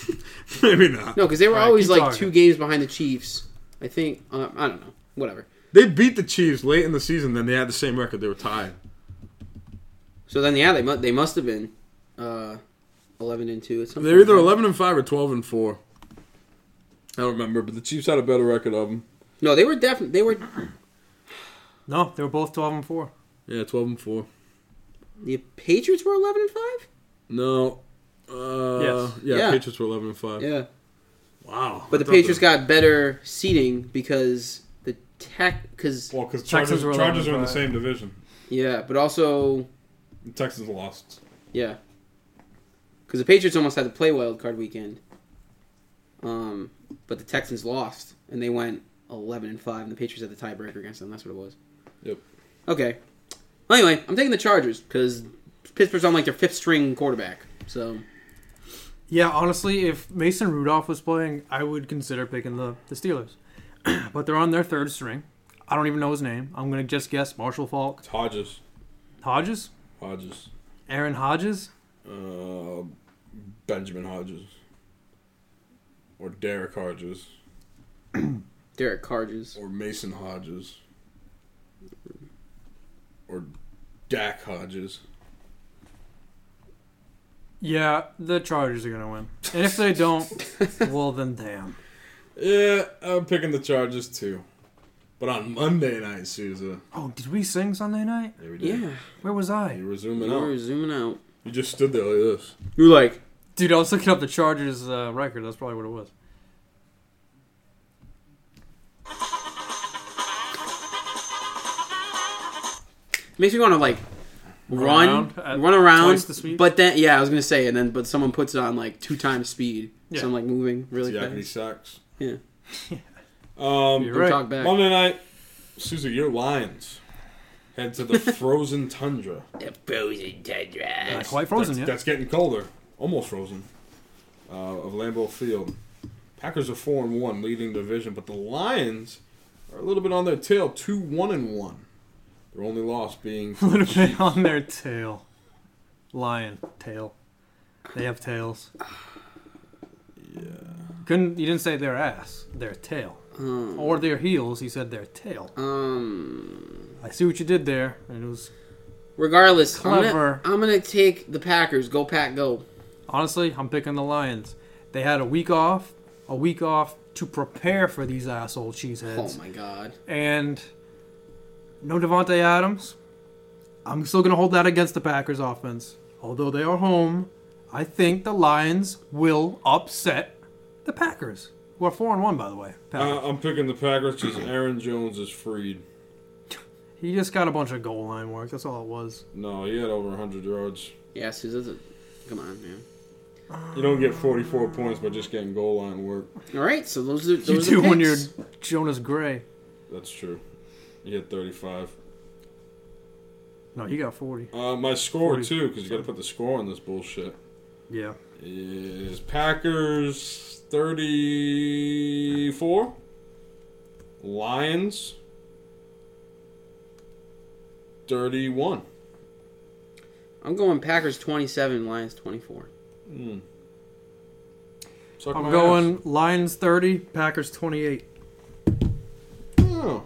S2: Maybe not.
S1: no, because they were
S3: Alright,
S1: always
S3: keep
S1: like
S3: talking.
S1: two games behind the Chiefs. I think. Uh, I don't know. Whatever.
S2: They beat the Chiefs late in the season, then they had the same record. They were tied.
S1: So then, yeah, they must they must have been uh, eleven and two. At some
S2: They're either
S1: point.
S2: 11 and 5 or 12 and 4. Mm-hmm. I don't remember, but the Chiefs had a better record of them.
S1: No, they were definitely they were
S3: No, they were both 12 and 4.
S2: Yeah, 12 and 4.
S1: the Patriots were eleven and five.
S2: No. Uh,
S3: Yes.
S2: Yeah,
S1: Yeah.
S2: Patriots were 11 and 5.
S1: Yeah,
S2: Wow.
S1: but the Patriots got better seating because the tech because
S2: Well, because
S3: Texans Chargers- were 11 Chargers and are in the five. same
S2: division.
S1: yeah, but also
S2: The Texans lost.
S1: yeah, because the Patriots almost had to play wild card weekend. Um, but the Texans lost and they went eleven and five, and the Patriots had the tiebreaker against them. That's what it was.
S2: Yep.
S1: Okay. Well, anyway, I'm taking the Chargers because Pittsburgh's on like their fifth string quarterback. So
S3: Yeah, honestly, if Mason Rudolph was playing, I would consider picking the, the Steelers. but they're on their third string. I don't even know his name. I'm going to just guess Marshall Falk.
S2: It's Hodges.
S3: Hodges?
S2: Hodges.
S3: Aaron Hodges?
S2: Uh, Benjamin Hodges. Or Derek Hodges.
S1: Derek Carges.
S2: Or Mason Hodges. Or Dak Hodges.
S3: Yeah, the Chargers are going to win. And if they don't, well, then damn.
S2: Yeah, I'm picking the Chargers too. But on Monday night, Sousa.
S3: Oh, did we sing Sunday night?
S2: There we did.
S1: Yeah,
S3: Where was I?
S2: You were zooming
S1: we were
S2: out.
S1: zooming out.
S2: You just stood there like this.
S1: You're like,
S3: Dude, I was looking up the Chargers uh, record. That's probably what it was.
S1: makes me want to like
S3: Run
S1: run,
S3: around at
S1: run around,
S3: twice the speed?
S1: but then yeah, I was gonna say, and then but someone puts it on like two times speed,
S3: Yeah.
S1: so I'm like moving really
S2: Yakety
S1: fast.
S2: sacks.
S1: Yeah,
S2: Um,
S3: You're
S1: Don't
S3: right.
S1: talk back.
S2: Monday night, Sousa, your Lions head to the frozen tundra.
S1: The frozen tundra.
S3: Not quite frozen
S2: that's,
S3: yet.
S2: that's getting colder, almost frozen, uh, of Lambeau Field. Packers are four and one, leading division, but the Lions are a little bit on their tail, two one and one. Their only loss being
S3: A little bit on their tail. Lion tail. They have tails.
S2: yeah.
S3: Couldn't you didn't say their ass, their tail,
S1: Um,
S3: or their heels? He said their tail.
S1: Hmm. um,
S3: I see what you did there, and it was
S1: regardless, I'm gonna,
S3: Clever.
S1: I'm gonna take the Packers. Go pack, go.
S3: honestly, I'm picking the Lions. They had a week off, a week off to prepare for these asshole
S1: Oh
S3: cheeseheads,
S1: my god.
S3: and no Devonte Adams. I'm still gonna hold that against the Packers offense, although they are home. I think the Lions will upset the Packers, who are four and one, by the way. Packers.
S2: Uh, I'm picking the Packers because Aaron Jones is freed.
S3: he just got a bunch of goal line work. That's all it was.
S2: No, he had over 100 yards.
S1: Yeah, Susan, come on, man.
S2: You don't get 44 points by just getting goal line work.
S1: All right, so those are
S3: You
S1: those
S3: do
S1: are
S3: when you're
S1: picks.
S3: Jonas Gray.
S2: That's true. He had 35.
S3: No, he got 40.
S2: Uh, my score
S3: 40.
S2: too, because you got to put the score on this bullshit.
S3: Yeah.
S2: is Packers 34, Lions 31.
S1: I'm going Packers 27, Lions 24.
S2: Suck my
S3: I'm
S2: ass.
S3: going Lions 30, Packers 28.
S2: Oh.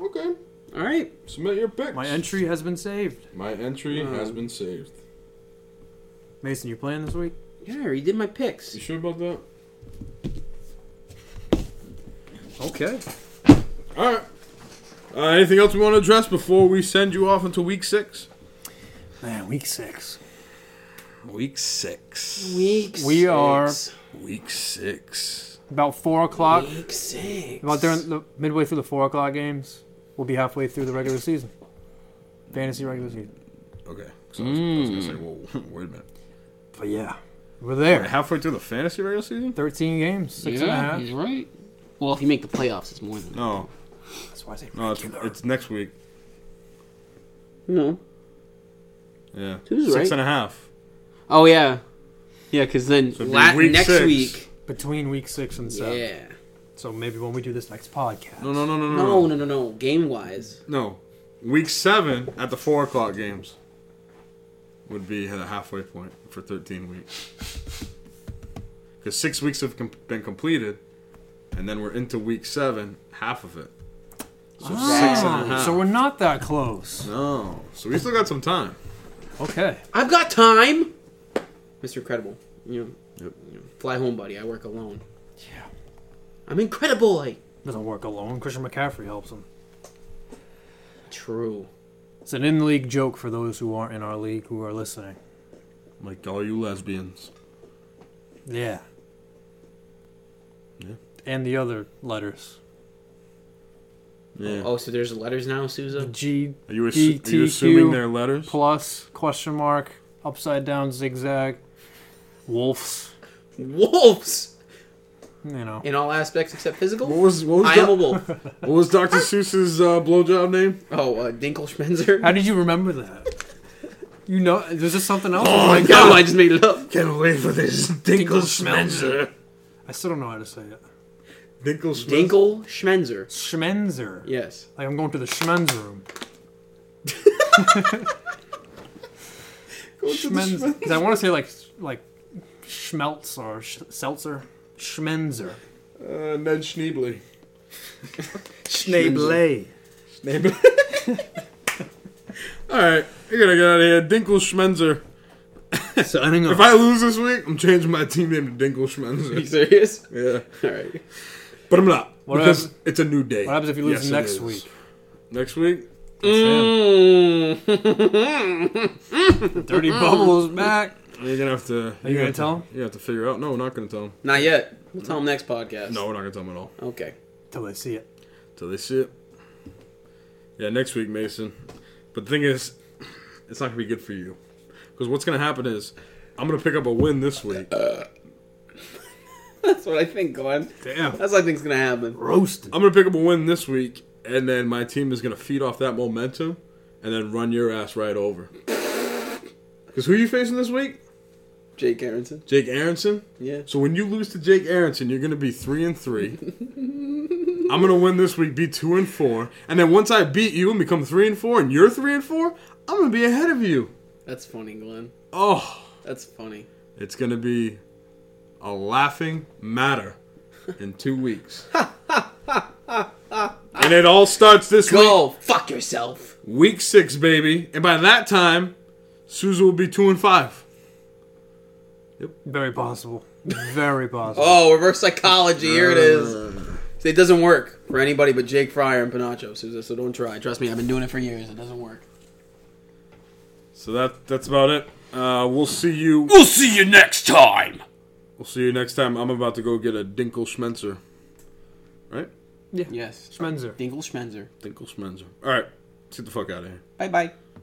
S2: Okay.
S1: All right,
S2: Submit your picks.
S3: My entry Uh-huh. has been saved.
S2: My entry
S1: Um,
S2: has been saved.
S3: Mason, you playing this week?
S1: yeah, I already did my picks.
S2: You sure about that?
S3: Okay.
S2: All right. Uh, anything else we want to address before we send you off into week six?
S3: Man, week six.
S2: Week six.
S1: Week
S3: We are-
S1: six.
S2: Week six.
S3: About four o'clock.
S1: Week six.
S3: About during the midway through the four o'clock games, we'll be halfway through the regular season. Fantasy regular season.
S2: Okay. So I was, I was gonna say, whoa, wait a minute.
S3: But yeah, we're there.
S2: Halfway through the fantasy regular season?
S3: Thirteen games, six and a half.
S1: he's right. Well, if you make the playoffs, it's more than
S2: No,
S3: That's why I say
S2: no, it's,
S3: regular.
S2: it's next week.
S1: no.
S2: Yeah,
S1: Who's
S2: Six
S1: right?
S2: and a half.
S1: Oh yeah, yeah. Because then
S2: it'd be
S1: la-
S2: week
S1: next
S2: six.
S1: week.
S3: between week six and seven.
S1: Yeah. Hmm.
S3: So maybe when we do this next podcast.
S2: No, no, no, no, no,
S1: No,
S2: no,
S1: no, no, no. Game wise,
S2: no. Week seven at the four o'clock games would be at a halfway point for thirteen weeks. Because six weeks have com- been completed, and then we're into week seven, half of it. So six and a half.
S3: So we're not that close.
S2: no, so we still got some time.
S3: Okay.
S1: I've got time. Mr. Credible, you know,
S2: Yep.
S1: you know, fly home, buddy. I work alone.
S3: Yeah.
S1: I'm incredible. Like
S3: Doesn't work alone. Christian McCaffrey helps him.
S1: true.
S3: It's an in league joke for those who aren't in our league who are listening.
S2: Like all you lesbians.
S3: Yeah.
S2: Yeah.
S3: And the other letters.
S2: Yeah.
S1: Oh, so there's letters now, Souza.
S3: G
S2: Are you, assu- are you
S3: GTQ
S2: assuming they're letters?
S3: plus question mark upside down zigzag wolves.
S1: Wolves
S3: You know.
S1: in all aspects except
S2: What
S1: physical.
S2: was what was,
S1: I am a wolf.
S2: what was Dr. Seuss's uh, blowjob name?
S1: Oh, uh, Dinkle Schmenzer.
S3: How did you remember that? You know, there's just something else.
S2: my
S1: No, I just made it up.
S2: Can't wait for this Dinkle
S3: Schmenzer. I still don't know how to say it.
S2: Dinkle Schmenzer.
S1: Dinkle Schmenzer.
S3: Schmenzer.
S1: Yes.
S3: Like I'm going to the Schmenz room. Schmenz. 'cause I want to say like like Schmelz or sh- Seltzer. Schmenzer.
S2: Uh, Ned Schneebly.
S3: Schneeble.
S2: All right, you're gonna get out of here, Dinkle Schmenzer.
S3: Signing
S2: If I lose this week, I'm changing my team name to Dinkle
S1: Are you
S2: Schmenzer.
S1: serious?
S2: yeah,
S1: All right.
S2: but I'm not
S3: What
S2: because
S3: happens-
S2: it's a new day.
S3: What happens if you lose
S2: Yes, it
S3: next
S2: is.
S3: week?
S2: Next week,
S1: Hmm.
S3: Mm, Dirty Bubbles back.
S2: you're gonna have to. You're
S3: you gonna tell him?
S2: You have to figure out. No, we're not gonna tell him.
S1: Not yet. We'll tell him next podcast.
S2: No, we're not gonna tell him at all.
S1: Okay.
S3: Till they see it.
S2: So they sit. Yeah, next week, Mason. But the thing is, it's not gonna be good for you, because what's gonna happen is, I'm gonna pick up a win this week.
S1: That's what I think, Glenn.
S3: Damn.
S1: That's what I think's gonna happen.
S3: Roasted.
S2: I'm gonna pick up a win this week, and then my team is gonna feed off that momentum, and then run your ass right over. Because who you facing this week?
S1: Jake Aronson.
S2: Jake Aronson.
S1: Yeah.
S2: So when you lose to Jake Aronson, you're gonna be three and three. I'm gonna win this week, be two and four, and then once I beat you and become three and four, and you're three and four, I'm gonna be ahead of you.
S1: That's funny, Glenn.
S2: Oh.
S1: That's funny.
S2: It's going to be a laughing matter in two weeks. and it all starts this week,
S1: Go fuck yourself.
S2: week six, baby. And by that time, Suzu will be two and five.
S3: Very possible. Very possible.
S1: Oh, reverse psychology. Here it is. See, it doesn't work for anybody but Jake Fryer and Panacho, Souza. So don't try. Trust me, I've been doing it for years. It doesn't work.
S2: So that that's about it. Uh, we'll see you.
S1: We'll see you next time.
S2: We'll see you next time. I'm about to go get a Dinkle Schmenzer. Right?
S1: Yes.
S3: Schmenzer.
S1: Dinkle Schmenzer.
S2: Dinkle Schmenzer. All right. Let's get the fuck out of here.
S1: Bye bye.